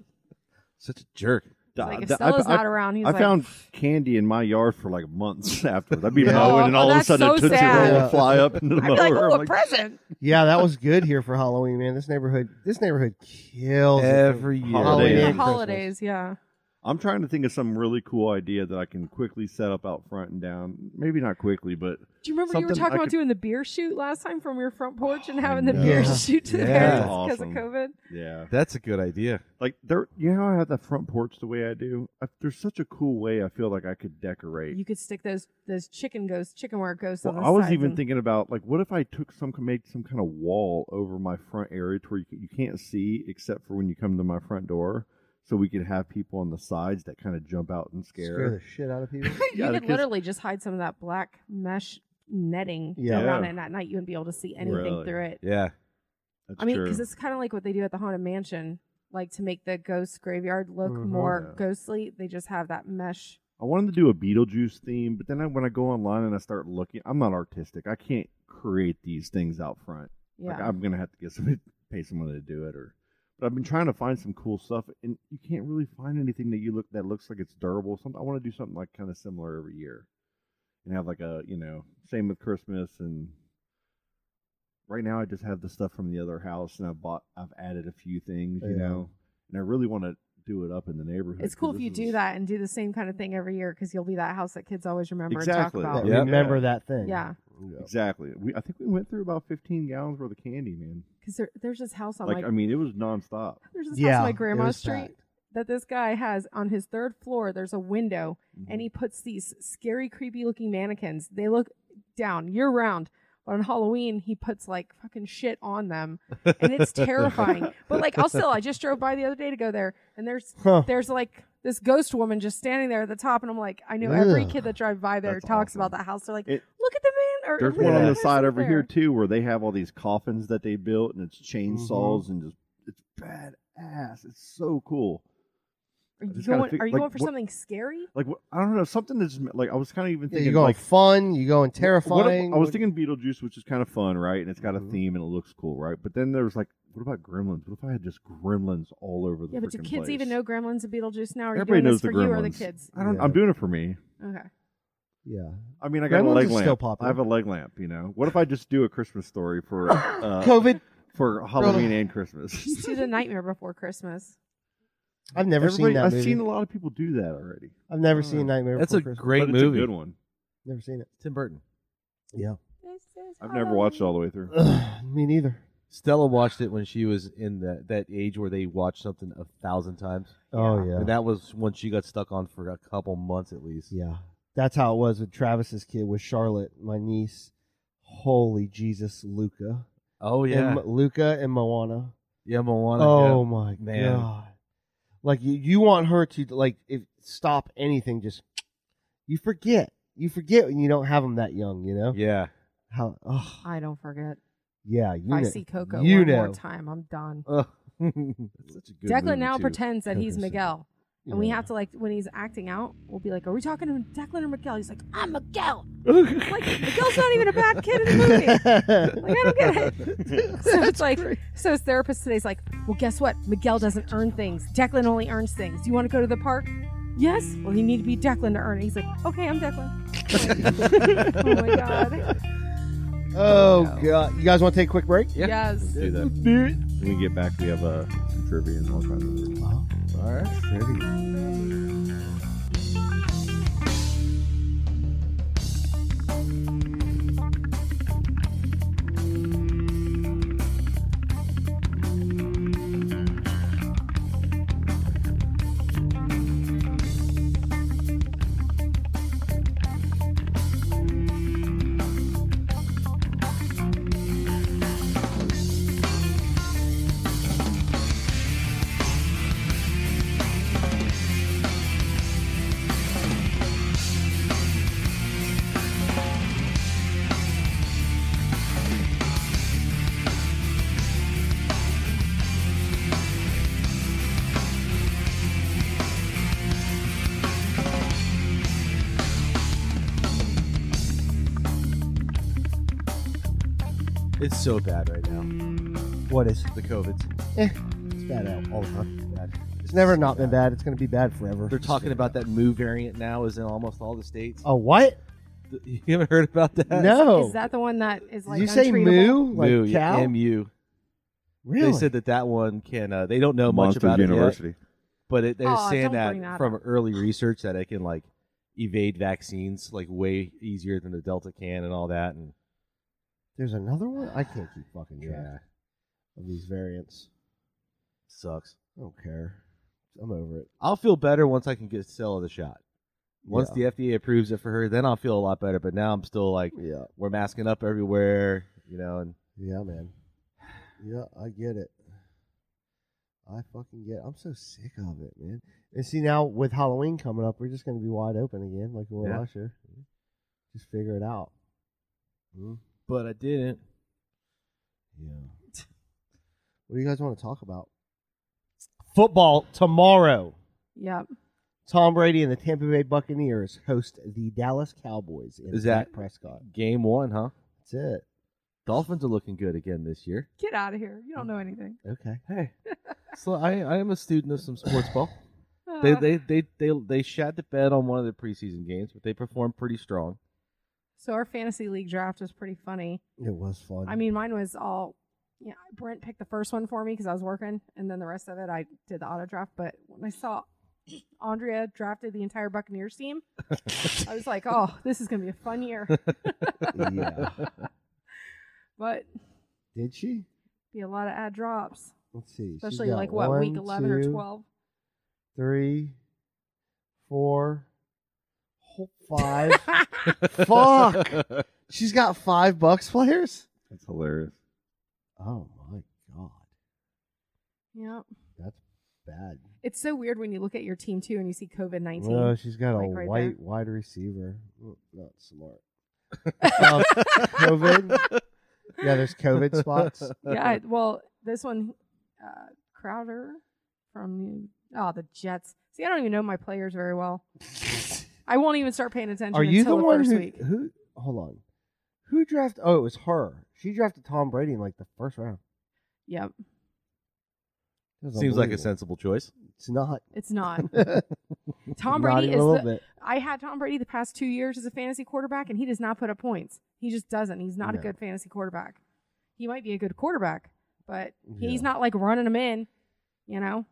[SPEAKER 7] Such a jerk.
[SPEAKER 6] I-
[SPEAKER 3] Like if
[SPEAKER 6] I-
[SPEAKER 3] Stella's
[SPEAKER 6] I-
[SPEAKER 3] not around, he's
[SPEAKER 6] I
[SPEAKER 3] like,
[SPEAKER 6] found candy in my yard for like months afterwards. I'd be
[SPEAKER 9] Yeah.
[SPEAKER 6] mowing, and
[SPEAKER 3] Oh,
[SPEAKER 6] all of a
[SPEAKER 3] that's
[SPEAKER 6] sudden
[SPEAKER 3] so
[SPEAKER 6] a tootsie
[SPEAKER 3] sad.
[SPEAKER 6] roll
[SPEAKER 9] Yeah.
[SPEAKER 6] would fly up into the
[SPEAKER 3] I'd be like,
[SPEAKER 6] mower.
[SPEAKER 3] oh,
[SPEAKER 6] I'm
[SPEAKER 3] a
[SPEAKER 6] like,
[SPEAKER 3] present.
[SPEAKER 9] Yeah, that was good here for Halloween, man. This neighborhood, this neighborhood kills it for
[SPEAKER 7] Every year.
[SPEAKER 9] Halloween
[SPEAKER 6] Holiday.
[SPEAKER 9] and Christmas.
[SPEAKER 3] Holidays, yeah.
[SPEAKER 6] I'm trying to think of some really cool idea that I can quickly set up out front and down. Maybe not quickly, but
[SPEAKER 3] Do you remember you were
[SPEAKER 6] something I
[SPEAKER 3] talking about
[SPEAKER 6] could-
[SPEAKER 3] doing the beer shoot last time from your front porch and having the
[SPEAKER 6] know.
[SPEAKER 3] beer
[SPEAKER 6] Yeah.
[SPEAKER 3] shoot to
[SPEAKER 6] Yeah.
[SPEAKER 3] there
[SPEAKER 6] That's
[SPEAKER 3] because
[SPEAKER 6] awesome.
[SPEAKER 3] of COVID?
[SPEAKER 6] Yeah,
[SPEAKER 7] that's a good idea.
[SPEAKER 6] Like there, you know, how I have that front porch the way I do. I, there's such a cool way I feel like I could decorate.
[SPEAKER 3] You could stick those those chicken ghosts, chicken wire ghosts
[SPEAKER 6] Well,
[SPEAKER 3] on the
[SPEAKER 6] I was
[SPEAKER 3] sides
[SPEAKER 6] even
[SPEAKER 3] and-
[SPEAKER 6] thinking about like, what if I took some, made some kind of wall over my front area to where you, ca- you can't see except for when you come to my front door, so we could have people on the sides that kind of jump out and scare.
[SPEAKER 9] Scare the shit out of people.
[SPEAKER 6] Yeah,
[SPEAKER 3] you could
[SPEAKER 6] because-
[SPEAKER 3] literally just hide some of that black mesh netting
[SPEAKER 6] Yeah.
[SPEAKER 3] around
[SPEAKER 6] Yeah.
[SPEAKER 3] it, and at night you wouldn't be able to see anything
[SPEAKER 6] Really.
[SPEAKER 3] through it.
[SPEAKER 7] Yeah.
[SPEAKER 6] That's
[SPEAKER 3] I mean,
[SPEAKER 6] true.
[SPEAKER 3] because it's kind of like what they do at the Haunted Mansion, like to make the ghost graveyard look
[SPEAKER 6] Mhm.
[SPEAKER 3] more
[SPEAKER 6] Yeah.
[SPEAKER 3] ghostly. They just have that mesh.
[SPEAKER 6] I wanted to do a Beetlejuice theme, but then I, when I go online and I start looking, I'm not artistic. I can't create these things out front. Like
[SPEAKER 3] Yeah.
[SPEAKER 6] I'm gonna have to get somebody, pay someone to do it, or. But I've been trying to find some cool stuff, and you can't really find anything that you look that looks like it's durable. Something I want to do something like kind of similar every year, and have like a you know same with Christmas and. Right now, I just have the stuff from the other house, and I bought. I've added a few things, you
[SPEAKER 9] Yeah.
[SPEAKER 6] know, and I really want to do it up in the neighborhood.
[SPEAKER 3] It's cool
[SPEAKER 6] 'cause
[SPEAKER 3] if you
[SPEAKER 6] this is-
[SPEAKER 3] do that and do the same kind of thing every year because you'll be that house that kids always remember
[SPEAKER 6] Exactly.
[SPEAKER 3] and talk about.
[SPEAKER 9] Yeah. Remember that thing.
[SPEAKER 3] Yeah,
[SPEAKER 6] Exactly. We I think we went through about 15 gallons worth of candy, man.
[SPEAKER 3] because there, there's this house on
[SPEAKER 6] like um,
[SPEAKER 3] my
[SPEAKER 6] I mean, it was nonstop.
[SPEAKER 3] There's this house
[SPEAKER 9] Yeah,
[SPEAKER 3] on my
[SPEAKER 9] it
[SPEAKER 3] grandma's
[SPEAKER 9] was
[SPEAKER 3] street that this guy has on his third floor. There's a window, and he puts these scary, creepy looking mannequins. They look down year round, but on Halloween he puts like fucking shit on them, and it's terrifying. but like, I'll still. I just drove by the other day to go there, and there's
[SPEAKER 9] Huh.
[SPEAKER 3] there's like this ghost woman just standing there at the top, and I'm like, I know every
[SPEAKER 6] Ugh.
[SPEAKER 3] kid that drives by there
[SPEAKER 6] That's
[SPEAKER 3] talks about that house. They're like,
[SPEAKER 6] It-
[SPEAKER 3] look at the man. Or,
[SPEAKER 6] Mm-hmm. There's
[SPEAKER 3] "Look
[SPEAKER 6] one
[SPEAKER 3] at
[SPEAKER 6] on
[SPEAKER 3] that
[SPEAKER 6] the
[SPEAKER 3] person
[SPEAKER 6] side
[SPEAKER 3] up
[SPEAKER 6] over
[SPEAKER 3] there."
[SPEAKER 6] here too, where they have all these coffins that they built, and it's chainsaws
[SPEAKER 9] Mm-hmm.
[SPEAKER 6] and just it's badass. It's so cool.
[SPEAKER 3] Are you
[SPEAKER 6] just gotta
[SPEAKER 3] going?
[SPEAKER 6] fig-
[SPEAKER 3] are you
[SPEAKER 6] like,
[SPEAKER 3] going for
[SPEAKER 6] what-
[SPEAKER 3] something scary?
[SPEAKER 6] Like what, I don't know, something that's like I was kind of even
[SPEAKER 9] Yeah,
[SPEAKER 6] thinking
[SPEAKER 9] you go
[SPEAKER 6] like
[SPEAKER 9] fun, you go in
[SPEAKER 6] What if-
[SPEAKER 9] terrifying. Mm-hmm.
[SPEAKER 6] I was
[SPEAKER 9] what-
[SPEAKER 6] thinking Beetlejuice, which is kind of fun, right? And it's got a theme and it looks cool, right? But then there was like, what about Gremlins? What if I had just Gremlins all over the
[SPEAKER 3] Yeah, but do
[SPEAKER 6] frickin'
[SPEAKER 3] kids
[SPEAKER 6] place?
[SPEAKER 3] even know Gremlins and Beetlejuice now? Are you
[SPEAKER 6] Everybody
[SPEAKER 3] doing
[SPEAKER 6] knows
[SPEAKER 3] this
[SPEAKER 6] the
[SPEAKER 3] for
[SPEAKER 6] Gremlins.
[SPEAKER 3] you or the kids?
[SPEAKER 6] I don't.
[SPEAKER 9] Yeah.
[SPEAKER 6] I'm doing it for me.
[SPEAKER 3] Okay.
[SPEAKER 9] Yeah.
[SPEAKER 6] I mean, I got
[SPEAKER 9] Gremlins
[SPEAKER 6] a leg
[SPEAKER 9] is
[SPEAKER 6] lamp.
[SPEAKER 9] still popular.
[SPEAKER 6] I have a leg lamp. You know, what if I just do a Christmas story for uh,
[SPEAKER 9] COVID?
[SPEAKER 6] for Halloween and Christmas?
[SPEAKER 3] Just do the Nightmare Before Christmas.
[SPEAKER 9] I've never
[SPEAKER 6] Everybody-
[SPEAKER 9] seen that
[SPEAKER 6] I've
[SPEAKER 9] movie.
[SPEAKER 6] seen a lot of people do that already.
[SPEAKER 9] I've never seen Nightmare
[SPEAKER 7] That's
[SPEAKER 9] Before
[SPEAKER 7] a
[SPEAKER 9] Christmas.
[SPEAKER 7] great
[SPEAKER 6] but
[SPEAKER 7] movie.
[SPEAKER 6] It's a good one.
[SPEAKER 9] Never seen it.
[SPEAKER 7] Tim Burton.
[SPEAKER 9] Yeah.
[SPEAKER 6] I've never watched it all the way through.
[SPEAKER 9] Me neither.
[SPEAKER 7] Stella watched it when she was in that that age where they watch something a thousand times.
[SPEAKER 9] Oh, yeah.
[SPEAKER 7] And that was one she got stuck on for a couple months at least.
[SPEAKER 9] Yeah. That's how it was with Travis's kid with Charlotte, my niece. Holy Jesus, Luca.
[SPEAKER 7] Oh yeah.
[SPEAKER 9] And M- Luca and Moana.
[SPEAKER 7] yeah, Moana.
[SPEAKER 9] oh
[SPEAKER 7] yeah.
[SPEAKER 9] my
[SPEAKER 7] man.
[SPEAKER 9] god. Like you, you want her to like if stop anything just you forget. You forget when you don't have them that young, you know?
[SPEAKER 7] Yeah.
[SPEAKER 9] How oh
[SPEAKER 3] I don't forget.
[SPEAKER 9] yeah, you
[SPEAKER 3] If I
[SPEAKER 9] know-
[SPEAKER 3] see Coco
[SPEAKER 9] you
[SPEAKER 3] one
[SPEAKER 9] know.
[SPEAKER 3] more time, I'm done.
[SPEAKER 9] Ugh.
[SPEAKER 7] That's such a good
[SPEAKER 3] Declan
[SPEAKER 7] movie,
[SPEAKER 3] now
[SPEAKER 7] too.
[SPEAKER 3] pretends that he's
[SPEAKER 9] Coco's in it.
[SPEAKER 3] Miguel. And we
[SPEAKER 9] Yeah.
[SPEAKER 3] have to like when he's acting out, we'll be like, "Are we talking to Declan or Miguel?" He's like, "I'm Miguel." like Miguel's not even a bad kid in the movie. Like I don't get it. so it's like, so his therapist today's like, "Well, guess what? Miguel doesn't earn things. Declan only earns things. Do you want to go to the park?" Yes. Well, you need to be Declan to earn it. He's like, "Okay, I'm Declan." Like, oh my god.
[SPEAKER 9] Oh god. You guys want to take a quick break?
[SPEAKER 3] Yes.
[SPEAKER 6] Do that. When we get back, we have uh, some trivia and all kinds of things.
[SPEAKER 9] All right. Trivia.
[SPEAKER 7] It's so bad right now.
[SPEAKER 9] What is?
[SPEAKER 7] The COVID.
[SPEAKER 9] Eh, it's bad out all the time. It's never not been bad. It's going to be bad forever.
[SPEAKER 7] They're talking about that Mu variant now is in almost all the states.
[SPEAKER 9] a what?
[SPEAKER 7] Oh, You haven't heard about that?
[SPEAKER 9] No.
[SPEAKER 3] Is that the one that is
[SPEAKER 9] Oh. Did
[SPEAKER 3] like
[SPEAKER 9] you say
[SPEAKER 3] untreatable?
[SPEAKER 9] moo? Like
[SPEAKER 7] Mu,
[SPEAKER 9] cow?
[SPEAKER 7] Uh, yeah, MU.
[SPEAKER 9] Really?
[SPEAKER 7] They said that that one can. Uh, they don't know much
[SPEAKER 6] Monsters
[SPEAKER 7] about
[SPEAKER 6] University.
[SPEAKER 7] it yet, but it, they're
[SPEAKER 3] Aw,
[SPEAKER 7] saying
[SPEAKER 3] don't
[SPEAKER 7] that,
[SPEAKER 3] bring that
[SPEAKER 7] from early research that it can like evade vaccines like way easier than the Delta can and all that. And
[SPEAKER 9] There's another one? I can't keep fucking track
[SPEAKER 7] Yeah.
[SPEAKER 9] of these variants.
[SPEAKER 7] sucks.
[SPEAKER 9] I don't care. I'm over it.
[SPEAKER 7] I'll feel better once I can get Stella the shot. Once
[SPEAKER 9] Yeah.
[SPEAKER 7] the FDA approves it for her, then I'll feel a lot better. But now I'm still like,
[SPEAKER 9] Yeah.
[SPEAKER 7] we're masking up everywhere, you know. And
[SPEAKER 9] Yeah, man. Yeah, I get it. I fucking get it. I'm so sick of it, man. And see, now with Halloween coming up, we're just going to be wide open again like we were
[SPEAKER 7] Yeah.
[SPEAKER 9] last year. Just figure it out. Mm.
[SPEAKER 7] but I didn't.
[SPEAKER 9] Yeah. what do you guys want to talk about? Football tomorrow.
[SPEAKER 3] Yep.
[SPEAKER 9] Tom Brady and the Tampa Bay Buccaneers host the Dallas Cowboys in
[SPEAKER 7] Is that-
[SPEAKER 9] Dak Prescott.
[SPEAKER 7] Game one, huh?
[SPEAKER 9] That's it.
[SPEAKER 7] Dolphins are looking good again this year.
[SPEAKER 3] Get out of here. You don't know anything.
[SPEAKER 9] Okay.
[SPEAKER 7] Hey, so I, I am a student of some sports ball. They
[SPEAKER 3] Uh,
[SPEAKER 7] they they they they shat the bed on one of their preseason games, but they performed pretty strong.
[SPEAKER 3] so our fantasy league draft was pretty funny.
[SPEAKER 9] It was fun.
[SPEAKER 3] I mean, mine was all. Yeah, Brent picked the first one for me because I was working, and then the rest of it I did the auto draft. But when I saw Andrea drafted the entire Buccaneers team, I was like, "Oh, this is gonna be a fun year."
[SPEAKER 9] yeah.
[SPEAKER 3] But
[SPEAKER 9] Did she?
[SPEAKER 3] be a lot of ad drops,
[SPEAKER 9] Let's see. She's
[SPEAKER 3] especially
[SPEAKER 9] got
[SPEAKER 3] like what week
[SPEAKER 9] one,
[SPEAKER 3] eleven or
[SPEAKER 9] two,
[SPEAKER 3] twelve.
[SPEAKER 9] three, four, ho- five. Fuck. She's got five Bucks players.
[SPEAKER 6] That's hilarious.
[SPEAKER 9] Oh my god,
[SPEAKER 3] Yeah,
[SPEAKER 9] that's bad.
[SPEAKER 3] it's so weird when you look at your team too and you see COVID nineteen.
[SPEAKER 9] Well, she's got a
[SPEAKER 3] Like right
[SPEAKER 9] white
[SPEAKER 3] there.
[SPEAKER 9] wide receiver. Mm, Not smart. um, COVID. Yeah, there's COVID spots.
[SPEAKER 3] yeah, I- well, this one, uh, Crowder from the oh the Jets. See, I don't even know my players very well. I won't even start paying attention.
[SPEAKER 9] Are you the
[SPEAKER 3] until
[SPEAKER 9] one
[SPEAKER 3] first
[SPEAKER 9] who,
[SPEAKER 3] week.
[SPEAKER 9] who? Hold on. Who drafted? Oh, it was her. She drafted Tom Brady in like the first round.
[SPEAKER 3] Yep,
[SPEAKER 9] It was
[SPEAKER 7] Seems like a
[SPEAKER 9] unbelievable.
[SPEAKER 7] sensible choice.
[SPEAKER 9] It's not.
[SPEAKER 3] it's not.
[SPEAKER 9] Not
[SPEAKER 3] Tom Brady
[SPEAKER 9] even
[SPEAKER 3] is
[SPEAKER 9] a little
[SPEAKER 3] the,
[SPEAKER 9] bit.
[SPEAKER 3] I had Tom Brady the past two years as a fantasy quarterback, and he does not put up points. He just doesn't. He's not
[SPEAKER 9] No.
[SPEAKER 3] a good fantasy quarterback. He might be a good quarterback, but
[SPEAKER 9] Yeah.
[SPEAKER 3] he's not like running them in. You know,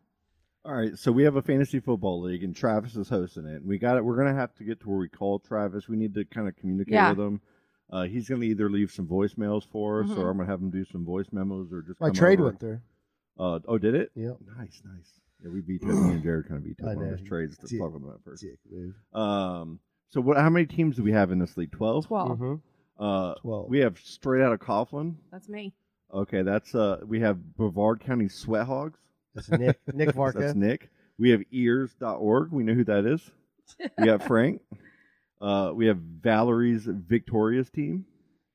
[SPEAKER 6] All right, so we have a fantasy football league, and Travis is hosting it. We got it. We're gonna have to get to where we call Travis. We need to kind of communicate
[SPEAKER 3] Yeah.
[SPEAKER 6] with him. Uh, he's gonna either leave some voicemails for us,
[SPEAKER 9] Mm-hmm.
[SPEAKER 3] Mhm.
[SPEAKER 6] or I'm gonna have him do some voice memos, or just
[SPEAKER 9] My
[SPEAKER 6] come
[SPEAKER 9] trade
[SPEAKER 6] over.
[SPEAKER 9] went through.
[SPEAKER 6] Uh, oh, did it?
[SPEAKER 9] Yep.
[SPEAKER 6] Nice, nice. Yeah, we beat me and Jared kind of beat
[SPEAKER 9] I
[SPEAKER 6] up on
[SPEAKER 9] know.
[SPEAKER 6] those trades. Let's
[SPEAKER 9] Dick-
[SPEAKER 6] talk about that first.
[SPEAKER 9] Dick move.
[SPEAKER 6] Um, so what? How many teams do we have in this league? Twelve.
[SPEAKER 3] 12
[SPEAKER 9] Mm-hmm.
[SPEAKER 6] Uh,
[SPEAKER 9] 12.
[SPEAKER 6] we have straight out of Coughlin.
[SPEAKER 3] That's me.
[SPEAKER 6] Okay, that's uh, we have Brevard County Sweat Hogs.
[SPEAKER 9] That's Nick. Nick Varka.
[SPEAKER 6] That's Nick. We have ears.org. We know who that is. We got Frank. Uh, we have Valerie's victorious team.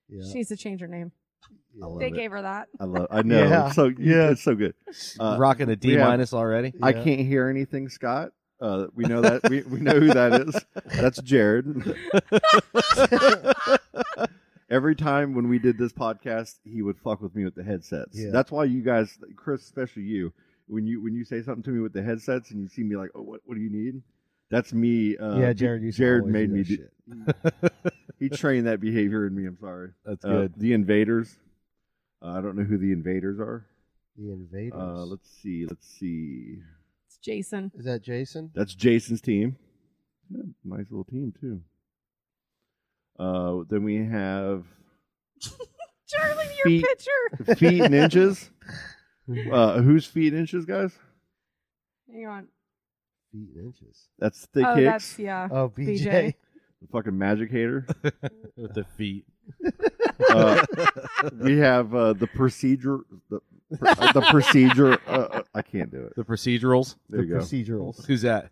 [SPEAKER 9] Yeah.
[SPEAKER 3] She needs to change her name.
[SPEAKER 6] I love
[SPEAKER 3] They
[SPEAKER 6] it.
[SPEAKER 3] gave her that.
[SPEAKER 6] I love. I know.
[SPEAKER 9] Yeah.
[SPEAKER 6] It's so
[SPEAKER 9] Yeah.
[SPEAKER 6] yeah, it's so good. Uh,
[SPEAKER 7] Rocking a
[SPEAKER 6] we
[SPEAKER 7] D
[SPEAKER 6] have-
[SPEAKER 7] minus already.
[SPEAKER 6] I
[SPEAKER 9] Yeah.
[SPEAKER 6] can't hear anything, Scott. Uh, we know that. we, we know who that is. That's Jared. Every time when we did this podcast, he would fuck with me with the headsets.
[SPEAKER 9] Yeah.
[SPEAKER 6] That's why you guys, Chris, especially you, when you when you say something to me with the headsets and you see me like, oh, what what do you need? That's me. Uh,
[SPEAKER 9] yeah, Jared. Used to
[SPEAKER 6] Jared
[SPEAKER 9] always
[SPEAKER 6] made
[SPEAKER 9] do
[SPEAKER 6] me
[SPEAKER 9] that
[SPEAKER 6] do.
[SPEAKER 9] shit.
[SPEAKER 6] He trained that behavior in me. I'm sorry.
[SPEAKER 7] That's
[SPEAKER 6] Uh,
[SPEAKER 7] good.
[SPEAKER 6] The invaders. Uh, I don't know who the invaders are.
[SPEAKER 9] The invaders.
[SPEAKER 6] Uh, let's see. Let's see.
[SPEAKER 3] It's Jason.
[SPEAKER 9] is that Jason?
[SPEAKER 6] That's Jason's team. Yeah, nice little team too. Uh, then we have
[SPEAKER 3] Charlie, your
[SPEAKER 6] Feet.
[SPEAKER 3] picture.
[SPEAKER 6] feet and inches. Uh, who's feet and inches, guys?
[SPEAKER 3] Hang on.
[SPEAKER 9] Feet and inches.
[SPEAKER 6] That's thick
[SPEAKER 3] oh,
[SPEAKER 6] hicks.
[SPEAKER 3] that's yeah.
[SPEAKER 9] Oh, BJ.
[SPEAKER 3] BJ.
[SPEAKER 6] The fucking magic hater.
[SPEAKER 7] With the feet.
[SPEAKER 6] Uh, we have uh, the procedure. The, uh, the procedure. Uh, uh, I can't do it.
[SPEAKER 7] The procedurals.
[SPEAKER 6] There
[SPEAKER 9] the
[SPEAKER 6] you go.
[SPEAKER 9] procedurals.
[SPEAKER 7] Who's that?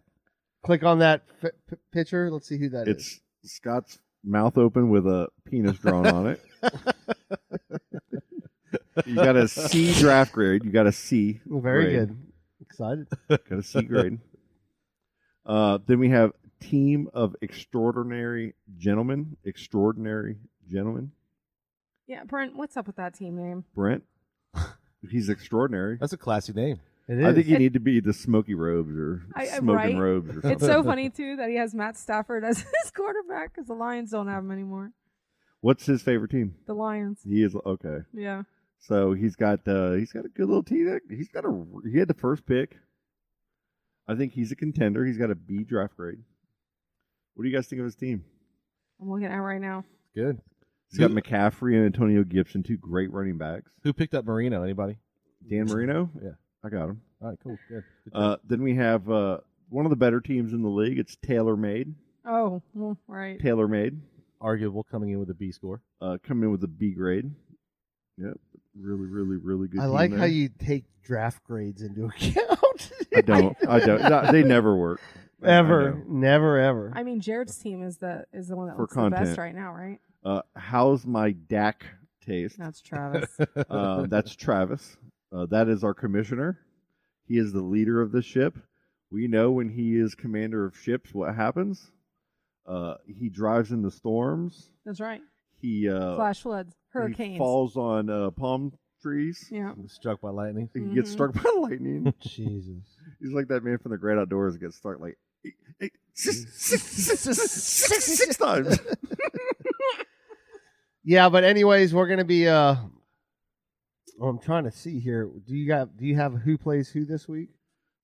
[SPEAKER 9] Click on that f- p- picture. Let's see who that is.
[SPEAKER 6] It's Scott's mouth open with a penis drawn on it. You got a C draft grade. You got a C.
[SPEAKER 9] Well, Very
[SPEAKER 6] grade.
[SPEAKER 9] good. Excited.
[SPEAKER 6] Got a C grade. Uh, then we have team of extraordinary gentlemen. Extraordinary gentlemen.
[SPEAKER 3] Yeah, Brent, what's up with that team name?
[SPEAKER 6] Brent. He's extraordinary.
[SPEAKER 7] That's a classy name.
[SPEAKER 9] It is.
[SPEAKER 6] I think you need to be the smoky robes or
[SPEAKER 3] I- I-
[SPEAKER 6] smoking
[SPEAKER 3] right?
[SPEAKER 6] robes or something.
[SPEAKER 3] It's so funny too that he has Matt Stafford as his quarterback because the Lions don't have him anymore.
[SPEAKER 6] What's his favorite team?
[SPEAKER 3] The Lions.
[SPEAKER 6] He is okay.
[SPEAKER 3] Yeah.
[SPEAKER 6] So he's got uh, he's got a good little team. He's got a he had the first pick. I think he's a contender. He's got a B draft grade. What do you guys think of his team?
[SPEAKER 3] I'm looking at it right now.
[SPEAKER 7] Good.
[SPEAKER 6] He's got McCaffrey and Antonio Gibson, two great running backs.
[SPEAKER 7] Who picked up Marino? Anybody?
[SPEAKER 6] Dan Marino?
[SPEAKER 7] Yeah.
[SPEAKER 6] I got him.
[SPEAKER 7] All right, cool. Good. Good
[SPEAKER 6] Uh, then we have uh, one of the better teams in the league. It's TaylorMade.
[SPEAKER 3] Oh, well, right.
[SPEAKER 6] TaylorMade
[SPEAKER 7] Arguable coming in with a B score.
[SPEAKER 6] uh, coming in with a B grade. Yep. Really, really, really good.
[SPEAKER 9] I
[SPEAKER 6] team
[SPEAKER 9] like how
[SPEAKER 6] there.
[SPEAKER 9] you take draft grades into account.
[SPEAKER 6] I don't. I don't. no, They never work. I- I
[SPEAKER 9] Ever.
[SPEAKER 6] know.
[SPEAKER 9] Never, ever.
[SPEAKER 3] I mean, Jared's team is the is the one that
[SPEAKER 6] For
[SPEAKER 3] looks the
[SPEAKER 6] content.
[SPEAKER 3] best right now, right?
[SPEAKER 6] Uh, how's my DAC taste?
[SPEAKER 3] That's Travis.
[SPEAKER 6] Uh, that's Travis. Uh, that is our commissioner. He is the leader of the ship. We know when he is commander of ships what happens. Uh, he drives in the storms.
[SPEAKER 3] That's right.
[SPEAKER 6] He uh,
[SPEAKER 3] Flash floods,
[SPEAKER 6] he
[SPEAKER 3] hurricanes.
[SPEAKER 6] falls on uh, palm trees.
[SPEAKER 3] Yeah.
[SPEAKER 7] Struck by lightning.
[SPEAKER 6] He gets
[SPEAKER 3] Mhm.
[SPEAKER 6] struck by lightning.
[SPEAKER 9] Jesus.
[SPEAKER 6] He's like that man from the Great Outdoors that gets struck like eight- eight- six- six- six- six- six times.
[SPEAKER 9] Yeah, but anyways, we're gonna be. uh well, I'm trying to see here. Do you got? Do you have who plays who this week?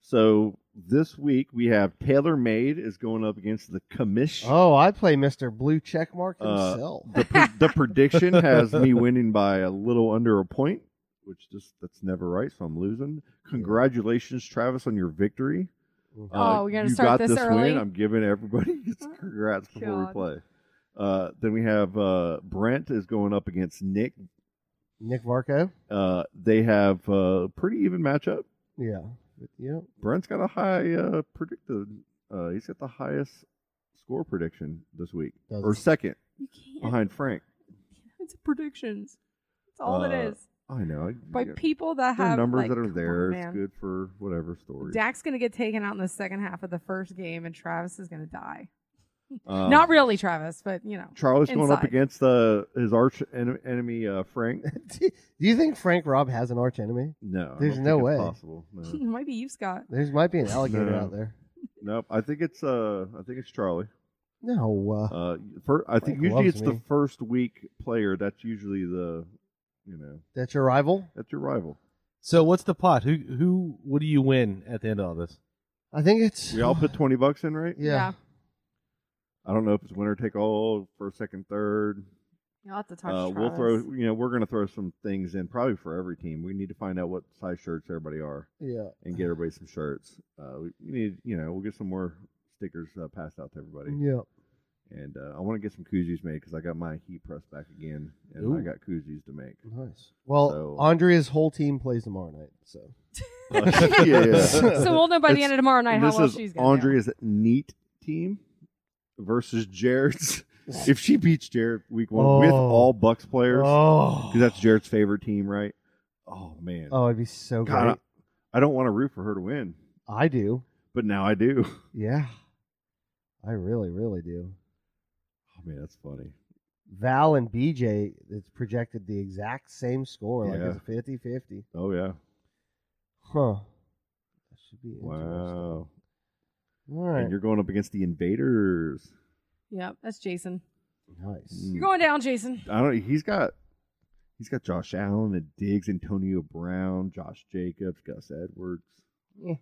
[SPEAKER 6] So this week we have Taylor Made is going up against the commish.
[SPEAKER 9] Oh, I play Mister Blue Checkmark
[SPEAKER 6] Uh,
[SPEAKER 9] himself.
[SPEAKER 6] the, pre- the prediction has me winning by a little under a point, which just that's never right, so I'm losing. Congratulations, Travis, on your victory. Uh,
[SPEAKER 3] Oh, we're gonna
[SPEAKER 6] you
[SPEAKER 3] start
[SPEAKER 6] got
[SPEAKER 3] this
[SPEAKER 6] this
[SPEAKER 3] early? Oh,
[SPEAKER 6] win. I'm giving everybody it's congrats before we
[SPEAKER 3] God.
[SPEAKER 6] play. Uh, then we have uh, Brent is going up against Nick.
[SPEAKER 9] Nick Varco.
[SPEAKER 6] Uh, they have a pretty even matchup.
[SPEAKER 9] Yeah. Yeah.
[SPEAKER 6] Brent's got a high uh, predicted. Uh, he's got the highest score prediction this week,
[SPEAKER 9] Does
[SPEAKER 6] or
[SPEAKER 9] he?
[SPEAKER 6] second
[SPEAKER 3] you can't.
[SPEAKER 6] behind Frank.
[SPEAKER 3] It's predictions. That's all it
[SPEAKER 6] Uh,
[SPEAKER 3] is.
[SPEAKER 6] I know. I-
[SPEAKER 3] By
[SPEAKER 6] yeah.
[SPEAKER 3] people that
[SPEAKER 6] There are
[SPEAKER 3] have
[SPEAKER 6] numbers
[SPEAKER 3] like,
[SPEAKER 6] that are
[SPEAKER 3] come on,
[SPEAKER 6] there.
[SPEAKER 3] man.
[SPEAKER 6] it's good for whatever story.
[SPEAKER 3] Dak's gonna get taken out in the second half of the first game, and Travis is gonna die.
[SPEAKER 6] Um,
[SPEAKER 3] Not really, Travis, but you know.
[SPEAKER 6] Charlie's going up
[SPEAKER 3] inside.
[SPEAKER 6] against uh, his arch en- enemy uh, Frank.
[SPEAKER 9] do you think Frank Robb has an arch enemy?
[SPEAKER 6] No, I
[SPEAKER 9] There's
[SPEAKER 6] don't
[SPEAKER 9] no
[SPEAKER 6] think
[SPEAKER 9] way.
[SPEAKER 6] it's possible. No.
[SPEAKER 3] it might be you, Scott.
[SPEAKER 9] There might be an alligator
[SPEAKER 6] No.
[SPEAKER 9] out there.
[SPEAKER 6] nope. I think it's uh, I think it's Charlie.
[SPEAKER 9] No. Uh,
[SPEAKER 6] Uh, fir- I think
[SPEAKER 9] Frank
[SPEAKER 6] usually
[SPEAKER 9] loves
[SPEAKER 6] it's the
[SPEAKER 9] me.
[SPEAKER 6] first week player. That's usually the, you know,
[SPEAKER 9] that's your rival.
[SPEAKER 6] that's your rival.
[SPEAKER 7] So what's the pot? Who who? What do you win at the end of all this?
[SPEAKER 9] I think it's.
[SPEAKER 6] We all put twenty bucks in, right?
[SPEAKER 9] Yeah.
[SPEAKER 6] I don't know if it's winner take all, first, second, third.
[SPEAKER 3] You'll have to talk
[SPEAKER 6] Uh,
[SPEAKER 3] to
[SPEAKER 6] we'll
[SPEAKER 3] Travis.
[SPEAKER 6] throw, you know, we're going to throw some things in probably for every team. We need to find out what size shirts everybody are
[SPEAKER 9] Yeah.
[SPEAKER 6] and get everybody some shirts. Uh, we we need, you know, we'll get some more stickers uh, passed out to everybody.
[SPEAKER 9] Mm, Yeah.
[SPEAKER 6] And uh, I want to get some koozies made because I got my heat press back again, and I
[SPEAKER 9] Ooh.
[SPEAKER 6] got koozies to make.
[SPEAKER 9] Nice. Well,
[SPEAKER 6] So-
[SPEAKER 9] Andrea's whole team plays tomorrow night, so
[SPEAKER 6] yeah, yeah.
[SPEAKER 3] so we'll know by the
[SPEAKER 6] It's-
[SPEAKER 3] end of tomorrow night
[SPEAKER 6] And
[SPEAKER 3] how
[SPEAKER 6] this
[SPEAKER 3] well
[SPEAKER 6] is
[SPEAKER 3] she's gonna do.
[SPEAKER 6] Andrea's neat team versus Jared's. if she beats Jared week one with
[SPEAKER 9] Oh.
[SPEAKER 6] all Bucks players,
[SPEAKER 9] oh,
[SPEAKER 6] because that's Jared's favorite team, right? Oh man,
[SPEAKER 9] oh, it'd be so
[SPEAKER 6] God,
[SPEAKER 9] great.
[SPEAKER 6] I, I don't want to root for her to win,
[SPEAKER 9] I do.
[SPEAKER 6] but now I do.
[SPEAKER 9] Yeah, I really, really do.
[SPEAKER 6] Oh man, that's funny.
[SPEAKER 9] Val and BJ, it's projected the exact same score,
[SPEAKER 6] Yeah.
[SPEAKER 9] like it's 50 50.
[SPEAKER 6] Oh yeah,
[SPEAKER 9] Huh. That should be interesting.
[SPEAKER 6] wow.
[SPEAKER 9] All
[SPEAKER 6] And
[SPEAKER 9] right.
[SPEAKER 6] you're going up against the Invaders.
[SPEAKER 3] Yep, that's Jason.
[SPEAKER 9] Nice.
[SPEAKER 6] Mm.
[SPEAKER 3] You're going down, Jason.
[SPEAKER 6] I don't. He's got. He's got Josh Allen and Diggs, Antonio Brown, Josh Jacobs, Gus Edwards,
[SPEAKER 9] Yeah.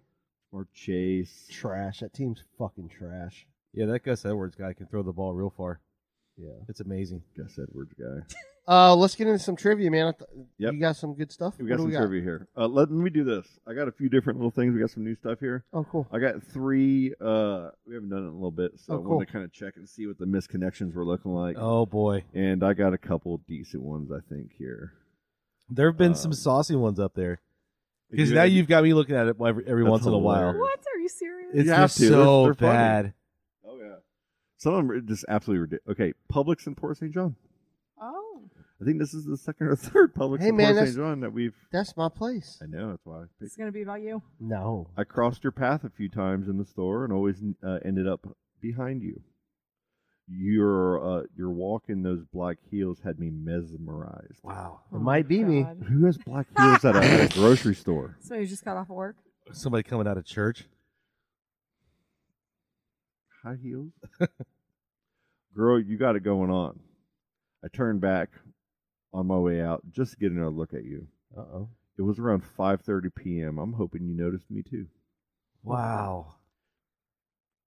[SPEAKER 6] Mark Chase.
[SPEAKER 9] Trash. That team's fucking trash.
[SPEAKER 7] Yeah, that Gus Edwards guy can throw the ball real far.
[SPEAKER 9] Yeah.
[SPEAKER 7] It's amazing.
[SPEAKER 6] Gus Edwards guy.
[SPEAKER 9] Uh, let's get into some trivia, man. I th-
[SPEAKER 6] Yep.
[SPEAKER 9] You got some good stuff.
[SPEAKER 6] We
[SPEAKER 9] What
[SPEAKER 6] got
[SPEAKER 9] do
[SPEAKER 6] some trivia here. Uh, let me do this. I got a few different little things. We got some new stuff here.
[SPEAKER 9] Oh, cool.
[SPEAKER 6] I got three. Uh, we haven't done it in a little bit, so
[SPEAKER 9] Oh,
[SPEAKER 6] I wanted
[SPEAKER 9] cool.
[SPEAKER 6] to kind of check and see what the misconnections were looking like.
[SPEAKER 7] Oh boy,
[SPEAKER 6] And I got a couple decent ones, I think, here.
[SPEAKER 7] there have been
[SPEAKER 6] Um,
[SPEAKER 7] some saucy ones up there. Because now you've got me looking at it every, every
[SPEAKER 6] That's
[SPEAKER 7] once in a while.
[SPEAKER 6] hilarious.
[SPEAKER 3] What? Are you serious?
[SPEAKER 7] It's
[SPEAKER 6] You have
[SPEAKER 7] they're
[SPEAKER 6] to. They're-
[SPEAKER 7] so
[SPEAKER 6] they're funny.
[SPEAKER 7] bad.
[SPEAKER 6] Oh yeah. Some of them are just absolutely ridiculous. Okay, Publix in Port St. John.
[SPEAKER 3] oh.
[SPEAKER 6] I think this is the second or third Publix
[SPEAKER 9] Hey,
[SPEAKER 6] in
[SPEAKER 9] man,
[SPEAKER 6] Port
[SPEAKER 9] that's-
[SPEAKER 6] St. John that we've.
[SPEAKER 9] That's my place.
[SPEAKER 6] I know that's why. I,
[SPEAKER 3] It's
[SPEAKER 6] picked.
[SPEAKER 3] gonna be about you.
[SPEAKER 9] No.
[SPEAKER 6] I crossed your path a few times in the store and always uh, ended up behind you. Your uh, your walk in those black heels had me mesmerized.
[SPEAKER 7] Wow.
[SPEAKER 9] It might be me.
[SPEAKER 3] Oh God.
[SPEAKER 6] Who has black heels at a, at a grocery store?
[SPEAKER 3] Somebody just got off work.
[SPEAKER 7] Somebody coming out of church.
[SPEAKER 6] High heels. Girl, you got it going on. I turned back on my way out just to get another look at you.
[SPEAKER 9] Uh oh.
[SPEAKER 6] It was around 5:30 p.m. I'm hoping you noticed me too. Wow.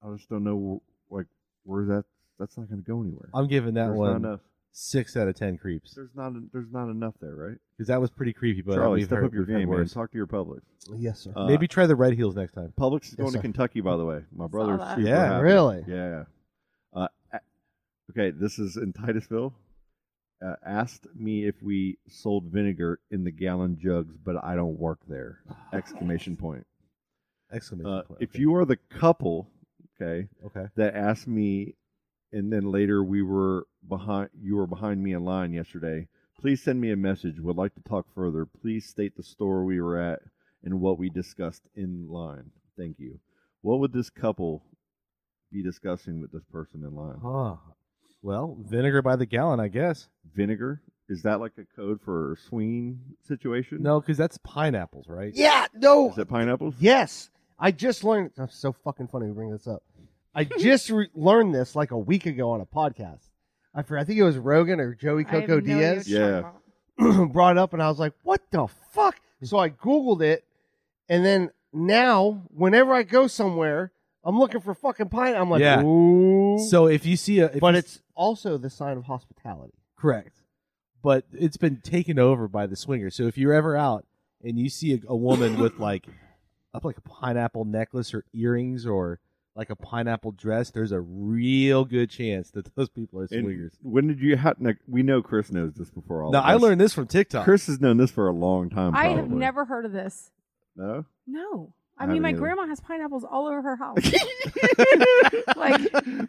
[SPEAKER 6] I just don't know, like, where that that's not going to go anywhere.
[SPEAKER 7] I'm giving that
[SPEAKER 6] There's not
[SPEAKER 7] one
[SPEAKER 6] enough.
[SPEAKER 7] six out of ten creeps
[SPEAKER 6] There's not there's not enough there, right?
[SPEAKER 7] because that was pretty creepy. But
[SPEAKER 6] Charlie,
[SPEAKER 7] we've
[SPEAKER 6] step
[SPEAKER 7] heard,
[SPEAKER 6] up your
[SPEAKER 7] we've heard
[SPEAKER 6] game man.
[SPEAKER 7] worse.
[SPEAKER 6] talk to your public.
[SPEAKER 9] Yes, sir.
[SPEAKER 6] Uh,
[SPEAKER 7] Maybe try the Red Heels next time.
[SPEAKER 6] Publix is
[SPEAKER 7] Yes,
[SPEAKER 6] going to
[SPEAKER 7] sir.
[SPEAKER 6] Kentucky, by the way. My brother's
[SPEAKER 3] that.
[SPEAKER 6] super
[SPEAKER 7] Yeah,
[SPEAKER 6] happy.
[SPEAKER 9] really?
[SPEAKER 6] Yeah. Uh, a- okay, this is in Titusville. Uh, asked me if we sold vinegar in the gallon jugs, but I don't work there! Exclamation point.
[SPEAKER 7] Exclamation
[SPEAKER 6] Uh,
[SPEAKER 7] point.
[SPEAKER 6] if
[SPEAKER 7] okay.
[SPEAKER 6] you are the couple, okay,
[SPEAKER 7] okay,
[SPEAKER 6] that asked me, and then later we were behind. You were behind me in line yesterday. Please send me a message. Would like to talk further. Please state the store we were at and what we discussed in line. Thank you. What would this couple be discussing with this person in line?
[SPEAKER 7] huh? Well, vinegar by the gallon, I guess.
[SPEAKER 6] Vinegar? Is that like a code for swinging situation?
[SPEAKER 7] No, because that's pineapples, right?
[SPEAKER 9] Yeah, no.
[SPEAKER 6] Is it pineapples?
[SPEAKER 9] Yes. I just learned. That's so fucking funny we bring this up. I just re- learned this like a week ago on a podcast. I forgot. I think it was Rogan or Joey
[SPEAKER 3] I have
[SPEAKER 9] Coco
[SPEAKER 3] no idea
[SPEAKER 9] Diaz.
[SPEAKER 3] what you're talking
[SPEAKER 6] Yeah.
[SPEAKER 3] about.
[SPEAKER 9] brought it up and I was like, what the fuck? So I Googled it. And then now, whenever I go somewhere, I'm looking for fucking pine. I'm like,
[SPEAKER 7] Yeah.
[SPEAKER 9] ooh.
[SPEAKER 7] So if you see a, if
[SPEAKER 9] but
[SPEAKER 7] you-
[SPEAKER 9] it's also the sign of hospitality.
[SPEAKER 7] Correct. But it's been taken over by the swingers. So if you're ever out and you see a, a woman with like up like a pineapple necklace or earrings or like a pineapple dress, there's a real good chance that those people are
[SPEAKER 6] And
[SPEAKER 7] swingers.
[SPEAKER 6] When did you have? Like, we know Chris knows this before all.
[SPEAKER 7] Now
[SPEAKER 6] of
[SPEAKER 7] I
[SPEAKER 6] us.
[SPEAKER 7] learned this from TikTok.
[SPEAKER 6] Chris has known this for a long time.
[SPEAKER 3] I have
[SPEAKER 6] probably.
[SPEAKER 3] never heard of this.
[SPEAKER 6] No.
[SPEAKER 3] No.
[SPEAKER 6] I
[SPEAKER 3] I mean,
[SPEAKER 6] haven't
[SPEAKER 3] my
[SPEAKER 6] either.
[SPEAKER 3] grandma has pineapples all over her house. like,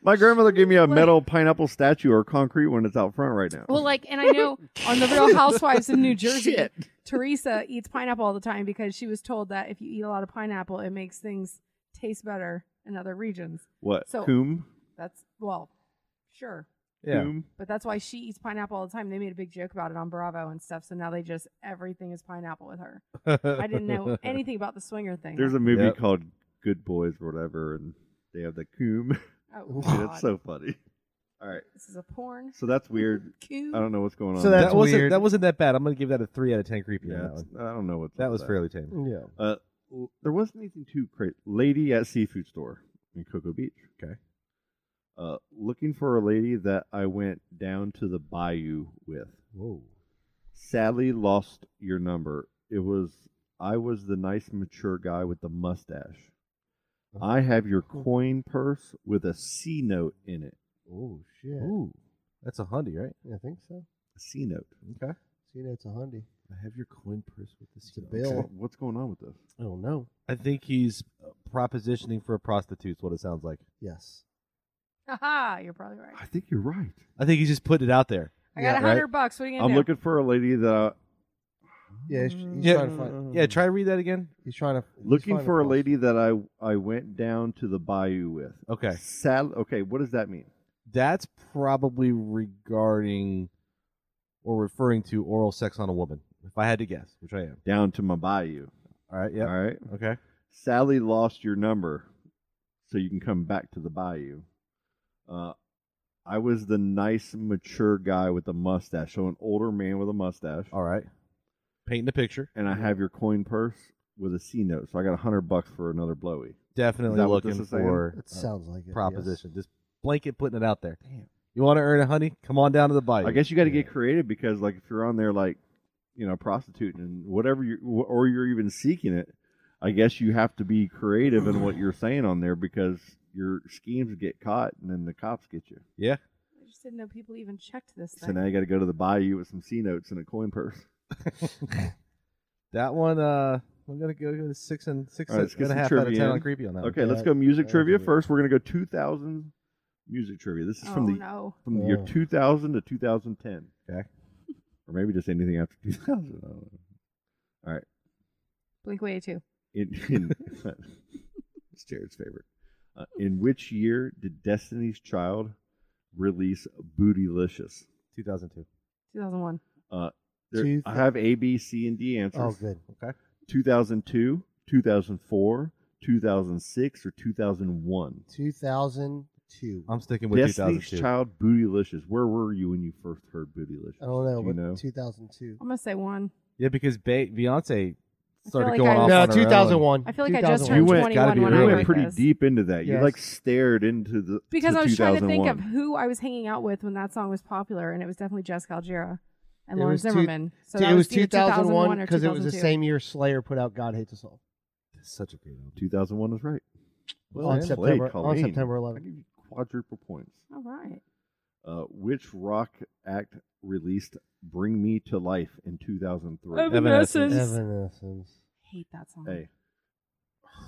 [SPEAKER 6] My grandmother gave me a
[SPEAKER 3] Like-
[SPEAKER 6] metal pineapple statue or concrete one that's out front right now.
[SPEAKER 3] well, like, and I know on the Real Housewives of New Jersey, Teresa eats pineapple all the time because she was told that if you eat a lot of pineapple, it makes things taste better in other regions.
[SPEAKER 6] what?
[SPEAKER 3] so-
[SPEAKER 6] Coom?
[SPEAKER 3] That's well, sure,
[SPEAKER 7] yeah.
[SPEAKER 6] Coom?
[SPEAKER 3] but that's why she eats pineapple all the time. They made a big joke about it on Bravo and stuff. So now they just everything is pineapple with her. I didn't know anything about the swinger thing.
[SPEAKER 6] There's a movie
[SPEAKER 7] Yep.
[SPEAKER 6] called Good Boys or whatever, and they have the coom.
[SPEAKER 3] oh,
[SPEAKER 6] Dude,
[SPEAKER 3] God.
[SPEAKER 6] that's so funny. All right,
[SPEAKER 3] this is a porn.
[SPEAKER 6] so that's weird.
[SPEAKER 3] Coon.
[SPEAKER 6] I don't know what's going on.
[SPEAKER 9] So
[SPEAKER 7] that
[SPEAKER 9] That's
[SPEAKER 7] wasn't
[SPEAKER 9] weird.
[SPEAKER 7] that wasn't that bad. I'm gonna give that a three out of ten creepy
[SPEAKER 6] yeah,
[SPEAKER 7] on that
[SPEAKER 6] it's-
[SPEAKER 7] one.
[SPEAKER 6] I don't know what
[SPEAKER 7] That was fairly tame.
[SPEAKER 9] Yeah.
[SPEAKER 6] Uh, l- there wasn't anything too crazy. Lady at seafood store in Cocoa Beach.
[SPEAKER 7] Okay.
[SPEAKER 6] Uh, looking for a lady that I went down to the bayou with.
[SPEAKER 7] Whoa.
[SPEAKER 6] Sadly, lost your number. It was I was the nice, mature guy with the mustache.
[SPEAKER 7] Uh-huh.
[SPEAKER 6] I have your coin purse with a C note in it.
[SPEAKER 9] Oh, shit.
[SPEAKER 7] Ooh. That's a hundy, right?
[SPEAKER 9] I think so.
[SPEAKER 6] A C note.
[SPEAKER 7] Okay.
[SPEAKER 9] See, that's a hundy.
[SPEAKER 7] I have your coin purse with this.
[SPEAKER 9] It's a bill.
[SPEAKER 6] What- What's going on with this?
[SPEAKER 9] I don't know.
[SPEAKER 7] I think he's propositioning for a prostitute. Is what it sounds like.
[SPEAKER 9] Yes.
[SPEAKER 3] Haha, you're probably right.
[SPEAKER 6] I think you're right.
[SPEAKER 7] I think he's just putting it out there.
[SPEAKER 3] I got a
[SPEAKER 7] Yeah, right.
[SPEAKER 3] hundred bucks. What are you gonna
[SPEAKER 6] I'm
[SPEAKER 3] do?
[SPEAKER 6] looking for a lady that I,
[SPEAKER 9] Yeah. He's, he's
[SPEAKER 7] Yeah.
[SPEAKER 9] trying to find.
[SPEAKER 7] Yeah. Try to read that again.
[SPEAKER 9] He's trying to. he's
[SPEAKER 6] looking
[SPEAKER 9] finding
[SPEAKER 6] for a
[SPEAKER 9] folks.
[SPEAKER 6] lady that I I went down to the bayou with.
[SPEAKER 7] Okay.
[SPEAKER 6] Sad. Okay. What does that mean?
[SPEAKER 7] That's probably regarding or referring to oral sex on a woman, if I had to guess, which I am.
[SPEAKER 6] Down to my bayou.
[SPEAKER 7] All right. Yeah.
[SPEAKER 6] All right.
[SPEAKER 7] Okay.
[SPEAKER 6] Sally lost your number, so you can come back to the bayou. Uh, I was the nice, mature guy with a mustache, so an older man with a mustache,
[SPEAKER 7] All right. Painting the picture.
[SPEAKER 6] and I have your coin purse with a C note, so I got a hundred bucks for another blowy. Is
[SPEAKER 7] Definitely
[SPEAKER 6] that what this
[SPEAKER 7] looking
[SPEAKER 6] is saying?
[SPEAKER 7] for
[SPEAKER 9] It
[SPEAKER 7] a
[SPEAKER 9] sounds like it. yes.
[SPEAKER 7] Uh, proposition. Just blanket putting it out there. You want to earn a honey? Come on down to the bike.
[SPEAKER 6] I guess you got to get creative because, like, if you're on there, like, you know, prostituting and whatever you, or you're even seeking it, I guess you have to be creative in what you're saying on there because your schemes get caught and then the cops get you.
[SPEAKER 7] Yeah.
[SPEAKER 3] I just didn't know people even checked this
[SPEAKER 6] So
[SPEAKER 3] thing.
[SPEAKER 6] now you got to go to the bayou with some C notes and a coin purse.
[SPEAKER 7] That one. Uh, I'm gonna go to six and six
[SPEAKER 6] All right, let's get
[SPEAKER 7] and a
[SPEAKER 6] some
[SPEAKER 7] half out of
[SPEAKER 6] trivia
[SPEAKER 7] ten
[SPEAKER 6] in.
[SPEAKER 7] on creepy on that.
[SPEAKER 6] Okay,
[SPEAKER 7] one.
[SPEAKER 6] let's
[SPEAKER 9] Oh, that-
[SPEAKER 6] go music
[SPEAKER 9] that
[SPEAKER 6] trivia
[SPEAKER 9] was-
[SPEAKER 6] first. We're gonna go 2000 music trivia. This is
[SPEAKER 3] oh
[SPEAKER 6] from the
[SPEAKER 3] no!
[SPEAKER 6] from the year
[SPEAKER 9] Oh.
[SPEAKER 6] 2000 to 2010.
[SPEAKER 7] Okay.
[SPEAKER 6] or maybe just anything after 2000. I don't know.
[SPEAKER 3] Blink way two.
[SPEAKER 6] In, in it's Jared's favorite. Uh, in which year did Destiny's Child release Bootylicious?
[SPEAKER 7] 2002.
[SPEAKER 3] Two thousand one.
[SPEAKER 6] Uh, there-
[SPEAKER 9] Two-
[SPEAKER 6] I have A, B, C, and D answers.
[SPEAKER 9] Oh, good.
[SPEAKER 7] Okay.
[SPEAKER 6] 2002, 2004, 2006, or 2001.
[SPEAKER 9] 2002.
[SPEAKER 7] I'm sticking with
[SPEAKER 6] Destiny's
[SPEAKER 7] 2002.
[SPEAKER 6] Child Bootylicious. Where were you when you first heard Bootylicious?
[SPEAKER 9] I don't know,
[SPEAKER 6] Do you
[SPEAKER 9] but
[SPEAKER 6] know?
[SPEAKER 9] 2002.
[SPEAKER 3] I'm gonna say one.
[SPEAKER 7] Yeah, because Be- Beyonce started
[SPEAKER 3] like
[SPEAKER 7] going
[SPEAKER 3] I-
[SPEAKER 7] off.
[SPEAKER 3] No,
[SPEAKER 7] on her own.
[SPEAKER 9] 2001.
[SPEAKER 3] I feel like I just
[SPEAKER 6] You
[SPEAKER 3] turned
[SPEAKER 6] went,
[SPEAKER 3] 21 when I
[SPEAKER 6] you
[SPEAKER 3] wrote
[SPEAKER 6] went pretty
[SPEAKER 3] this.
[SPEAKER 6] deep into that.
[SPEAKER 9] Yes.
[SPEAKER 6] You like stared into the
[SPEAKER 3] because
[SPEAKER 6] to
[SPEAKER 3] I was trying to think of
[SPEAKER 6] 2001.
[SPEAKER 3] who I was hanging out with when that song was popular, and it was definitely Jessica Algera and
[SPEAKER 9] It
[SPEAKER 3] Lauren
[SPEAKER 9] was two-
[SPEAKER 3] Zimmerman. so
[SPEAKER 9] it
[SPEAKER 3] that
[SPEAKER 9] was
[SPEAKER 3] either
[SPEAKER 9] 2001
[SPEAKER 3] or
[SPEAKER 9] because it was the
[SPEAKER 3] 2002.
[SPEAKER 9] same year Slayer put out God Hates Us All
[SPEAKER 7] Such a great album.
[SPEAKER 6] 2001 was right.
[SPEAKER 9] on
[SPEAKER 6] played,
[SPEAKER 9] September on
[SPEAKER 6] Colleen.
[SPEAKER 9] September
[SPEAKER 6] I
[SPEAKER 9] 11th.
[SPEAKER 6] give you quadruple points.
[SPEAKER 3] All right.
[SPEAKER 6] Uh, which rock act released "Bring Me to Life" in 2003?
[SPEAKER 3] Oh, Evanescence.
[SPEAKER 9] Evanescence.
[SPEAKER 3] Hate that song.
[SPEAKER 6] Hey,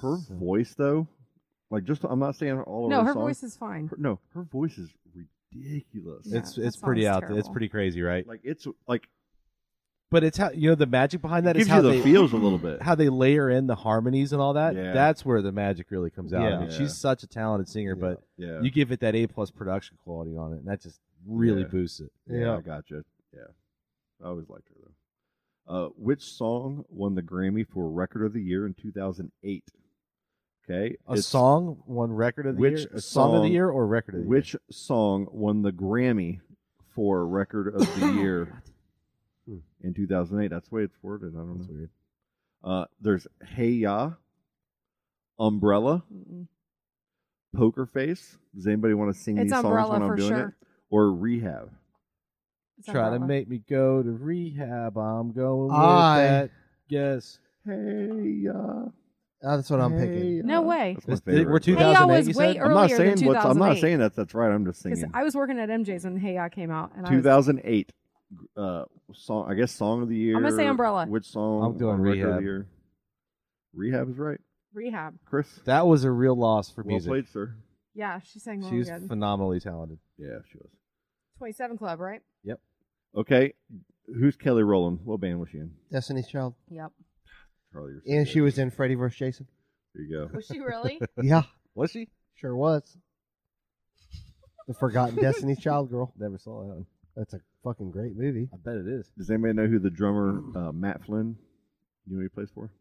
[SPEAKER 6] her voice though, like just I'm not saying all of
[SPEAKER 3] No,
[SPEAKER 6] her,
[SPEAKER 3] her
[SPEAKER 6] songs-
[SPEAKER 3] voice is fine.
[SPEAKER 6] her- no, her voice is ridiculous.
[SPEAKER 3] Yeah,
[SPEAKER 7] it's
[SPEAKER 3] that
[SPEAKER 7] it's pretty
[SPEAKER 3] song's
[SPEAKER 7] out there. It's
[SPEAKER 3] terrible.
[SPEAKER 7] pretty crazy, right?
[SPEAKER 6] Like it's like
[SPEAKER 7] But it's how you know the magic behind that is
[SPEAKER 6] gives
[SPEAKER 7] how
[SPEAKER 6] you the
[SPEAKER 7] they
[SPEAKER 6] feels a little bit.
[SPEAKER 7] how they layer in the harmonies and all that.
[SPEAKER 6] Yeah.
[SPEAKER 7] That's where the magic really comes out. I
[SPEAKER 9] Yeah.
[SPEAKER 7] mean,
[SPEAKER 6] Yeah.
[SPEAKER 7] she's such a talented singer, but
[SPEAKER 6] Yeah,
[SPEAKER 7] you give it that A plus production quality on it, and that just really
[SPEAKER 6] Yeah.
[SPEAKER 7] boosts it.
[SPEAKER 6] yeah,
[SPEAKER 9] Yeah.
[SPEAKER 6] I gotcha. Yeah, I always liked her though. Uh, which song won the Grammy for Record of the Year in 2008? Okay,
[SPEAKER 7] A
[SPEAKER 6] it's-
[SPEAKER 7] song won record of the
[SPEAKER 6] which
[SPEAKER 7] year, a song of the
[SPEAKER 6] song-
[SPEAKER 7] year, or record of the
[SPEAKER 6] Which song won the Grammy for Record of
[SPEAKER 7] Oh,
[SPEAKER 6] the Year
[SPEAKER 9] Hmm.
[SPEAKER 6] in 2008? That's the way it's worded. I
[SPEAKER 7] year.
[SPEAKER 6] don't
[SPEAKER 7] That's
[SPEAKER 6] know.
[SPEAKER 7] weird.
[SPEAKER 6] Uh, there's Hey Ya, Umbrella,
[SPEAKER 3] Mm-mm.
[SPEAKER 6] Poker Face. Does anybody want to sing
[SPEAKER 3] It's
[SPEAKER 6] these songs
[SPEAKER 3] Umbrella
[SPEAKER 6] when I'm
[SPEAKER 3] for
[SPEAKER 6] doing
[SPEAKER 3] sure.
[SPEAKER 6] it? Or Rehab?
[SPEAKER 3] It's
[SPEAKER 7] Try to
[SPEAKER 3] Umbrella.
[SPEAKER 7] make me go to rehab. I'm going with
[SPEAKER 9] I-
[SPEAKER 7] that. Yes,
[SPEAKER 6] Hey Ya.
[SPEAKER 9] Oh, that's what I'm
[SPEAKER 6] Hey
[SPEAKER 9] picking.
[SPEAKER 6] Ya.
[SPEAKER 3] No way.
[SPEAKER 6] That's my
[SPEAKER 7] This-
[SPEAKER 6] favorite.
[SPEAKER 7] we're
[SPEAKER 3] Hey Ya
[SPEAKER 7] 2008,
[SPEAKER 3] was
[SPEAKER 7] you
[SPEAKER 3] way
[SPEAKER 7] said?
[SPEAKER 3] earlier
[SPEAKER 6] I'm not saying
[SPEAKER 3] than
[SPEAKER 6] what's,
[SPEAKER 3] 2008.
[SPEAKER 6] I'm not saying that that's right. I'm just
[SPEAKER 3] Because
[SPEAKER 6] singing.
[SPEAKER 3] I was working at MJ's when Hey Ya came out, and I was
[SPEAKER 6] 2008 uh, song. I guess song of the year.
[SPEAKER 3] gonna say Umbrella.
[SPEAKER 6] Which song?
[SPEAKER 7] I'm doing
[SPEAKER 6] on Record of
[SPEAKER 7] Rehab.
[SPEAKER 6] the year? Rehab is right.
[SPEAKER 3] rehab.
[SPEAKER 6] Chris,
[SPEAKER 7] that was a real loss for
[SPEAKER 6] well
[SPEAKER 7] music.
[SPEAKER 6] played, sir.
[SPEAKER 3] Yeah, she sang
[SPEAKER 7] She
[SPEAKER 3] really
[SPEAKER 7] was
[SPEAKER 3] good.
[SPEAKER 7] phenomenally talented.
[SPEAKER 6] Yeah, she was.
[SPEAKER 3] 27 Club, right?
[SPEAKER 6] Okay, who's Kelly Rowland? What band was she in?
[SPEAKER 9] Destiny's Child.
[SPEAKER 3] Yep.
[SPEAKER 6] Charlie, you're so
[SPEAKER 9] And
[SPEAKER 6] good.
[SPEAKER 9] she was in Freddy vs. Jason.
[SPEAKER 6] There you go.
[SPEAKER 3] Was she really?
[SPEAKER 9] Yeah,
[SPEAKER 7] Was she?
[SPEAKER 9] sure was. The Forgotten Destiny's Child girl.
[SPEAKER 7] Never saw that one.
[SPEAKER 9] That's a fucking great movie.
[SPEAKER 7] I bet it is.
[SPEAKER 6] Does anybody know who the drummer uh, Matt Flynn? You know who he plays for?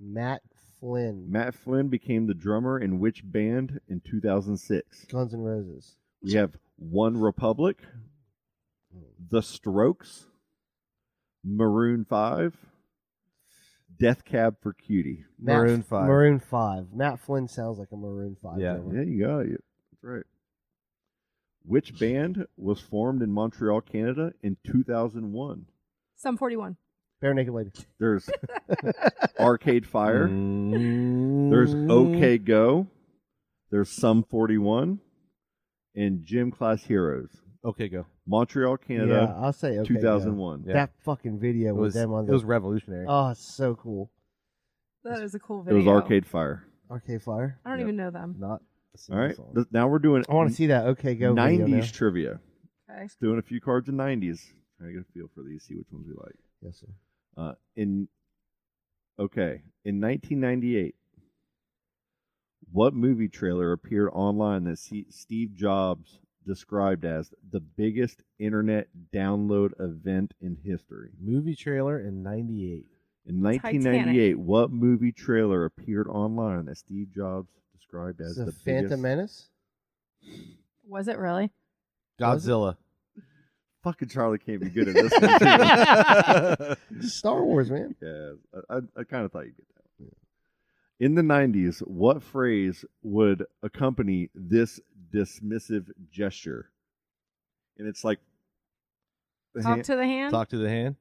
[SPEAKER 9] Matt Flynn.
[SPEAKER 6] Matt Flynn became the drummer in which band in 2006?
[SPEAKER 9] Guns N' Roses.
[SPEAKER 6] We have One Republic, The Strokes, Maroon Five, Death Cab for Cutie.
[SPEAKER 9] Matt-
[SPEAKER 7] Maroon five.
[SPEAKER 9] Maroon Five. Matt Flynn sounds like a Maroon Five.
[SPEAKER 7] Yeah.
[SPEAKER 9] drummer.
[SPEAKER 6] Yeah, you got it. That's right. Which band was formed in Montreal, Canada in 2001?
[SPEAKER 3] Some 41.
[SPEAKER 9] Bare Naked Lady.
[SPEAKER 6] There's Arcade Fire.
[SPEAKER 7] Mm.
[SPEAKER 6] There's OK Go. There's Sum 41. And Gym Class Heroes.
[SPEAKER 7] Mm. Okay, go.
[SPEAKER 6] Montreal, Canada,
[SPEAKER 9] yeah, I'll say okay.
[SPEAKER 6] 2001.
[SPEAKER 9] yeah.
[SPEAKER 7] Yeah.
[SPEAKER 9] That fucking video
[SPEAKER 7] It
[SPEAKER 9] with
[SPEAKER 7] was,
[SPEAKER 9] them on
[SPEAKER 7] it
[SPEAKER 9] the.
[SPEAKER 7] was revolutionary.
[SPEAKER 9] oh, it's so cool.
[SPEAKER 3] That is a cool
[SPEAKER 6] It
[SPEAKER 3] video.
[SPEAKER 6] was Arcade Fire.
[SPEAKER 9] Arcade Fire.
[SPEAKER 3] I don't
[SPEAKER 6] Yep.
[SPEAKER 3] even know them.
[SPEAKER 7] Not a
[SPEAKER 6] All
[SPEAKER 7] single
[SPEAKER 6] right.
[SPEAKER 7] song.
[SPEAKER 6] Th- Now we're doing
[SPEAKER 9] I want to see that. Okay, go. video
[SPEAKER 6] 90s
[SPEAKER 9] now.
[SPEAKER 6] trivia.
[SPEAKER 3] Okay.
[SPEAKER 6] Doing a few cards in 90s. Trying to get a feel for these, see which ones we like.
[SPEAKER 9] Yes, sir.
[SPEAKER 6] Uh, in okay, in 1998, what movie trailer appeared online that C- Steve Jobs described as the biggest internet download event in history?
[SPEAKER 7] Movie trailer in '98.
[SPEAKER 6] In 1998, what movie trailer appeared online that Steve Jobs described as
[SPEAKER 9] The,
[SPEAKER 6] the
[SPEAKER 9] Phantom
[SPEAKER 6] biggest?
[SPEAKER 9] Menace.
[SPEAKER 3] Was it really?
[SPEAKER 7] Godzilla.
[SPEAKER 6] Fucking Charlie can't be good at this one. too.
[SPEAKER 9] Star Wars, man.
[SPEAKER 6] Yeah, I, I, I kind of thought you'd get that. In the 90s, what phrase would accompany this dismissive gesture? And it's like, the
[SPEAKER 3] Talk
[SPEAKER 6] hand-
[SPEAKER 3] to the hand?
[SPEAKER 7] Talk to the hand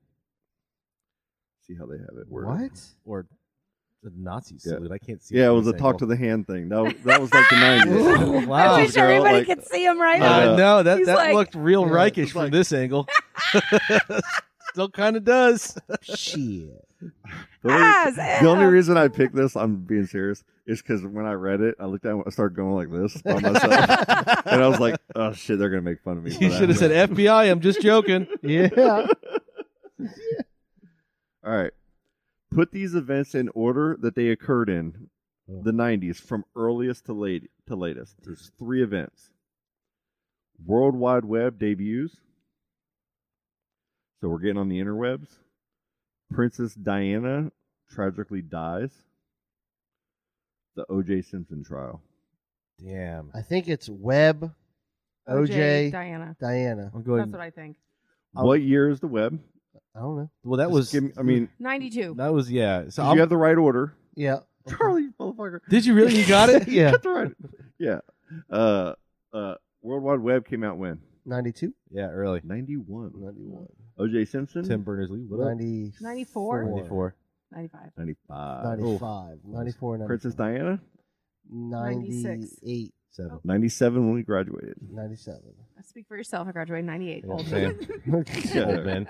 [SPEAKER 6] see how they have it. worded.
[SPEAKER 9] What?
[SPEAKER 7] or the Nazi
[SPEAKER 6] Yeah.
[SPEAKER 7] salute. I can't see.
[SPEAKER 6] Yeah, it
[SPEAKER 7] from
[SPEAKER 6] was a
[SPEAKER 7] this
[SPEAKER 6] talk to
[SPEAKER 7] angle.
[SPEAKER 6] the hand thing. That was, that was like the 90s.
[SPEAKER 7] Wow.
[SPEAKER 3] I wish
[SPEAKER 6] Girl,
[SPEAKER 3] everybody
[SPEAKER 6] like-
[SPEAKER 3] could see him right
[SPEAKER 6] Uh,
[SPEAKER 3] now.
[SPEAKER 7] I know that
[SPEAKER 3] He's
[SPEAKER 7] that
[SPEAKER 3] like-
[SPEAKER 7] looked real
[SPEAKER 9] Yeah,
[SPEAKER 7] Reichish
[SPEAKER 6] it's
[SPEAKER 7] from
[SPEAKER 6] like-
[SPEAKER 7] this angle. Still kind of does.
[SPEAKER 9] Shit.
[SPEAKER 6] The only-
[SPEAKER 3] Yes,
[SPEAKER 6] The only
[SPEAKER 3] yeah.
[SPEAKER 6] reason I picked this, I'm being serious, is because when I read it, I looked at it, I started going like this by myself. and I was like, oh shit, they're going to make fun of me. for
[SPEAKER 7] You
[SPEAKER 6] that.
[SPEAKER 7] should have said FBI. I'm just joking.
[SPEAKER 9] Yeah.
[SPEAKER 6] All right. Put these events in order that they occurred in the 90s from earliest to late to latest. There's three events. World Wide Web debuts. So we're getting on the interwebs. Princess Diana tragically dies. The OJ Simpson trial.
[SPEAKER 7] Damn.
[SPEAKER 9] I think it's Webb, OJ,
[SPEAKER 3] Diana.
[SPEAKER 9] Diana.
[SPEAKER 7] I'm
[SPEAKER 3] That's
[SPEAKER 7] going.
[SPEAKER 3] what I think.
[SPEAKER 6] what year is the web?
[SPEAKER 9] I don't know.
[SPEAKER 7] Well, that
[SPEAKER 6] Just
[SPEAKER 7] was.
[SPEAKER 6] give me- I mean-
[SPEAKER 3] 92.
[SPEAKER 7] That was yeah. So
[SPEAKER 6] Did
[SPEAKER 7] I'm-
[SPEAKER 6] you have the right order.
[SPEAKER 9] Yeah.
[SPEAKER 6] Charlie, you motherfucker.
[SPEAKER 7] Did you really? You got it?
[SPEAKER 6] You got the right. Yeah. Uh, uh, World Wide Web came out when?
[SPEAKER 9] 92?
[SPEAKER 7] Yeah, early.
[SPEAKER 6] 91.
[SPEAKER 9] 91.
[SPEAKER 6] OJ Simpson?
[SPEAKER 7] Tim Berners Lee. What up?
[SPEAKER 9] 90,
[SPEAKER 3] 94.
[SPEAKER 7] 94.
[SPEAKER 3] 95.
[SPEAKER 6] 95.
[SPEAKER 9] 95.
[SPEAKER 6] Oh.
[SPEAKER 9] 94.
[SPEAKER 6] Princess Diana?
[SPEAKER 3] 96.
[SPEAKER 9] 98.
[SPEAKER 7] 7.
[SPEAKER 6] 97 when we graduated.
[SPEAKER 9] 97.
[SPEAKER 3] Speak for yourself. I graduated in 98.
[SPEAKER 7] Yeah,
[SPEAKER 3] Old.
[SPEAKER 7] same.
[SPEAKER 6] Yeah.
[SPEAKER 7] Old man.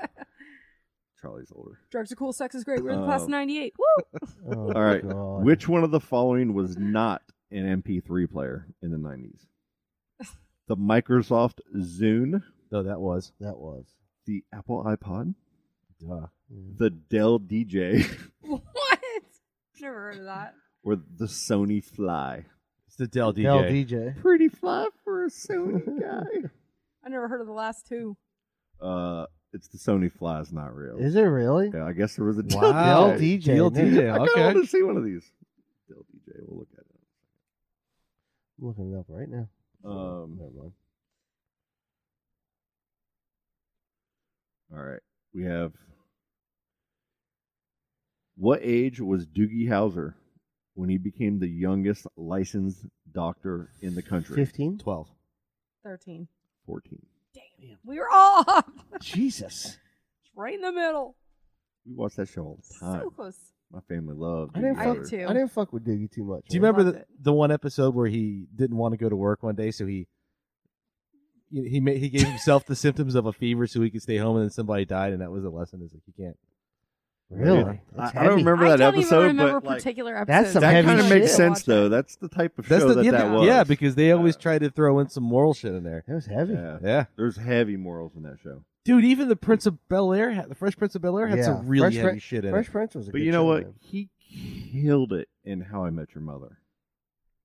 [SPEAKER 6] Charlie's older.
[SPEAKER 3] Drugs are cool. Sex is great. We're in the class of
[SPEAKER 6] Um,
[SPEAKER 3] 98. Woo!
[SPEAKER 9] Oh,
[SPEAKER 6] All right.
[SPEAKER 9] God.
[SPEAKER 6] Which one of the following was not an MP3 player in the 90s? The Microsoft Zune,
[SPEAKER 7] No, that was.
[SPEAKER 9] That was. Mm.
[SPEAKER 6] the Apple iPod,
[SPEAKER 7] Duh.
[SPEAKER 6] the Dell DJ,
[SPEAKER 3] what? Never heard of that.
[SPEAKER 6] or the Sony Fly.
[SPEAKER 7] It's the Dell DJ.
[SPEAKER 9] Hell, DJ.
[SPEAKER 6] Pretty fly for a Sony guy.
[SPEAKER 3] I never heard of the last two.
[SPEAKER 6] Uh, it's the Sony Fly. It's not real.
[SPEAKER 9] Is it really?
[SPEAKER 6] Yeah, I guess there was a Dell
[SPEAKER 7] Wow.
[SPEAKER 9] Dell DJ.
[SPEAKER 7] Dell
[SPEAKER 9] man.
[SPEAKER 7] DJ.
[SPEAKER 6] I kind of
[SPEAKER 7] Okay.
[SPEAKER 6] want to see one of these. Dell DJ. We'll look at it.
[SPEAKER 9] I'm looking it up right now.
[SPEAKER 6] Um,
[SPEAKER 9] Never mind.
[SPEAKER 6] All right. We have. What age was Doogie Howser when he became the youngest licensed doctor in the country?
[SPEAKER 9] 15?
[SPEAKER 7] 12.
[SPEAKER 3] 13.
[SPEAKER 6] 14.
[SPEAKER 3] We were all up.
[SPEAKER 9] Jesus.
[SPEAKER 3] right in the middle.
[SPEAKER 6] We watched that show all the time.
[SPEAKER 3] So close.
[SPEAKER 6] My family loved Doogie
[SPEAKER 9] I didn't,
[SPEAKER 3] I
[SPEAKER 6] Howser.
[SPEAKER 9] fuck,
[SPEAKER 3] did too.
[SPEAKER 9] I didn't fuck with Doogie too much.
[SPEAKER 7] Do you
[SPEAKER 9] man.
[SPEAKER 7] remember
[SPEAKER 3] loved
[SPEAKER 7] the,
[SPEAKER 3] it.
[SPEAKER 7] the one episode where he didn't want to go to work one day, so he he he, ma- he gave himself the symptoms of a fever so he could stay home, and then somebody died, and that was a lesson. It's like you can't.
[SPEAKER 9] Really?
[SPEAKER 6] I,
[SPEAKER 9] That's
[SPEAKER 6] I don't
[SPEAKER 9] heavy.
[SPEAKER 6] remember
[SPEAKER 3] I
[SPEAKER 6] that
[SPEAKER 3] don't
[SPEAKER 6] episode,
[SPEAKER 3] even remember
[SPEAKER 6] but like,
[SPEAKER 3] particular
[SPEAKER 9] That's
[SPEAKER 3] episodes.
[SPEAKER 9] some
[SPEAKER 6] that
[SPEAKER 9] heavy
[SPEAKER 6] kind of
[SPEAKER 9] shit.
[SPEAKER 6] makes sense,
[SPEAKER 3] Watch
[SPEAKER 6] though.
[SPEAKER 3] it.
[SPEAKER 6] That's the type of
[SPEAKER 7] That's
[SPEAKER 6] show
[SPEAKER 7] the,
[SPEAKER 6] that
[SPEAKER 7] yeah,
[SPEAKER 6] that was.
[SPEAKER 7] yeah, because they always try to throw in some moral shit in there.
[SPEAKER 9] That was heavy.
[SPEAKER 6] Yeah.
[SPEAKER 7] Yeah,
[SPEAKER 6] there's heavy morals in that show.
[SPEAKER 7] dude. Even the Prince of Bel Air, had, the Fresh Prince of Bel Air, had
[SPEAKER 9] Yeah.
[SPEAKER 7] some really
[SPEAKER 9] Fresh
[SPEAKER 7] heavy
[SPEAKER 9] Prin-
[SPEAKER 7] shit in
[SPEAKER 9] Fresh
[SPEAKER 7] it.
[SPEAKER 9] Prince was a
[SPEAKER 6] But
[SPEAKER 9] good
[SPEAKER 6] you know
[SPEAKER 9] show,
[SPEAKER 6] what?
[SPEAKER 9] man.
[SPEAKER 6] He killed it in How I Met Your Mother.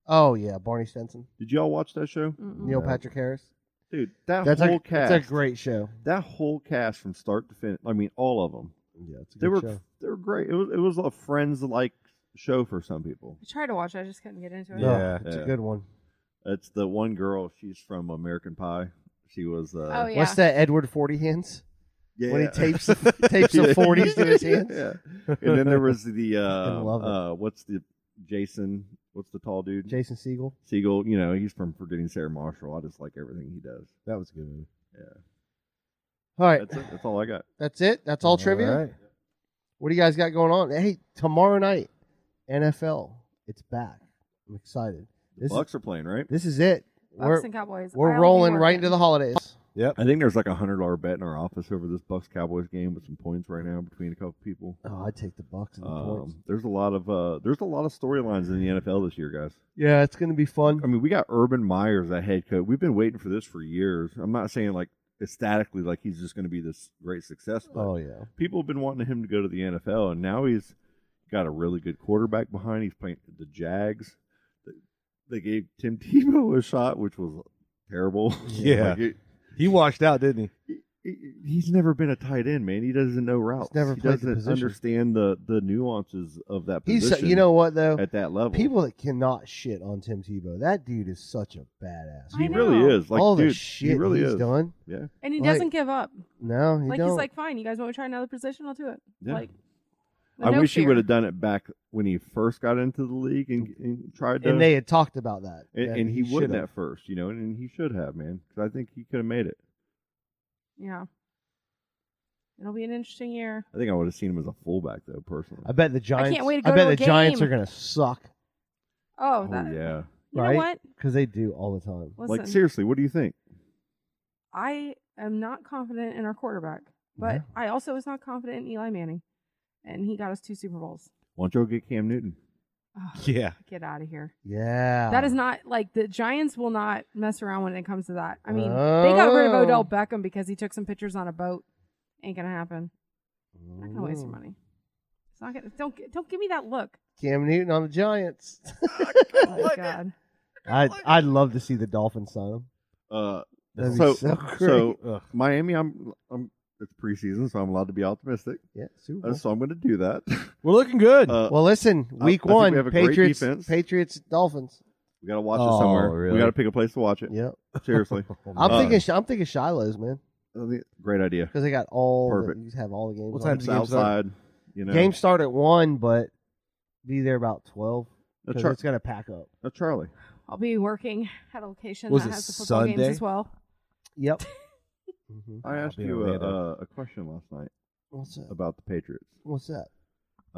[SPEAKER 9] Oh, yeah. Barney Stinson.
[SPEAKER 6] Did y'all watch that show?
[SPEAKER 3] Mm-mm.
[SPEAKER 9] Neil
[SPEAKER 6] No.
[SPEAKER 9] Patrick Harris.
[SPEAKER 6] Dude, that
[SPEAKER 9] That's
[SPEAKER 6] whole
[SPEAKER 9] a,
[SPEAKER 6] cast.
[SPEAKER 9] that's a great show.
[SPEAKER 6] that whole cast from start to finish. I mean, all of them.
[SPEAKER 9] Yeah, it's a
[SPEAKER 6] They
[SPEAKER 9] good
[SPEAKER 6] were
[SPEAKER 9] show.
[SPEAKER 6] they were great. It was it was a friends like show for some people.
[SPEAKER 3] I tried to watch it. I just couldn't get into it.
[SPEAKER 9] No,
[SPEAKER 7] Yeah.
[SPEAKER 9] it's
[SPEAKER 6] Yeah.
[SPEAKER 9] a good one.
[SPEAKER 6] It's the one girl. She's from American Pie. She was. Uh,
[SPEAKER 3] Oh, yeah.
[SPEAKER 9] What's that? Edward Forty Hands.
[SPEAKER 6] yeah.
[SPEAKER 9] When he tapes the- tapes the 40s to his hands.
[SPEAKER 6] Yeah. And then there was the uh,
[SPEAKER 9] Fucking love it.
[SPEAKER 6] uh, what's the Jason? What's the tall dude?
[SPEAKER 9] Jason Siegel.
[SPEAKER 6] Siegel. You know he's from Forgetting Sarah Marshall. I just like everything he does.
[SPEAKER 7] That was a good movie.
[SPEAKER 9] All right,
[SPEAKER 6] That's it. That's all I got.
[SPEAKER 9] that's it. That's all trivia.
[SPEAKER 7] right.
[SPEAKER 9] What do you guys got going on? Hey, tomorrow night, NFL. It's back. I'm excited. This is,
[SPEAKER 6] Bucks are playing, right?
[SPEAKER 9] this is it.
[SPEAKER 3] Bucks
[SPEAKER 9] We're
[SPEAKER 3] and Cowboys.
[SPEAKER 9] we're rolling right into the holidays.
[SPEAKER 6] I think there's like a hundred dollar bet in our office over this Bucks Cowboys game with some points right now between a couple people.
[SPEAKER 9] Oh, I take the Bucks and the points.
[SPEAKER 6] Um, there's a lot of uh, there's a lot of storylines in the NFL this year, guys.
[SPEAKER 9] Yeah, it's gonna be fun.
[SPEAKER 6] I mean, we got Urban Meyer as a head coach. We've been waiting for this for years. I'm not saying like ecstatically like he's just going to be this great success, but
[SPEAKER 9] Oh yeah.
[SPEAKER 6] people have been wanting him to go to the NFL, and now he's got a really good quarterback behind. He's playing the Jags. They gave Tim Tebow a shot, which was terrible.
[SPEAKER 7] Yeah.
[SPEAKER 6] Like, it-
[SPEAKER 7] He washed out, didn't he?
[SPEAKER 6] he- he's never been a tight end, man. He doesn't know routes.
[SPEAKER 9] never
[SPEAKER 6] he
[SPEAKER 9] played
[SPEAKER 6] doesn't
[SPEAKER 9] the position.
[SPEAKER 6] understand the the nuances of that
[SPEAKER 9] He's uh,
[SPEAKER 6] position.
[SPEAKER 9] you know what though?
[SPEAKER 6] at that level,
[SPEAKER 9] People that cannot shit on Tim Tebow. That dude is such a badass.
[SPEAKER 3] I
[SPEAKER 6] he
[SPEAKER 3] know.
[SPEAKER 6] really is like
[SPEAKER 9] All
[SPEAKER 6] dude.
[SPEAKER 9] the shit
[SPEAKER 6] he really
[SPEAKER 9] he's
[SPEAKER 6] is.
[SPEAKER 9] done.
[SPEAKER 6] Yeah,
[SPEAKER 3] And he
[SPEAKER 9] Like-
[SPEAKER 3] doesn't give up.
[SPEAKER 9] No, he
[SPEAKER 3] Like
[SPEAKER 9] don't.
[SPEAKER 3] he's like, fine. You guys want to try another position? I'll do it.
[SPEAKER 6] yeah.
[SPEAKER 3] Like,
[SPEAKER 6] I
[SPEAKER 3] no
[SPEAKER 6] wish he
[SPEAKER 3] fear.
[SPEAKER 6] would have done it back when he first got into the league and, and tried to.
[SPEAKER 9] and they had talked about that.
[SPEAKER 6] and,
[SPEAKER 9] that
[SPEAKER 6] and he, wouldn't
[SPEAKER 9] should've.
[SPEAKER 6] at first, you know, and, he should have, man, because I think he could have made it.
[SPEAKER 3] Yeah. It'll be an interesting year.
[SPEAKER 6] I think I would have seen him as a fullback though, personally.
[SPEAKER 9] I bet the Giants.
[SPEAKER 3] wait to go
[SPEAKER 9] bet
[SPEAKER 3] to a
[SPEAKER 9] the Giants
[SPEAKER 3] game.
[SPEAKER 9] are gonna suck
[SPEAKER 3] Oh,
[SPEAKER 6] oh
[SPEAKER 3] that,
[SPEAKER 6] yeah,
[SPEAKER 3] you
[SPEAKER 9] Right?
[SPEAKER 3] know what?
[SPEAKER 9] because they do all the time.
[SPEAKER 3] Listen,
[SPEAKER 6] like seriously, what do you think?
[SPEAKER 3] I am not confident in our quarterback, but
[SPEAKER 9] Yeah.
[SPEAKER 3] I also was not confident in Eli Manning, and he got us two Super Bowls.
[SPEAKER 6] Why don't you go get Cam Newton?
[SPEAKER 3] Ugh,
[SPEAKER 7] Yeah.
[SPEAKER 3] Get out of here.
[SPEAKER 9] Yeah,
[SPEAKER 3] That is not like the Giants will not mess around when it comes to that. I mean, they got rid of
[SPEAKER 9] Oh.
[SPEAKER 3] Odell Beckham because he took some pictures on a boat. Ain't gonna happen. Not gonna waste your money. It's not gonna. Don't gi- don't give me that look.
[SPEAKER 9] Cam Newton on the Giants.
[SPEAKER 3] Oh my god.
[SPEAKER 9] I'd I'd love to see the Dolphins sign him.
[SPEAKER 6] Uh,
[SPEAKER 9] That'd
[SPEAKER 6] so,
[SPEAKER 9] be so great.
[SPEAKER 6] so
[SPEAKER 9] Ugh.
[SPEAKER 6] Miami, I'm, I'm. It's preseason, so I'm allowed to be optimistic.
[SPEAKER 9] yeah, Super
[SPEAKER 6] Uh,
[SPEAKER 9] Bowl.
[SPEAKER 6] so I'm going to do that.
[SPEAKER 7] We're looking good.
[SPEAKER 6] Uh,
[SPEAKER 9] well, listen,
[SPEAKER 6] I
[SPEAKER 9] week
[SPEAKER 6] think we
[SPEAKER 9] one,
[SPEAKER 6] have a great
[SPEAKER 9] Patriots,
[SPEAKER 6] defense.
[SPEAKER 9] Patriots, Dolphins.
[SPEAKER 6] we got to watch
[SPEAKER 7] Oh,
[SPEAKER 6] it somewhere.
[SPEAKER 7] really?
[SPEAKER 6] We got to pick a place to watch it.
[SPEAKER 9] Yep.
[SPEAKER 6] Seriously,
[SPEAKER 9] I'm
[SPEAKER 6] Uh,
[SPEAKER 9] thinking, I'm thinking Shiloh's man.
[SPEAKER 6] Great idea.
[SPEAKER 9] because they got all
[SPEAKER 6] Perfect.
[SPEAKER 9] The, you just have all the games.
[SPEAKER 6] What
[SPEAKER 9] on.
[SPEAKER 6] time's the game It's start? outside, you know.
[SPEAKER 9] Game start at one, but be there about twelve
[SPEAKER 6] That's
[SPEAKER 9] because
[SPEAKER 6] right.
[SPEAKER 9] it's gonna pack up.
[SPEAKER 6] That's Uh, Charlie.
[SPEAKER 3] I'll be working at a location
[SPEAKER 9] Was
[SPEAKER 3] that
[SPEAKER 9] it
[SPEAKER 3] has the football games
[SPEAKER 9] Sunday?
[SPEAKER 3] as well.
[SPEAKER 9] Yep. Mm-hmm.
[SPEAKER 6] I asked
[SPEAKER 7] be on
[SPEAKER 6] you
[SPEAKER 7] the
[SPEAKER 6] a,
[SPEAKER 7] way
[SPEAKER 6] a,
[SPEAKER 7] though.
[SPEAKER 6] a question last night
[SPEAKER 9] What's that?
[SPEAKER 6] about the Patriots.
[SPEAKER 9] What's that?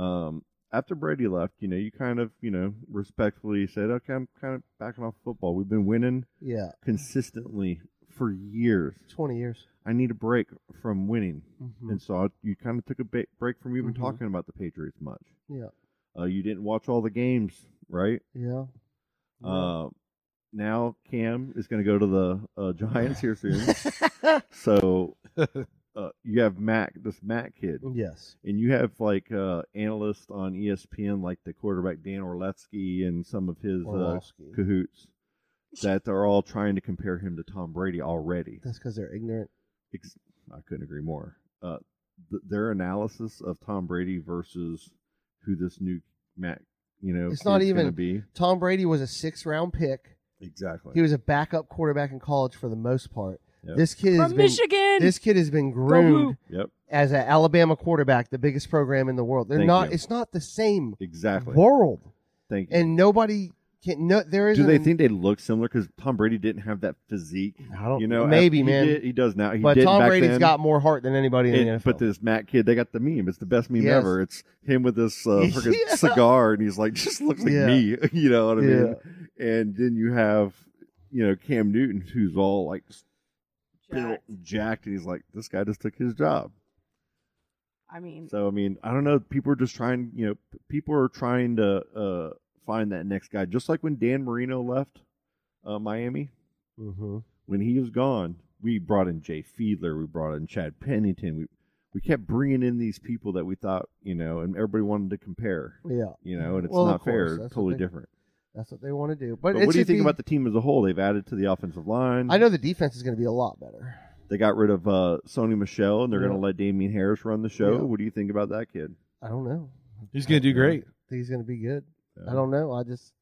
[SPEAKER 6] Um, after Brady left, you know, you kind of, you know, respectfully said, "Okay, I'm kind of backing off football. We've been winning
[SPEAKER 9] Yeah.
[SPEAKER 6] consistently for years.
[SPEAKER 9] Twenty years.
[SPEAKER 6] I need a break from winning."
[SPEAKER 9] Mhm.
[SPEAKER 6] And so I, you kind of took a ba- break from even
[SPEAKER 9] Mhm.
[SPEAKER 6] talking about the Patriots much.
[SPEAKER 9] Yeah.
[SPEAKER 6] Uh, you didn't watch all the games, right?
[SPEAKER 9] Yeah.
[SPEAKER 6] Uh, now Cam is going to go to the uh, Giants here soon. so uh, you have Mac, this Mac kid.
[SPEAKER 9] Yes.
[SPEAKER 6] And you have like uh, analysts on E ESPN, like the quarterback Dan Orletsky and some of his uh,
[SPEAKER 9] Orlovsky.
[SPEAKER 6] cahoots that are all trying to compare him to Tom Brady already.
[SPEAKER 9] That's because they're ignorant.
[SPEAKER 6] Ex- I couldn't agree more. Uh, th- their analysis of Tom Brady versus who this new Mac, you know,
[SPEAKER 9] It's not
[SPEAKER 6] kid's gonna
[SPEAKER 9] even.
[SPEAKER 6] be
[SPEAKER 9] Tom Brady was a sixth round pick.
[SPEAKER 6] exactly.
[SPEAKER 9] He was a backup quarterback in college for the most part.
[SPEAKER 6] Yep.
[SPEAKER 9] This kid has
[SPEAKER 3] From
[SPEAKER 9] been,
[SPEAKER 3] Michigan!
[SPEAKER 9] This kid has been
[SPEAKER 3] Blue.
[SPEAKER 9] groomed
[SPEAKER 6] Yep,
[SPEAKER 9] as an Alabama quarterback, the biggest program in the world. They're
[SPEAKER 6] Thank
[SPEAKER 9] not.
[SPEAKER 6] you.
[SPEAKER 9] It's not the same
[SPEAKER 6] exactly.
[SPEAKER 9] world,
[SPEAKER 6] Thank you.
[SPEAKER 9] and nobody can. No, there is.
[SPEAKER 6] Do they think they look similar? Because Tom Brady didn't have that physique.
[SPEAKER 9] I don't.
[SPEAKER 6] You know,
[SPEAKER 9] Oh, maybe
[SPEAKER 6] he
[SPEAKER 9] man.
[SPEAKER 6] did- he does now. He
[SPEAKER 9] but
[SPEAKER 6] did
[SPEAKER 9] Tom
[SPEAKER 6] back
[SPEAKER 9] Brady's
[SPEAKER 6] then.
[SPEAKER 9] got more heart than anybody in the
[SPEAKER 6] And-
[SPEAKER 9] NFL.
[SPEAKER 6] but this Matt kid, they got the meme. It's the best meme
[SPEAKER 9] Yes.
[SPEAKER 6] ever. It's him with this uh, freaking
[SPEAKER 9] Yeah.
[SPEAKER 6] cigar, and he's like, just looks like
[SPEAKER 9] Yeah.
[SPEAKER 6] me. You know what I mean? And then you have, you know, Cam Newton, who's all like just built,
[SPEAKER 3] Jacked.
[SPEAKER 6] jacked, and he's like, this guy just took his job.
[SPEAKER 3] I mean,
[SPEAKER 6] So I mean, I don't know. People are just trying. You know, p- people are trying to uh, find that next guy. Just like when Dan Marino left uh, Miami,
[SPEAKER 9] mm-hmm.
[SPEAKER 6] when he was gone, we brought in Jay Fiedler, we brought in Chad Pennington. We we kept bringing in these people that we thought, you know, and everybody wanted to compare,
[SPEAKER 9] Yeah,
[SPEAKER 6] you know, and it's
[SPEAKER 9] Well, of
[SPEAKER 6] not fair.
[SPEAKER 9] course,
[SPEAKER 6] It's
[SPEAKER 9] that's what
[SPEAKER 6] totally
[SPEAKER 9] they-
[SPEAKER 6] different.
[SPEAKER 9] that's what they want to do. But,
[SPEAKER 6] But,
[SPEAKER 9] it
[SPEAKER 6] what do you
[SPEAKER 9] should
[SPEAKER 6] think
[SPEAKER 9] be-
[SPEAKER 6] about the team as a whole? They've added to the offensive line.
[SPEAKER 9] I know the defense is going to be a lot better.
[SPEAKER 6] they got rid of uh, Sony Michelle, and they're going
[SPEAKER 9] Yeah.
[SPEAKER 6] to let Damien Harris run the show.
[SPEAKER 9] Yeah.
[SPEAKER 6] What do you think about that kid?
[SPEAKER 9] I don't know.
[SPEAKER 7] He's gonna do great.
[SPEAKER 9] I think he's going to be good.
[SPEAKER 6] Yeah.
[SPEAKER 9] I don't know. I just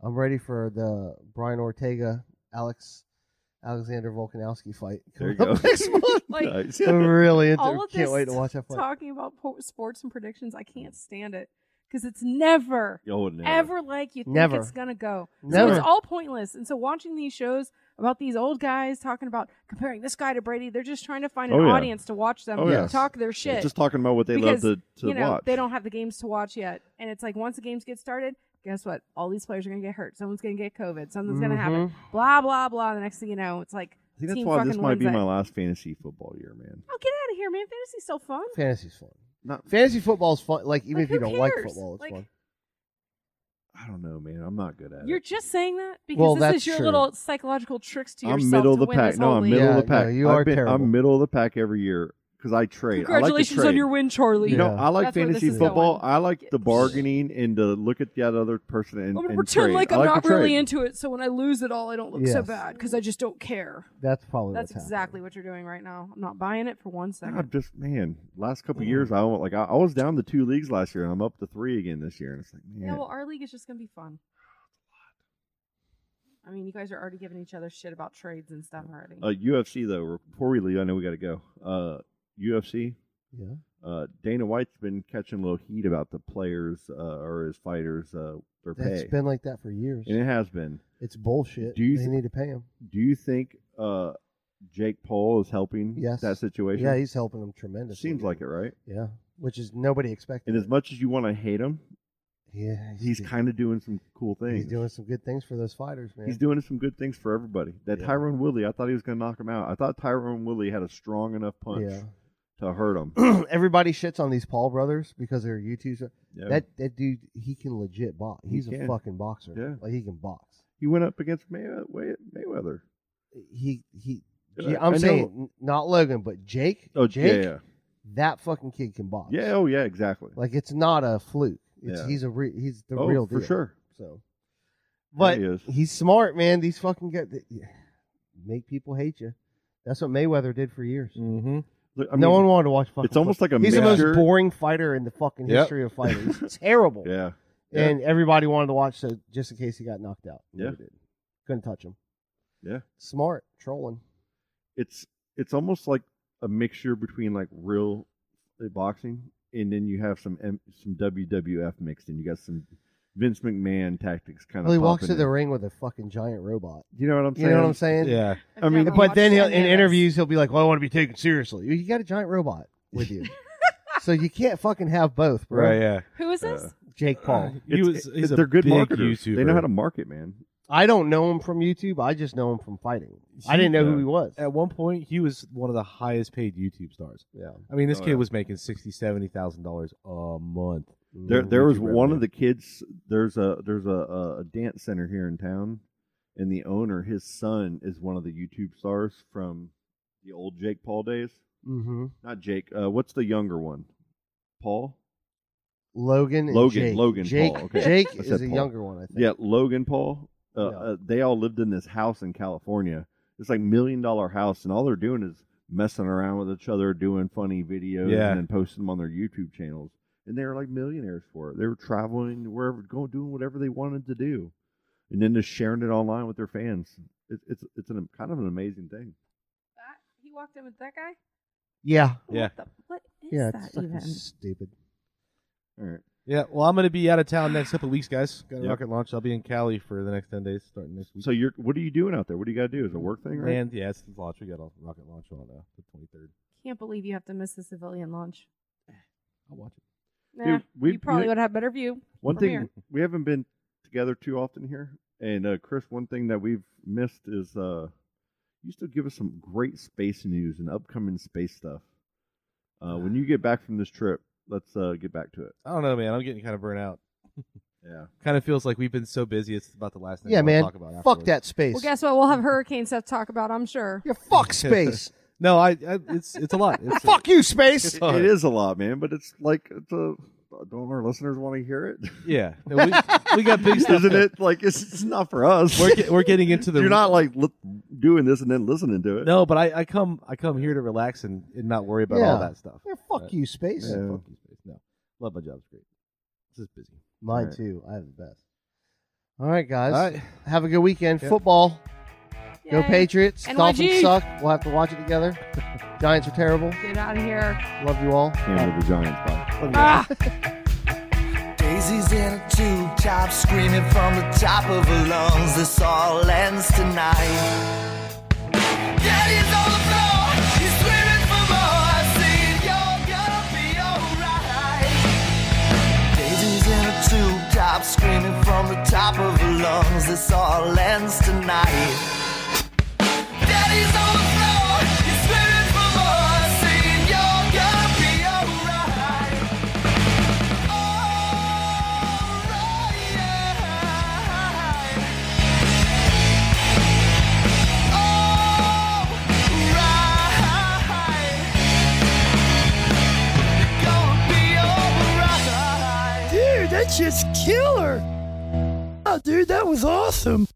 [SPEAKER 9] I'm ready for the Brian Ortega, Alex Alexander Volkanowski fight.
[SPEAKER 6] There you
[SPEAKER 9] coming up
[SPEAKER 6] go.
[SPEAKER 9] next month.
[SPEAKER 3] like
[SPEAKER 6] Nice.
[SPEAKER 9] I'm really into,
[SPEAKER 3] all of
[SPEAKER 9] can't
[SPEAKER 3] this
[SPEAKER 9] wait to watch that fight.
[SPEAKER 3] talking about po- sports and predictions, I can't stand it because it's never,
[SPEAKER 6] Oh, no.
[SPEAKER 3] ever like you think
[SPEAKER 9] Never.
[SPEAKER 3] it's gonna go. So
[SPEAKER 9] Never.
[SPEAKER 3] it's all pointless. And so watching these shows about these old guys talking about comparing this guy to Brady, they're just trying to find an
[SPEAKER 6] Oh, yeah.
[SPEAKER 3] audience to watch them
[SPEAKER 6] Oh, yeah.
[SPEAKER 3] talk their shit.
[SPEAKER 6] Just talking about what they
[SPEAKER 3] because
[SPEAKER 6] love to, to
[SPEAKER 3] you know
[SPEAKER 6] watch.
[SPEAKER 3] they don't have the games to watch yet, and it's like once the games get started, guess what? All these players are gonna get hurt. Someone's gonna get COVID. Something's gonna happen.
[SPEAKER 9] Mm-hmm.
[SPEAKER 3] Blah blah blah. The next thing you know, it's like
[SPEAKER 6] I think that's
[SPEAKER 3] team
[SPEAKER 6] why
[SPEAKER 3] fucking
[SPEAKER 6] this might
[SPEAKER 3] wins
[SPEAKER 6] be
[SPEAKER 3] it.
[SPEAKER 6] my last fantasy football year, man.
[SPEAKER 3] Oh, get out of here, man! Fantasy's so fun.
[SPEAKER 9] Fantasy's fun.
[SPEAKER 6] Not,
[SPEAKER 9] Fantasy football's fun. Like even
[SPEAKER 3] Like,
[SPEAKER 9] if you
[SPEAKER 3] who
[SPEAKER 9] don't like
[SPEAKER 3] cares?
[SPEAKER 9] football, it's
[SPEAKER 3] Like,
[SPEAKER 9] fun.
[SPEAKER 6] I don't know, man. I'm not good at
[SPEAKER 3] You're
[SPEAKER 6] it.
[SPEAKER 3] just saying that because
[SPEAKER 9] Well,
[SPEAKER 3] this is
[SPEAKER 9] that's
[SPEAKER 3] your
[SPEAKER 9] true.
[SPEAKER 3] little psychological tricks to yourself.
[SPEAKER 6] I'm middle
[SPEAKER 3] to
[SPEAKER 6] of the
[SPEAKER 3] win
[SPEAKER 6] pack.
[SPEAKER 3] This
[SPEAKER 6] No,
[SPEAKER 3] whole
[SPEAKER 6] I'm
[SPEAKER 3] league.
[SPEAKER 6] middle
[SPEAKER 9] Yeah,
[SPEAKER 6] of the pack.
[SPEAKER 9] no, you
[SPEAKER 6] I've
[SPEAKER 9] are
[SPEAKER 6] been-
[SPEAKER 9] terrible.
[SPEAKER 6] I'm middle of the pack every year because I trade.
[SPEAKER 3] Congratulations
[SPEAKER 6] I like to trade.
[SPEAKER 3] on your win, Charlie.
[SPEAKER 6] You know,
[SPEAKER 9] Yeah.
[SPEAKER 6] I like
[SPEAKER 3] That's where this
[SPEAKER 6] fantasy
[SPEAKER 3] is going.
[SPEAKER 6] football. I like
[SPEAKER 3] Yeah.
[SPEAKER 6] the bargaining and to look at that other person and,
[SPEAKER 3] I'm gonna
[SPEAKER 6] and
[SPEAKER 3] pretend
[SPEAKER 6] trade.
[SPEAKER 3] like
[SPEAKER 6] I
[SPEAKER 3] I'm
[SPEAKER 6] like
[SPEAKER 3] not
[SPEAKER 6] to trade.
[SPEAKER 3] really into it, so when I lose it all, I don't look so
[SPEAKER 9] Yes.
[SPEAKER 3] bad because I just don't care.
[SPEAKER 9] That's probably
[SPEAKER 3] That's
[SPEAKER 9] what's
[SPEAKER 3] exactly what you're doing right now. I'm not buying it for one
[SPEAKER 6] I'm
[SPEAKER 3] second.
[SPEAKER 6] just man. Last
[SPEAKER 9] Mm.
[SPEAKER 6] couple years, I went like I, I was down to two leagues last year, and I'm up to three again this year, and it's like man,
[SPEAKER 3] Yeah, well, our league is just gonna be fun. I mean, you guys are already giving each other shit about trades and stuff already.
[SPEAKER 6] Uh, UFC though, before we leave, I know we got to go. Uh, UFC.
[SPEAKER 9] Yeah.
[SPEAKER 6] Uh, Dana White's been catching a little heat about the players uh, or his fighters uh, their
[SPEAKER 9] happening.
[SPEAKER 6] pay,
[SPEAKER 9] It's been like that for years.
[SPEAKER 6] and it has been.
[SPEAKER 9] It's bullshit.
[SPEAKER 6] Do you
[SPEAKER 9] they
[SPEAKER 6] th-
[SPEAKER 9] need to pay him?
[SPEAKER 6] Do you think uh, Jake Paul is helping
[SPEAKER 9] Yes.
[SPEAKER 6] that situation?
[SPEAKER 9] Yeah, he's helping them tremendously.
[SPEAKER 6] seems like it, right?
[SPEAKER 9] Yeah, which is nobody expected.
[SPEAKER 6] And as much as you want to hate him,
[SPEAKER 9] yeah,
[SPEAKER 6] he's kind of doing some cool things.
[SPEAKER 9] he's doing some good things for those fighters, man.
[SPEAKER 6] He's doing some good things for everybody. That
[SPEAKER 9] Yeah.
[SPEAKER 6] Tyrone Woodley, I thought he was going to knock him out. I thought Tyrone Woodley had a strong enough punch
[SPEAKER 9] Yeah.
[SPEAKER 6] to hurt him.
[SPEAKER 9] everybody shits on these Paul brothers because they're YouTubers.
[SPEAKER 6] Yeah.
[SPEAKER 9] That that dude, he can legit box.
[SPEAKER 6] He
[SPEAKER 9] He's
[SPEAKER 6] can.
[SPEAKER 9] a fucking boxer.
[SPEAKER 6] Yeah.
[SPEAKER 9] like he can box.
[SPEAKER 6] he went up against May- Way- Mayweather.
[SPEAKER 9] He he.
[SPEAKER 6] Yeah,
[SPEAKER 9] Yeah,
[SPEAKER 6] I
[SPEAKER 9] I'm
[SPEAKER 6] know.
[SPEAKER 9] saying n- not Logan, but Jake.
[SPEAKER 6] Oh,
[SPEAKER 9] Jake.
[SPEAKER 6] yeah,
[SPEAKER 9] That fucking kid can box.
[SPEAKER 6] yeah, yeah. Oh, yeah, exactly.
[SPEAKER 9] like it's not a fluke. It's,
[SPEAKER 6] Yeah.
[SPEAKER 9] He's a re- he's the
[SPEAKER 6] oh,
[SPEAKER 9] real
[SPEAKER 6] for
[SPEAKER 9] deal.
[SPEAKER 6] sure.
[SPEAKER 9] So, but
[SPEAKER 6] he is.
[SPEAKER 9] he's smart, man. These fucking guys make people hate you. That's what Mayweather did for years.
[SPEAKER 7] Mm-hmm.
[SPEAKER 6] Look, I
[SPEAKER 9] no
[SPEAKER 6] mean,
[SPEAKER 9] one wanted to watch fucking.
[SPEAKER 6] It's almost like a
[SPEAKER 9] He's the
[SPEAKER 6] mixture-
[SPEAKER 9] most boring fighter in the fucking
[SPEAKER 7] Yep.
[SPEAKER 9] history of fighting. He's terrible.
[SPEAKER 6] Yeah. Yeah.
[SPEAKER 9] And everybody wanted to watch, so just in case he got knocked out.
[SPEAKER 6] Yeah.
[SPEAKER 9] Never did. Couldn't touch him.
[SPEAKER 6] Yeah.
[SPEAKER 9] Smart trolling.
[SPEAKER 6] it's it's almost like a mixture between like real eh, boxing and then you have some M- some WWF mixed in. You got some Vince McMahon tactics kind of.
[SPEAKER 9] Well, he walks to the ring with a fucking giant robot.
[SPEAKER 6] You know what I'm saying?
[SPEAKER 9] You know what I'm saying?
[SPEAKER 7] Yeah.
[SPEAKER 6] I mean,
[SPEAKER 9] but then he'll in interviews he'll be like, "Well, I want to be taken seriously." You got a giant robot with you, so you can't fucking have both, bro.
[SPEAKER 7] Right, yeah.
[SPEAKER 3] Who is this?
[SPEAKER 9] Jake Paul.
[SPEAKER 7] He
[SPEAKER 6] It's-
[SPEAKER 7] was-
[SPEAKER 6] it-
[SPEAKER 7] he's a
[SPEAKER 6] they're good
[SPEAKER 7] big
[SPEAKER 6] marketers. They know
[SPEAKER 7] YouTuber.
[SPEAKER 6] how to market, man.
[SPEAKER 9] I don't know him from YouTube. I just know him from fighting. I didn't know who he was.
[SPEAKER 7] At one point, he was one of the highest paid YouTube stars.
[SPEAKER 9] Yeah.
[SPEAKER 7] I mean, this
[SPEAKER 6] Oh,
[SPEAKER 7] kid
[SPEAKER 6] yeah.
[SPEAKER 7] was making sixty, seventy thousand dollars a month.
[SPEAKER 6] There,
[SPEAKER 7] Mm,
[SPEAKER 6] there was
[SPEAKER 7] YouTube
[SPEAKER 6] one
[SPEAKER 7] revenue.
[SPEAKER 6] of the kids. There's a there's a, a, a dance center here in town, and the owner, his son, is one of the YouTube stars from the old Jake Paul days.
[SPEAKER 9] Mm-hmm.
[SPEAKER 6] Not Jake. Uh, what's the younger one? Paul.
[SPEAKER 9] Logan. and
[SPEAKER 6] Logan.
[SPEAKER 9] Jake.
[SPEAKER 6] Logan.
[SPEAKER 9] Jake.
[SPEAKER 6] Paul. Okay.
[SPEAKER 9] Jake
[SPEAKER 6] I
[SPEAKER 9] is
[SPEAKER 6] said
[SPEAKER 9] a
[SPEAKER 6] Paul.
[SPEAKER 9] younger one. I think.
[SPEAKER 6] Yeah, Logan Paul. Uh,
[SPEAKER 9] Yeah.
[SPEAKER 6] uh, they all lived in this house in California. It's like million dollar house, and all they're doing is messing around with each other, doing funny videos,
[SPEAKER 7] Yeah.
[SPEAKER 6] and then posting them on their YouTube channels. And they were like millionaires for it. They were traveling wherever, going, doing whatever they wanted to do, and then just sharing it online with their fans. It's it's it's an, kind of an amazing thing.
[SPEAKER 3] That, he walked in with that guy.
[SPEAKER 9] Yeah.
[SPEAKER 7] Yeah.
[SPEAKER 3] What, the, what is
[SPEAKER 9] Yeah.
[SPEAKER 3] that
[SPEAKER 9] It's fucking
[SPEAKER 3] even?
[SPEAKER 9] stupid.
[SPEAKER 6] All right,
[SPEAKER 7] Yeah. Well, I'm going to be out of town next couple weeks, guys. Got a
[SPEAKER 6] Yep.
[SPEAKER 7] rocket launch. I'll be in Cali for the next ten days, starting next week.
[SPEAKER 6] so you're what are you doing out there? What do you got to do? Is it a work thing, right?
[SPEAKER 7] and yeah, it's the launch. We got a rocket launch on uh, the 23rd.
[SPEAKER 3] Can't believe you have to miss the civilian launch.
[SPEAKER 7] I'll watch it.
[SPEAKER 3] Nah,
[SPEAKER 6] Dude, we-
[SPEAKER 3] you probably
[SPEAKER 6] you-
[SPEAKER 3] would have better view.
[SPEAKER 6] One
[SPEAKER 3] from
[SPEAKER 6] thing
[SPEAKER 3] here.
[SPEAKER 6] we haven't been together too often here, and uh, Chris, one thing that we've missed is uh, you still give us some great space news and upcoming space stuff. Uh, when you get back from this trip, let's uh, get back to it.
[SPEAKER 7] I don't know, man. I'm getting kind of burnt out.
[SPEAKER 6] Yeah,
[SPEAKER 7] Kind of feels like we've been so busy. It's about the last thing. I
[SPEAKER 9] Yeah,
[SPEAKER 7] wanna
[SPEAKER 9] man.
[SPEAKER 7] Talk about
[SPEAKER 9] Fuck
[SPEAKER 7] afterwards.
[SPEAKER 9] that space.
[SPEAKER 3] Well, guess what? We'll have hurricane stuff to talk about. I'm sure.
[SPEAKER 9] yeah. Fuck space.
[SPEAKER 7] No, I, I. It's it's a lot. It's
[SPEAKER 9] fuck you, space.
[SPEAKER 7] All right.
[SPEAKER 6] it is a lot, man, but it's like it's a. Don't our listeners want to hear it?
[SPEAKER 7] Yeah. No, we, we got big stuff.
[SPEAKER 6] Isn't it like it's, it's not for us?
[SPEAKER 7] We're, get, we're getting into the.
[SPEAKER 6] You're not like li- doing this and then listening to it.
[SPEAKER 7] No, but I, I come I come here to relax and, and not worry about
[SPEAKER 9] Yeah.
[SPEAKER 7] all that stuff.
[SPEAKER 9] Yeah, fuck
[SPEAKER 7] Right.
[SPEAKER 9] you, space.
[SPEAKER 7] Yeah,
[SPEAKER 6] Yeah.
[SPEAKER 7] fuck you, space. No, love my job. It's great. It's just busy.
[SPEAKER 9] Mine
[SPEAKER 6] Right.
[SPEAKER 9] too. I have the best. All right, guys.
[SPEAKER 7] All right.
[SPEAKER 9] Have a good weekend.
[SPEAKER 7] Yep.
[SPEAKER 9] Football. Go
[SPEAKER 3] Yay.
[SPEAKER 9] Patriots.
[SPEAKER 3] NYG.
[SPEAKER 9] Dolphins suck. We'll have to watch it together. Giants are terrible.
[SPEAKER 3] Get out of here.
[SPEAKER 9] Love you all.
[SPEAKER 6] Can't with the Giants, bye.
[SPEAKER 3] Ah!
[SPEAKER 5] Daisy's in a tube top, screaming from the top of her lungs. This all ends tonight. Daddy's on the floor, he's screaming for more. Saying you're gonna be alright. Daisy's in a tube top, screaming from the top of her lungs. This all ends tonight. Daddy's on the floor, he's screaming for more. Saying you're gonna be alright. Dude, that's just killer. Oh, dude, that was awesome.